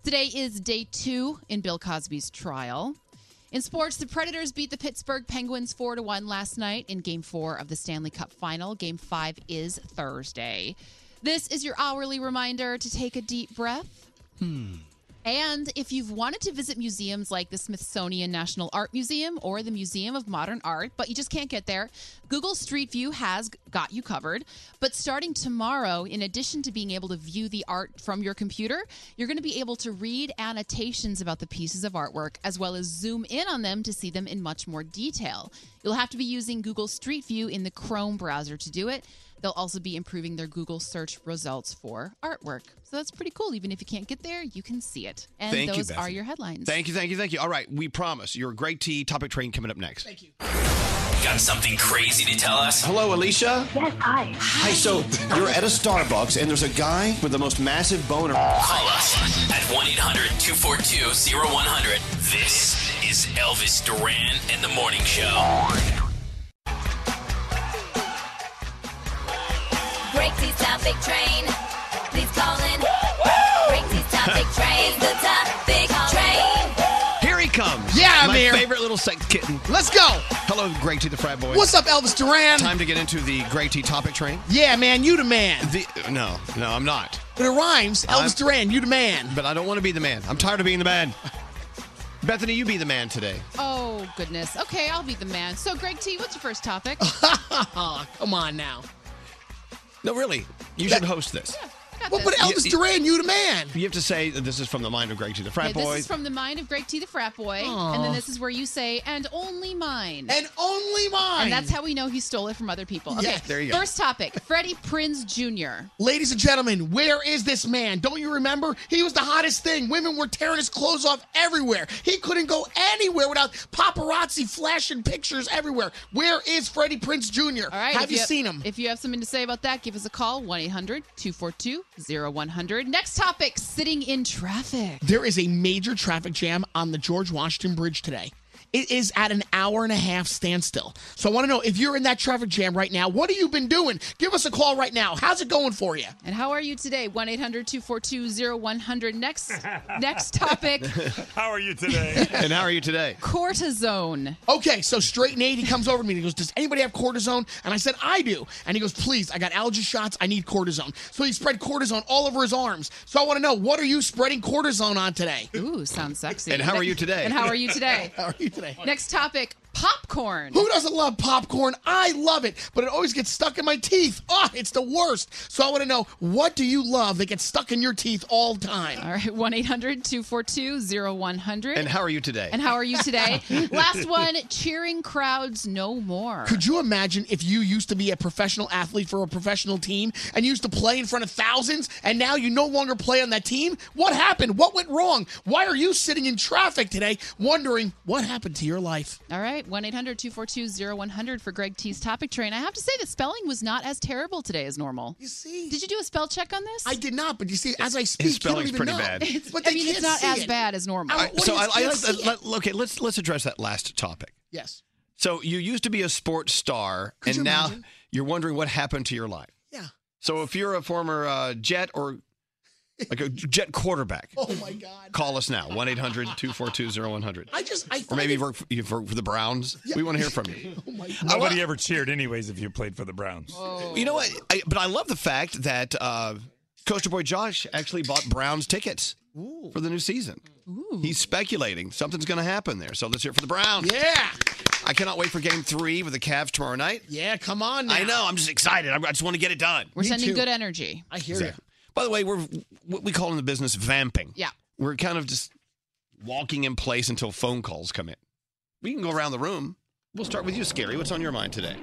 Speaker 3: Today is day two in Bill Cosby's trial. In sports, the Predators beat the Pittsburgh Penguins 4 to 1 last night in game four of the Stanley Cup final. Game five is Thursday. This is your hourly reminder to take a deep breath.
Speaker 13: Hmm.
Speaker 3: And if you've wanted to visit museums like the Smithsonian National Art Museum or the Museum of Modern Art, but you just can't get there, Google Street View has got you covered. But starting tomorrow, in addition to being able to view the art from your computer, you're going to be able to read annotations about the pieces of artwork as well as zoom in on them to see them in much more detail. You'll have to be using Google Street View in the Chrome browser to do it. They'll also be improving their Google search results for artwork. So that's pretty cool. Even if you can't get there, you can see it. And
Speaker 1: Thank you,
Speaker 3: those are
Speaker 1: Bethany.
Speaker 3: your headlines.
Speaker 1: Thank you, thank you, thank you. All right, we promise. You're a great tea. Topic Train coming up next. Thank you.
Speaker 9: Got something crazy to tell us?
Speaker 1: Hello, Alicia.
Speaker 9: Yes, hi.
Speaker 1: Hi. So you're at a Starbucks and there's a guy with the most massive boner.
Speaker 9: Call us at 1 800 242 0100. This is Elvis Duran and the Morning Show.
Speaker 32: Break these topic train. Please call in. Break these topic train. It's the topic train.
Speaker 1: Here he comes.
Speaker 15: Yeah, I'm
Speaker 1: My
Speaker 15: here.
Speaker 1: favorite little sex kitten.
Speaker 15: Let's go.
Speaker 1: Hello, Greg T. The Frat Boy.
Speaker 15: What's up, Elvis Duran?
Speaker 1: Time to get into the Greg T. Topic Train.
Speaker 15: Yeah, man, you the man.
Speaker 1: The, no, no, I'm not.
Speaker 15: But it rhymes. Elvis Duran, you the man.
Speaker 1: But I don't want to be the man. I'm tired of being the man. Bethany, you be the man today.
Speaker 3: Oh, goodness. Okay, I'll be the man. So, Greg T, what's your first topic?
Speaker 15: Come on now.
Speaker 1: No, really. You should host this.
Speaker 15: Well, but Elvis
Speaker 1: You-
Speaker 15: Duran, you the man.
Speaker 1: You have to say that this is from the mind of Greg T. The Frat
Speaker 3: Okay,
Speaker 1: Boy.
Speaker 3: this is from the mind of Greg T, the frat boy.
Speaker 1: Aw.
Speaker 3: And then this is where you say, and only mine.
Speaker 15: And only mine.
Speaker 3: And that's how we know he stole it from other people. Okay,
Speaker 15: Yeah, there you go.
Speaker 3: First topic Freddie Prinz Jr.
Speaker 15: Ladies and gentlemen, where is this man? Don't you remember? He was the hottest thing. Women were tearing his clothes off everywhere. He couldn't go anywhere without paparazzi flashing pictures everywhere. Where is Freddie Prince Jr.?
Speaker 3: All right,
Speaker 15: Have
Speaker 3: if
Speaker 15: you, seen him?
Speaker 3: If you have something to say about that, give us a call 1 800 242 0100. Next topic sitting in traffic.
Speaker 15: There is a major traffic jam on the George Washington Bridge today. It is at an hour and a half standstill. So I want to know if you're in that traffic jam right now, what have you been doing? Give us a call right now. How's it going for you?
Speaker 3: And how are you today? 1 800 242 0100. Next next topic
Speaker 10: How are you today?
Speaker 1: and how are you today?
Speaker 3: cortisone.
Speaker 15: Okay, so straight Nate, he comes over to me and he goes, Does anybody have cortisone? And I said, I do. And he goes, Please, I got allergy shots. I need cortisone. So he spread cortisone all over his arms. So I want to know, what are you spreading cortisone on today?
Speaker 3: Ooh, sounds sexy.
Speaker 15: And how are you today?
Speaker 3: And how are you today?
Speaker 15: How are you today?
Speaker 3: Next topic popcorn.
Speaker 15: Who doesn't love popcorn? I love it, but it always gets stuck in my teeth. Ah, it's the worst. So I want to know, what do you love that gets stuck in your teeth all the time?
Speaker 3: All right, 1 800 242 0100.
Speaker 1: And how are you today?
Speaker 3: And how are you today? Last one cheering crowds no more.
Speaker 15: Could you imagine if you used to be a professional athlete for a professional team and you used to play in front of thousands and now you no longer play on that team? What happened? What went wrong? Why are you sitting in traffic today wondering what happened to your life?
Speaker 3: All right, 1 800 242 0100 for Greg T's topic train. I have to say the spelling was not as terrible today as normal. You
Speaker 15: see?
Speaker 3: Did you do a spell check on this?
Speaker 15: I did not, but you see, as I speak,
Speaker 1: spelling's
Speaker 15: you don't
Speaker 1: pretty
Speaker 15: even know.
Speaker 1: bad.
Speaker 15: It's- But
Speaker 3: I
Speaker 15: they
Speaker 3: mean, it's
Speaker 15: can't
Speaker 3: not
Speaker 15: see
Speaker 3: as
Speaker 15: it.
Speaker 3: bad as normal.
Speaker 15: I- what
Speaker 1: so
Speaker 15: do
Speaker 1: I,
Speaker 15: you
Speaker 1: I,
Speaker 15: can't see
Speaker 1: let,
Speaker 15: it?
Speaker 1: let- okay, let's let's address that last topic.
Speaker 15: Yes.
Speaker 1: So you used to be a sports star, and
Speaker 15: you
Speaker 1: now
Speaker 15: imagine?
Speaker 1: you're wondering what happened to your life.
Speaker 15: Yeah.
Speaker 1: So if you're a former uh, Jet or like a Jet quarterback,
Speaker 15: Oh my God.
Speaker 1: call us now 1 800 242 0100.
Speaker 15: I just I
Speaker 1: Or
Speaker 15: find
Speaker 1: maybe
Speaker 15: it-
Speaker 1: you work for, you work for the Browns. We want to hear from you.
Speaker 15: Oh my God.
Speaker 10: Nobody ever cheered, anyways, if you played for the Browns.
Speaker 1: You know what? I, but I love the fact that uh, Coaster Boy Josh actually bought Browns tickets for the new season. He's speculating something's going to happen there. So let's hear it for the Browns.
Speaker 15: Yeah.
Speaker 1: I cannot wait for game three with the Cavs tomorrow night.
Speaker 15: Yeah, come on. Now.
Speaker 1: I know. I'm just excited. I I just want to get it done.
Speaker 3: We're sending good energy.
Speaker 15: I hear
Speaker 1: Exactly. By the way, we're what we call in the business vamping.
Speaker 3: Yeah.
Speaker 1: We're kind of just walking in place until phone calls come in. We can go around the room. We'll start with you, Scary. What's on your mind today?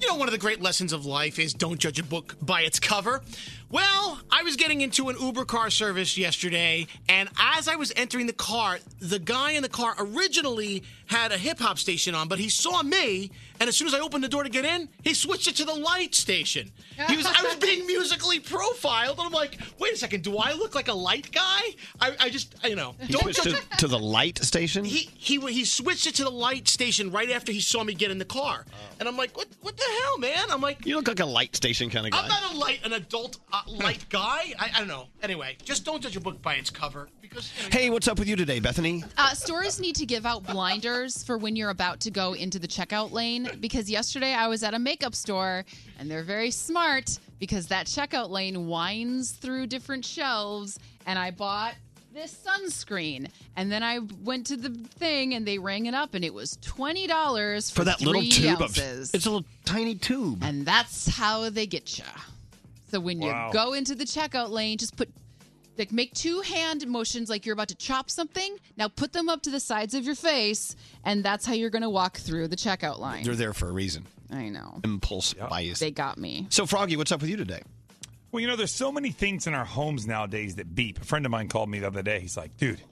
Speaker 15: You know, one of the great lessons of life is don't judge a book by its cover. Well, I was getting into an Uber car service yesterday, and as I was entering the car, the guy in the car originally had a hip hop station on, but he saw me, and as soon as I opened the door to get in, he switched it to the light station. He was, I was being musically profiled, and I'm like, wait a second, do I look like a light guy? I, I just, you know,
Speaker 1: You switched to, to the light station?
Speaker 15: he he he switched it to the light station right after he saw me get in the car, and I'm like, what what the hell, man? I'm like,
Speaker 1: Oh. you look like a light station kind of guy.
Speaker 15: I'm not a light an adult uh, light guy. I, I don't know. Anyway, just don't judge a book by its cover because
Speaker 1: hey, what's up with you today, Bethany?
Speaker 3: Uh, stores need to give out blinders for when you're about to go into the checkout lane because yesterday I was at a makeup store and they're very smart because that checkout lane winds through different shelves and I bought this sunscreen and then I went to the thing and they rang it up and it was twenty dollars for,
Speaker 1: For that little
Speaker 3: three
Speaker 1: tube of-
Speaker 3: ounces.
Speaker 1: it's a little tiny tube.
Speaker 3: And that's how they get you. So when
Speaker 1: Wow.
Speaker 3: you go into the checkout lane, just put like make two hand motions like you're about to chop something. Now put them up to the sides of your face, and that's how you're going to walk through the checkout line.
Speaker 1: They're there for a reason.
Speaker 3: I know.
Speaker 1: Impulse bias.
Speaker 3: They got me.
Speaker 1: So, Froggy, what's up with you today?
Speaker 10: Well, you know, there's so many things in our homes nowadays that beep. A friend of mine called me the other day. He's like, dude,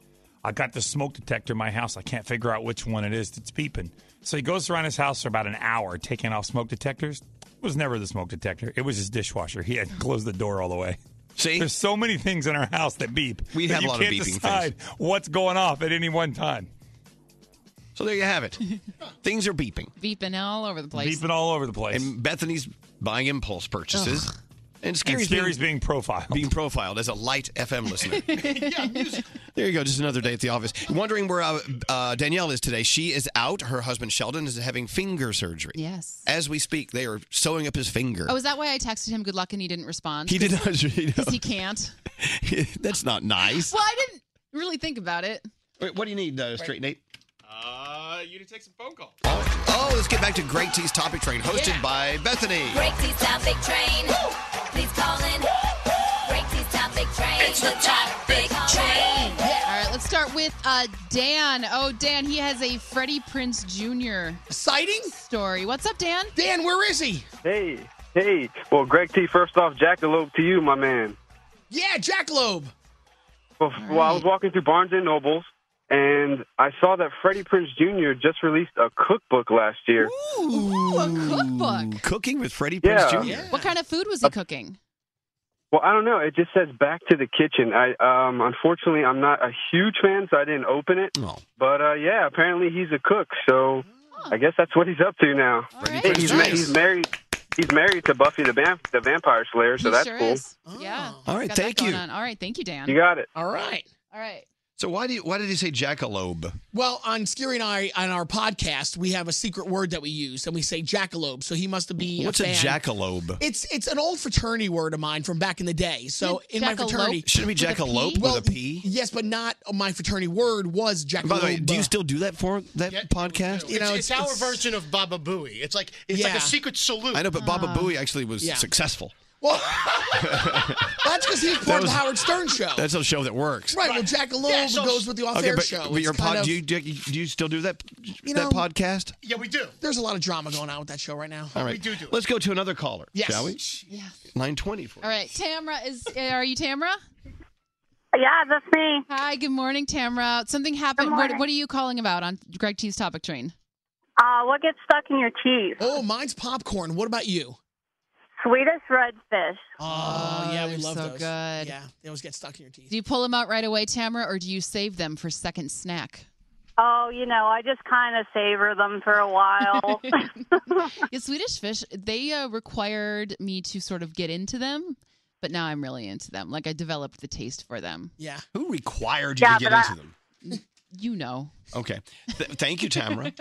Speaker 10: I got the smoke detector in my house. I can't figure out which one it is that's beeping. So he goes around his house for about an hour taking off smoke detectors. It was never the smoke detector, it was his dishwasher. He had closed the door all the way.
Speaker 1: See?
Speaker 10: There's so many things in our house that beep.
Speaker 1: We
Speaker 10: that
Speaker 1: have a
Speaker 10: you
Speaker 1: lot of
Speaker 10: can't
Speaker 1: beeping things.
Speaker 10: decide what's going off at any one time.
Speaker 1: So there you have it. Things are beeping.
Speaker 3: Beeping all over the place.
Speaker 10: Beeping all over the place.
Speaker 1: And Bethany's buying impulse purchases. And Scary's,
Speaker 10: Scary's being, profiled.
Speaker 1: Being profiled as a light FM listener. There you go. Just another day at the office. Wondering where uh, uh, Danielle is today. She is out. Her husband Sheldon is having finger surgery.
Speaker 3: Yes.
Speaker 1: As we speak, they are sewing up his finger.
Speaker 3: Oh, is that why I texted him good luck and he didn't respond?
Speaker 1: he did not. you know,
Speaker 3: Because he can't.
Speaker 1: that's not nice.
Speaker 3: Well, I didn't really think about it.
Speaker 1: Wait, what do you need, uh, Straight Nate?
Speaker 13: Uh, you need to take some phone calls.
Speaker 1: Oh, let's get back to Great T's Topic Train, hosted by Bethany.
Speaker 32: Break these topic train. Please call in. Break these topic train. It's the topic train.
Speaker 3: All right, let's start with uh, Dan. Oh, Dan, he has a Freddie Prince Jr.
Speaker 15: sighting
Speaker 3: story. What's up, Dan?
Speaker 15: Dan, where is he?
Speaker 26: Hey, hey. Well, Greg T, first off, jackalope to you, my man.
Speaker 15: Yeah, Jack Loeb.
Speaker 26: Well, well, I was walking through Barnes and Nobles, and I saw that Freddie Prince Jr. just released a cookbook last year.
Speaker 3: Ooh, a cookbook.
Speaker 1: Cooking with Freddie
Speaker 26: Yeah.
Speaker 1: Prince Jr.
Speaker 3: What kind of food was he cooking?
Speaker 26: Well, I don't know. It just says back to the kitchen. I um, unfortunately, I'm not a huge fan, so I didn't open it.
Speaker 3: Oh.
Speaker 26: But uh, yeah, apparently he's a cook, so I guess that's what he's up to now. Hey, he's, ma- he's married. He's married to Buffy the, Vamp- the Vampire Slayer, so
Speaker 3: he
Speaker 26: that's
Speaker 3: sure
Speaker 26: cool.
Speaker 3: is. Yeah.
Speaker 1: Oh. All right,
Speaker 3: Got that
Speaker 1: thank
Speaker 3: going
Speaker 1: you.
Speaker 3: on. All right, thank you, Dan.
Speaker 26: You got it.
Speaker 15: All right.
Speaker 3: All right.
Speaker 1: So why do you, why did he say jackalope?
Speaker 15: Well, on Scary and I on our podcast, we have a secret word that we use, and we say jackalope. So he must be.
Speaker 1: What's a
Speaker 15: fan.
Speaker 1: jackalope?
Speaker 15: It's it's an old fraternity word of mine from back in the day. So
Speaker 1: Yeah,
Speaker 15: in my
Speaker 1: jackalope
Speaker 15: fraternity,
Speaker 1: Should it be with a P? jackalope with
Speaker 15: well,
Speaker 1: a P?
Speaker 15: Yes, but not uh, my fraternity word was jackalope.
Speaker 1: By the way, do you still do that for that podcast?
Speaker 15: You know,
Speaker 14: it's, our version of Baba Booey. It's like it's like
Speaker 15: Yeah.
Speaker 14: a secret salute.
Speaker 1: I know, but Baba Booey actually was
Speaker 15: uh, yeah.
Speaker 1: successful.
Speaker 15: Well, that's because he's
Speaker 1: That
Speaker 15: part
Speaker 1: was-
Speaker 15: of the Howard Stern show.
Speaker 1: That's a show that works.
Speaker 15: Right, well, Jackalope
Speaker 14: Yeah, so-
Speaker 15: goes with the off-air
Speaker 1: okay, but,
Speaker 15: show.
Speaker 1: but your
Speaker 15: It's kind
Speaker 1: pod,
Speaker 15: of-
Speaker 1: do, you, do you- do you still do that
Speaker 15: You
Speaker 1: that
Speaker 15: know-
Speaker 1: podcast?
Speaker 15: Yeah, we do. There's a lot of drama going on with that show right now.
Speaker 1: All right, let's go to another caller,
Speaker 15: Yes.
Speaker 1: shall we? Nine twenty for
Speaker 3: All right, Tamra is. uh, Are you Tamra?
Speaker 27: Yeah, that's me.
Speaker 3: Hi, good morning, Tamra. Something happened.
Speaker 27: Good
Speaker 3: What,
Speaker 27: morning.
Speaker 3: what are you calling about on Greg T's topic train?
Speaker 27: Uh, what gets stuck in your teeth?
Speaker 15: Oh, mine's popcorn. What about you?
Speaker 27: Sweetest redfish.
Speaker 15: Oh, yeah, we
Speaker 3: they're
Speaker 15: love
Speaker 3: so
Speaker 15: those.
Speaker 3: good.
Speaker 15: Yeah, they always get stuck in your teeth.
Speaker 3: Do you pull them out right away, Tamra, or do you save them for second snack?
Speaker 2: Oh, you know, I just kind of savor them for a while.
Speaker 3: yeah, Swedish fish, they uh, required me to sort of get into them, but now I'm really into them. Like I developed the taste for them.
Speaker 15: Yeah.
Speaker 1: Who required you
Speaker 3: Yeah,
Speaker 1: to get
Speaker 3: but I-
Speaker 1: into them?
Speaker 3: You know.
Speaker 1: Okay. Th- thank you, Tamara.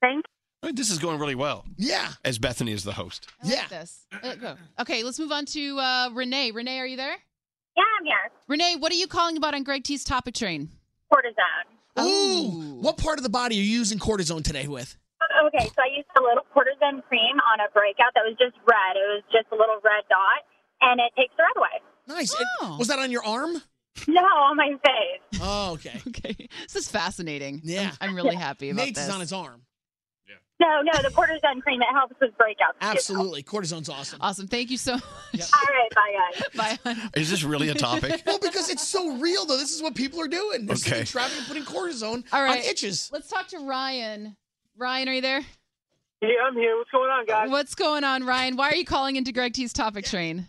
Speaker 2: Thank
Speaker 1: you. This is going really well.
Speaker 15: Yeah.
Speaker 1: As Bethany is the host.
Speaker 3: yeah. this. Uh, go. Okay, let's move on to uh, Renee. Renee, are you there?
Speaker 2: Yeah, I'm here.
Speaker 3: Renee, what are you calling about on Greg T's topic train?
Speaker 2: Cortisone.
Speaker 15: Ooh. What part of the body are you using cortisone today with?
Speaker 2: Oh, Okay, so I used a little cortisone cream on a breakout that was just red. It was just a little red dot, and it takes the red away.
Speaker 15: Nice. And was that on your arm?
Speaker 2: No, on my face.
Speaker 15: Oh, okay.
Speaker 3: okay. This is fascinating.
Speaker 15: Yeah.
Speaker 3: I'm, I'm really happy about
Speaker 15: Nate's
Speaker 3: this.
Speaker 15: is on his arm.
Speaker 2: No, no, the cortisone cream that helps with breakouts. too.
Speaker 15: Absolutely. Cortisone's awesome.
Speaker 3: Awesome. Thank you so much.
Speaker 2: All right, bye guys.
Speaker 3: Bye.
Speaker 1: Is this really a topic?
Speaker 15: well, because it's so real, though. This is what people are doing. They're sitting
Speaker 1: Okay.
Speaker 15: in traffic and putting cortisone
Speaker 3: All right.
Speaker 15: on itches.
Speaker 3: Let's talk to Ryan. Ryan, are you there?
Speaker 25: Yeah, I'm here. What's going on, guys?
Speaker 3: What's going on, Ryan? Why are you calling into Greg T's topic train?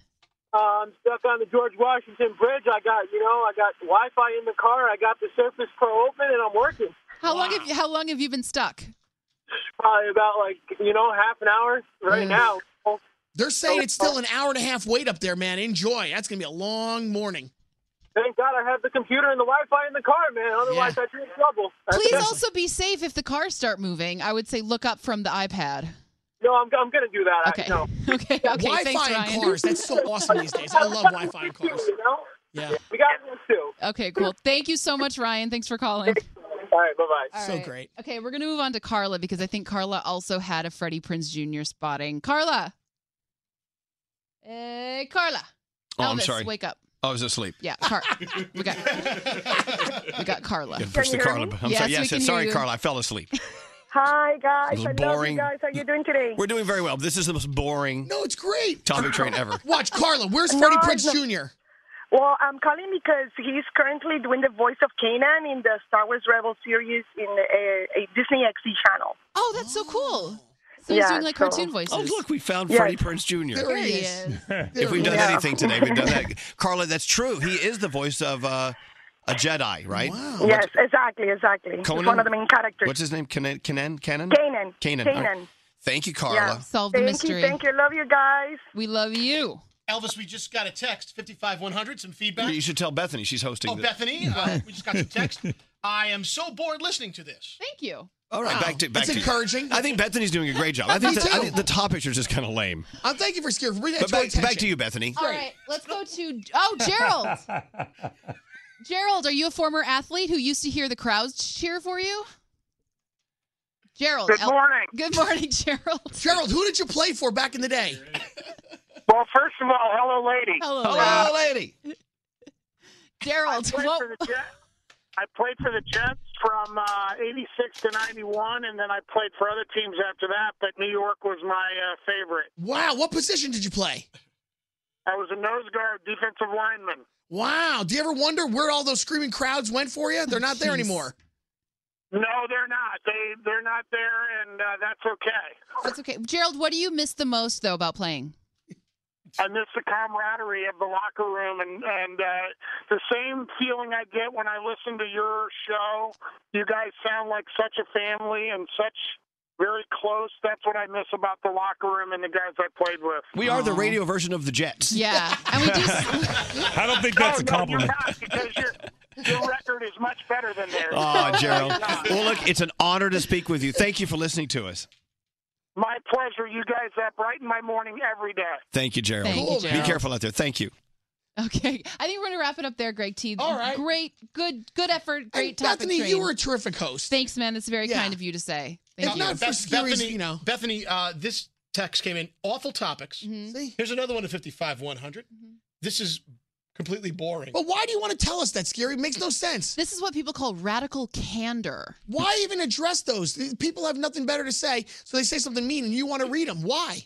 Speaker 25: Uh, I'm stuck on the George Washington Bridge. I got, you know, I got Wi-Fi in the car. I got the Surface Pro open, and I'm working.
Speaker 3: How long have you, how long have you been stuck?
Speaker 25: Probably about like, you know, half an hour right now.
Speaker 15: Mm. They're saying it's still an hour and a half wait up there, man. Enjoy. That's going to be a long morning.
Speaker 25: Thank God I have the computer and the Wi-Fi in the car, man. Otherwise, I'd be in trouble.
Speaker 3: Please also be safe if the cars start moving. I would say look up from the iPad.
Speaker 25: No, I'm, I'm going to do that.
Speaker 3: Okay.
Speaker 25: I, no.
Speaker 3: Okay, okay.
Speaker 25: Wi-Fi
Speaker 3: thanks,
Speaker 25: in
Speaker 3: Ryan.
Speaker 25: cars, that's
Speaker 15: so awesome these days. I love Wi-Fi in cars.
Speaker 25: You know?
Speaker 15: Yeah.
Speaker 25: We got one, too.
Speaker 3: Okay, cool. Thank you so much, Ryan. Thanks for calling.
Speaker 25: All right, bye-bye.
Speaker 3: All right. Okay, we're gonna move on to Carla because I think Carla also had a Freddie Prince Jr. spotting. Carla. Hey, Carla.
Speaker 1: Oh,
Speaker 3: Elvis,
Speaker 1: I'm sorry. Oh,
Speaker 3: Wake up.
Speaker 1: I was asleep.
Speaker 3: Yeah, Car- we got we got Carla.
Speaker 1: Yeah, first to Carla. I'm sorry.
Speaker 3: we
Speaker 1: Yes,
Speaker 3: can
Speaker 1: yes.
Speaker 3: hear
Speaker 1: Sorry,
Speaker 3: you.
Speaker 1: Carla. I fell asleep.
Speaker 34: Hi
Speaker 1: It
Speaker 34: guys,
Speaker 1: was
Speaker 34: I love
Speaker 1: boring.
Speaker 34: you guys. How you doing today?
Speaker 1: We're doing very well. This is the most boring
Speaker 15: No, it's great.
Speaker 1: topic train ever.
Speaker 15: Watch, Carla, where's Freddie
Speaker 34: No,
Speaker 15: Prince
Speaker 34: no.
Speaker 15: Jr.?
Speaker 34: Well, I'm calling because he's currently doing the voice of Kanan in the Star Wars Rebel series in a, a Disney XD channel.
Speaker 3: Oh, that's so cool. So he's
Speaker 34: Yeah,
Speaker 3: doing like
Speaker 34: so-
Speaker 3: cartoon voices.
Speaker 1: Oh, look, we found
Speaker 3: Yeah.
Speaker 1: Freddie Prince Jr.
Speaker 3: There he is.
Speaker 1: If we've
Speaker 3: he
Speaker 1: done
Speaker 3: is.
Speaker 1: anything today, we've done that. Carla, that's true. He is the voice of uh, a Jedi, right?
Speaker 15: Oh,
Speaker 34: Yes, exactly, exactly. He's
Speaker 1: Conan?
Speaker 34: one of the main characters.
Speaker 1: What's his name? Canan? Canan? Canan?
Speaker 34: Kanan.
Speaker 1: Kanan.
Speaker 34: Kanan.
Speaker 1: All right. Thank you, Carla.
Speaker 34: Yeah. thank You, thank you. Love you guys.
Speaker 3: We love you.
Speaker 15: Elvis, we just got a text, 55100, some feedback.
Speaker 1: You should tell Bethany she's hosting.
Speaker 15: Oh,
Speaker 1: the-
Speaker 15: Bethany, uh, we just got some text. I am so bored listening to this.
Speaker 3: Thank you.
Speaker 1: All right, back to back
Speaker 15: It's
Speaker 1: to you.
Speaker 15: encouraging.
Speaker 1: I think Bethany's doing a great job. I think,
Speaker 15: Me
Speaker 1: that- I
Speaker 15: too.
Speaker 1: think the topics are just kind of lame.
Speaker 15: I'm Uh, thank you for scaring. Bring that
Speaker 1: But
Speaker 15: to our
Speaker 1: back, back
Speaker 15: attention.
Speaker 1: to you, Bethany.
Speaker 3: All right, let's go to oh Gerald. Gerald, are you a former athlete who used to hear the crowds cheer for you? Gerald.
Speaker 34: Good
Speaker 3: El-
Speaker 34: morning.
Speaker 3: Good morning, Gerald.
Speaker 15: Gerald, who did you play for back in the day?
Speaker 34: Well, first of all, hello, lady.
Speaker 3: Hello,
Speaker 15: Hello, lady.
Speaker 3: Gerald.
Speaker 34: I played,
Speaker 3: what-
Speaker 34: for the Jets. I played for the Jets from uh, 86 to 91, and then I played for other teams after that, but New York was my uh, favorite.
Speaker 15: Wow, what position did you play?
Speaker 34: I was a nose guard, defensive lineman.
Speaker 15: Wow. Do you ever wonder where all those screaming crowds went for you? They're not there anymore.
Speaker 34: No, they're not. They they're not there, and uh, that's okay.
Speaker 3: That's okay. Gerald, what do you miss the most though about playing?
Speaker 34: I miss the camaraderie of the locker room, and and uh, the same feeling I get when I listen to your show. You guys sound like such a family and such very close. That's what I miss about the locker room and the guys I played with.
Speaker 1: We are the
Speaker 15: Oh.
Speaker 1: radio version of the Jets.
Speaker 3: Yeah, and we do.
Speaker 35: I don't think that's a
Speaker 34: Oh,
Speaker 35: compliment.
Speaker 34: Your record is much better than theirs.
Speaker 1: Oh, Gerald. Well, look, it's an honor to speak with you. Thank you for listening to us.
Speaker 34: My pleasure. You guys that brighten my morning every day.
Speaker 1: Thank you, Gerald.
Speaker 3: Thank you, Cool, man.
Speaker 1: Be
Speaker 3: Gerald.
Speaker 1: careful out there. Thank you.
Speaker 3: Okay, I think we're gonna wrap it up there, Greg T. All right, great, good, good effort, great topic.
Speaker 15: Bethany,
Speaker 3: train.
Speaker 15: you were a terrific host.
Speaker 3: Thanks, man. That's very kind of you to say. Thank
Speaker 15: If
Speaker 3: you.
Speaker 15: not for Scary's- Bethany, uh, this text came in. Awful topics.
Speaker 3: Mm-hmm.
Speaker 15: Here's another one at 55 100. This is completely boring. But why do you want to tell us that, Scary? It makes no sense.
Speaker 3: This is what people call radical candor.
Speaker 15: Why even address those? These People have nothing better to say, so they say something mean and you want to read them. Why?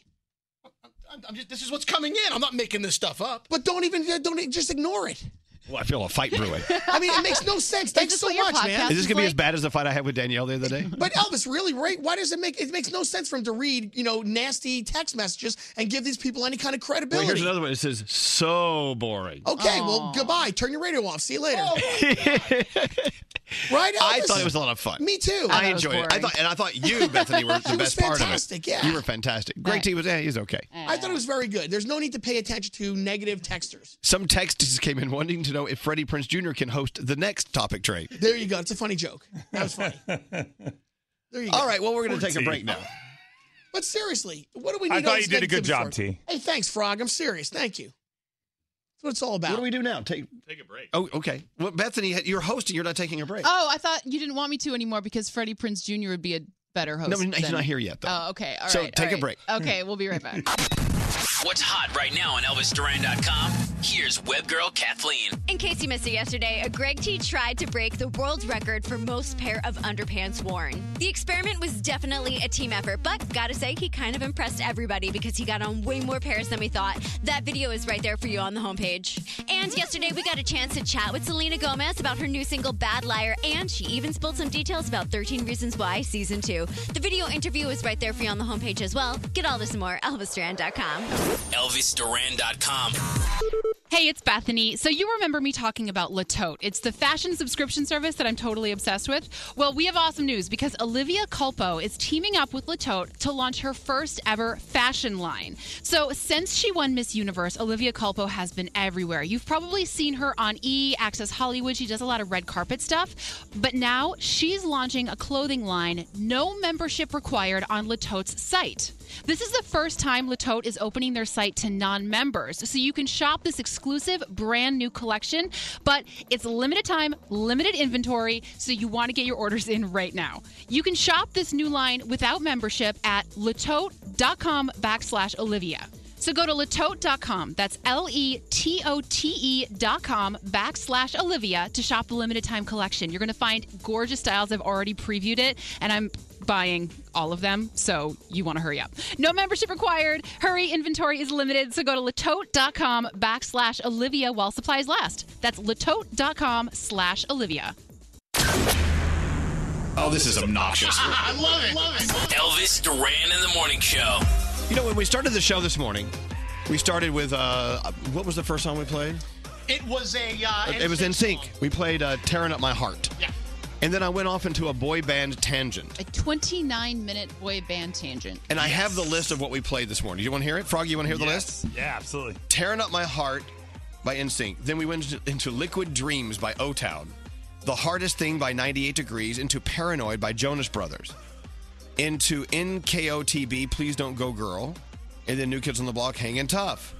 Speaker 15: I'm e, just, this is what's coming in. I'm not making this stuff up. But don't even don't just ignore it.
Speaker 1: Well, I feel a fight brewing.
Speaker 15: I mean, it makes no sense. Thanks so much, man.
Speaker 1: Is this gonna be as bad as the fight I had with Danielle the other day?
Speaker 15: But Elvis, really, right? Why does it make it makes no sense for him to read, you know, nasty text messages and give these people any kind of
Speaker 1: Well, here's
Speaker 15: credibility?
Speaker 1: another one. It says so boring.
Speaker 15: okay, well, goodbye. Turn your radio off. See you
Speaker 1: Oh
Speaker 15: later. right? Elvis?
Speaker 1: I thought it was a lot of fun.
Speaker 15: Me too.
Speaker 1: I, enjoyed it. I thought, and I thought you, Bethany, were the
Speaker 15: He was
Speaker 1: best part of it.
Speaker 15: fantastic, yeah.
Speaker 1: you were fantastic. Great T was. Yeah, he's okay.
Speaker 15: I thought it was very good. There's no need to pay attention to negative texters.
Speaker 1: Some texts came in wanting to know if Freddie Prince Jr. can host the next topic train.
Speaker 15: There you go. It's a funny joke. That was funny. There you go.
Speaker 1: All right, well, we're going to take a break now.
Speaker 15: But seriously, what do we
Speaker 1: I
Speaker 15: need
Speaker 1: thought
Speaker 15: all these
Speaker 1: you did a
Speaker 15: negativity
Speaker 1: good job,
Speaker 15: for?
Speaker 1: T.
Speaker 15: Hey, thanks, Frog. I'm serious. Thank you. That's what it's all about.
Speaker 1: What do we do now? Take take a break. Oh, okay. Well, Bethany, you're hosting. You're not taking a break.
Speaker 3: Oh, I thought you didn't want me to anymore because Freddie Prince Jr. would be a better host.
Speaker 1: No, he's
Speaker 3: than-
Speaker 1: not here yet, though.
Speaker 3: Oh, okay. All right.
Speaker 1: So
Speaker 3: all
Speaker 1: take a
Speaker 3: right.
Speaker 1: break.
Speaker 3: Okay, we'll be right back.
Speaker 9: What's hot right now on ElvisDuran.com? Here's webgirl Kathleen.
Speaker 12: In case you missed it yesterday, a Greg T tried to break the world record for most pair of underpants worn. The experiment was definitely a team effort, but gotta say, he kind of impressed everybody because he got on way more pairs than we thought. That video is right there for you on the homepage. And yesterday, we got a chance to chat with Selena Gomez about her new single, Bad Liar, and she even spilled some details about 13 Reasons Why Season 2. The video interview is right there for you on the homepage as well. Get all this and more, elvisduran.com.
Speaker 9: ElvisDuran.com.
Speaker 3: Hey, it's Bethany. So you remember me talking about Latote. It's the fashion subscription service that I'm totally obsessed with. Well, we have awesome news because Olivia Culpo is teaming up with Latote to launch her first ever fashion line. So since she won Miss Universe, Olivia Culpo has been everywhere. You've probably seen her on E, Access Hollywood. She does a lot of red carpet stuff. But now she's launching a clothing line, no membership required on Latote's site. This is the first time Latote is opening their site to non members, so you can shop this exclusive brand new collection, but it's limited time, limited inventory, so you want to get your orders in right now. You can shop this new line without membership at latote.com backslash Olivia. So go to latote.com, that's L E T O T E.com backslash Olivia to shop the limited time collection. You're going to find gorgeous styles. I've already previewed it, and I'm buying all of them, so you want to hurry up. No membership required. Hurry, inventory is limited, so go to latote.com backslash Olivia while supplies last. That's latote.com slash Olivia.
Speaker 1: Oh, this is obnoxious.
Speaker 9: I love it. Love it. Elvis Duran in the morning show.
Speaker 1: you know, when we started the show this morning, we started with uh, what was the first song we played?
Speaker 14: It was a. Uh,
Speaker 1: it was in sync. We played uh, "Tearing Up My Heart."
Speaker 14: Yeah.
Speaker 1: And then I went off into a boy band tangent.
Speaker 3: A 29 minute boy band tangent.
Speaker 1: And I have the list of what we played this morning. You want to hear it? Froggy, you want to hear the list?
Speaker 10: Yeah, absolutely.
Speaker 1: Tearing Up My Heart by NSYNC. Then we went into- into Liquid Dreams by O Town. The Hardest Thing by 98 Degrees. Into Paranoid by Jonas Brothers. Into NKOTB, Please Don't Go Girl. And then New Kids on the Block, Hangin' Tough.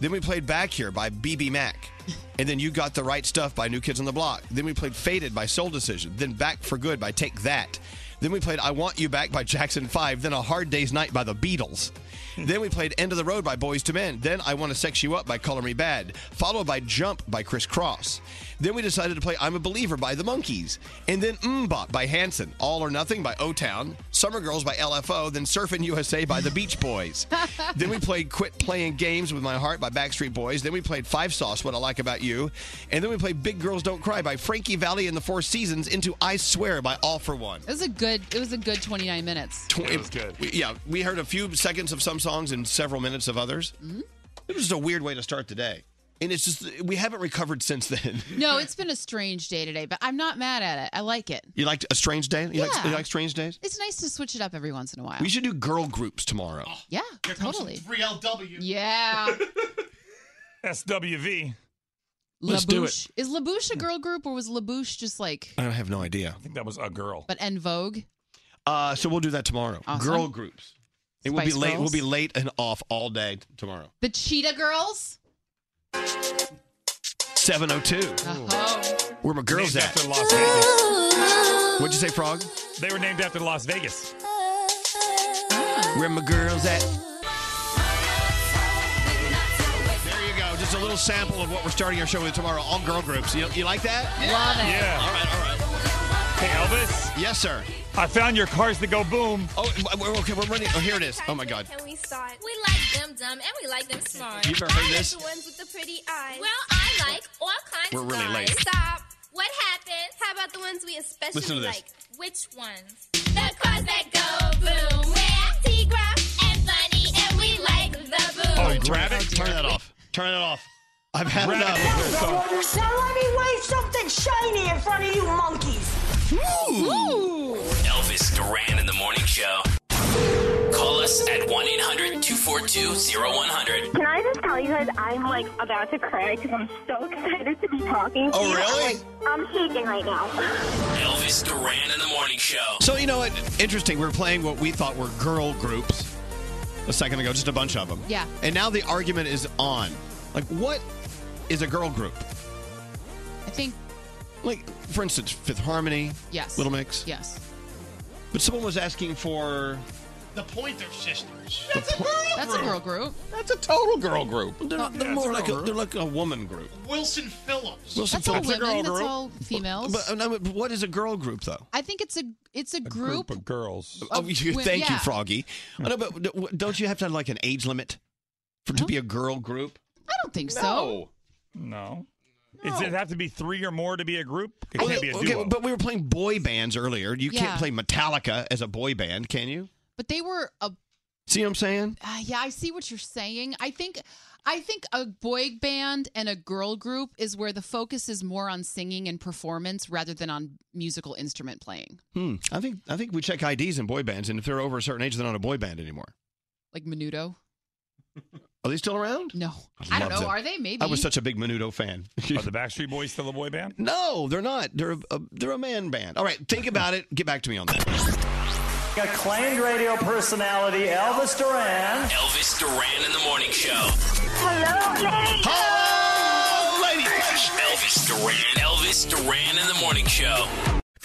Speaker 1: Then we played Back Here by BB Mac. And then You Got the Right Stuff by New Kids on the Block. Then we played Faded by Soul Decision. Then Back for Good by Take That. Then we played I Want You Back by Jackson 5. Then A Hard Day's Night by The Beatles. then we played End of the Road by Boys to Men. Then I Want to Sex You Up by Color Me Bad. Followed by Jump by Chris Cross. Then we decided to play I'm a Believer by The Monkees. And then Mbop by Hanson. All or Nothing by O Town. Summer Girls by LFO. Then Surfin' USA by The Beach Boys. then we played Quit Playing Games with My Heart by Backstreet Boys. Then we played Five Sauce, What I Like About You. And then we played Big Girls Don't Cry by Frankie Valley and the Four Seasons into I Swear by All for One.
Speaker 3: It was a good it was a good 29 minutes.
Speaker 1: It was good. yeah, we heard a few seconds of some songs and several minutes of others.
Speaker 3: Mm-hmm.
Speaker 1: It was just a weird way to start the day. And it's just, we haven't recovered since then.
Speaker 3: No, it's been a strange day today, but I'm not mad at it. I like it.
Speaker 1: You liked a strange day? You, like,
Speaker 3: Yeah.
Speaker 1: you like strange days?
Speaker 3: It's nice to switch it up every once in a while.
Speaker 1: We should do girl groups tomorrow.
Speaker 3: yeah, totally.
Speaker 14: 3LW.
Speaker 3: Yeah.
Speaker 10: SWV.
Speaker 1: Let's do
Speaker 3: Labouche. Is Labouche a girl group or was Labouche just like
Speaker 1: I have no idea.
Speaker 10: I think that was a girl.
Speaker 3: but en vogue?
Speaker 1: Uh, so we'll do that tomorrow.
Speaker 3: Awesome.
Speaker 1: Girl groups. It will be
Speaker 3: Spice
Speaker 1: late.
Speaker 3: Girls?
Speaker 1: We'll be late and off all day tomorrow.
Speaker 3: The Cheetah Girls?
Speaker 1: 702.
Speaker 3: Oh.
Speaker 1: Where my girls
Speaker 10: Named
Speaker 1: at?
Speaker 10: after Las Vegas.
Speaker 1: What'd you say, Frog?
Speaker 10: They were named after Las Vegas.
Speaker 1: Where my girls at? There you go. Just a little sample of what we're starting our show with tomorrow. All girl groups. You, you like that?
Speaker 3: Love it.
Speaker 10: Yeah. All
Speaker 1: right, all right.
Speaker 10: Hey, Elvis.
Speaker 1: Yes, sir.
Speaker 10: I found your cars that go boom.
Speaker 1: Oh, we're- okay, we're running. Oh, here it is. Oh, my God.
Speaker 24: we start? We like them dumb and we like them smart.
Speaker 1: You've ever heard this?
Speaker 24: the ones with the pretty eyes. Well, I like all kinds
Speaker 1: We're really late.
Speaker 24: Stop. What happened? How about the ones we especially
Speaker 1: Listen to this.
Speaker 24: like? Which ones? The cars that go boom. We're Tigra and funny, and we like the boom.
Speaker 1: Oh, grab it. Turn that off. Turn it off. I've had enough.
Speaker 2: So let me wave something shiny in front of you monkeys.
Speaker 9: Elvis Duran in the morning show. Call us at 1 800 242 0100.
Speaker 24: Can I just tell you guys, I'm like about to cry because I'm so excited to be talking to
Speaker 1: Oh,
Speaker 24: you.
Speaker 1: really?
Speaker 24: I'm, like, I'm shaking right now.
Speaker 9: Elvis Duran in the morning show.
Speaker 1: So you know what? Interesting. We're playing what we thought were girl groups a second ago, just a bunch of them.
Speaker 3: Yeah.
Speaker 1: And now the argument is on. Like, what is a girl group?
Speaker 3: I think
Speaker 1: Like, for instance, Fifth Harmony.
Speaker 3: Yes.
Speaker 1: Little Mix.
Speaker 3: Yes.
Speaker 1: But someone was asking for
Speaker 15: The Pointer Sisters.
Speaker 1: That's a girl
Speaker 3: That's a girl group.
Speaker 1: That's a total girl group. They're,
Speaker 15: Yeah,
Speaker 1: they're
Speaker 15: it's
Speaker 1: more
Speaker 15: a
Speaker 1: like a,
Speaker 15: girl
Speaker 1: they're like a woman group.
Speaker 15: Wilson Phillips.
Speaker 1: Wilson
Speaker 3: That's all
Speaker 1: Phillips, a
Speaker 3: women.
Speaker 1: girl
Speaker 3: That's
Speaker 1: group.
Speaker 3: all females.
Speaker 1: But, uh, no, but what is a girl group though?
Speaker 3: I think it's a it's a, group.
Speaker 10: of girls.
Speaker 1: Oh,
Speaker 3: Of
Speaker 1: you,
Speaker 3: wi-
Speaker 1: thank you,
Speaker 3: yeah.
Speaker 1: Froggy. Oh, no, but d- don't you have to have like an age limit for to be a girl group?
Speaker 3: I don't think so.
Speaker 1: No.
Speaker 10: No. Does it have to be three or more to be a group? It can't be a
Speaker 1: okay,
Speaker 10: duo.
Speaker 1: but we were playing boy bands earlier. You
Speaker 3: Yeah.
Speaker 1: can't play Metallica as a boy band, can you?
Speaker 3: But they were a
Speaker 1: See what I'm saying?
Speaker 3: uh, yeah, I see what you're saying. I think I think a boy band and a girl group is where the focus is more on singing and performance rather than on musical instrument playing.
Speaker 1: Hmm. I think I think we check IDs in boy bands, and if they're over a certain age, they're not a boy band anymore.
Speaker 3: Like Menudo.
Speaker 1: Are they still around?
Speaker 3: No, I don't
Speaker 1: love
Speaker 3: know.
Speaker 1: them.
Speaker 3: Are they? Maybe.
Speaker 1: I was such a big Menudo fan.
Speaker 10: Are the Backstreet Boys still a boy band?
Speaker 1: No, they're not. They're a, a- they're a man band. All right, think about it. Get back to me on that.
Speaker 36: Acclaimed radio personality Elvis Duran.
Speaker 9: Elvis Duran in the morning show.
Speaker 36: Hello, ladies. Hello,
Speaker 9: Elvis Duran. Elvis Duran in the morning show.
Speaker 37: If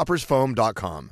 Speaker 37: coffeetoppersfoam.com.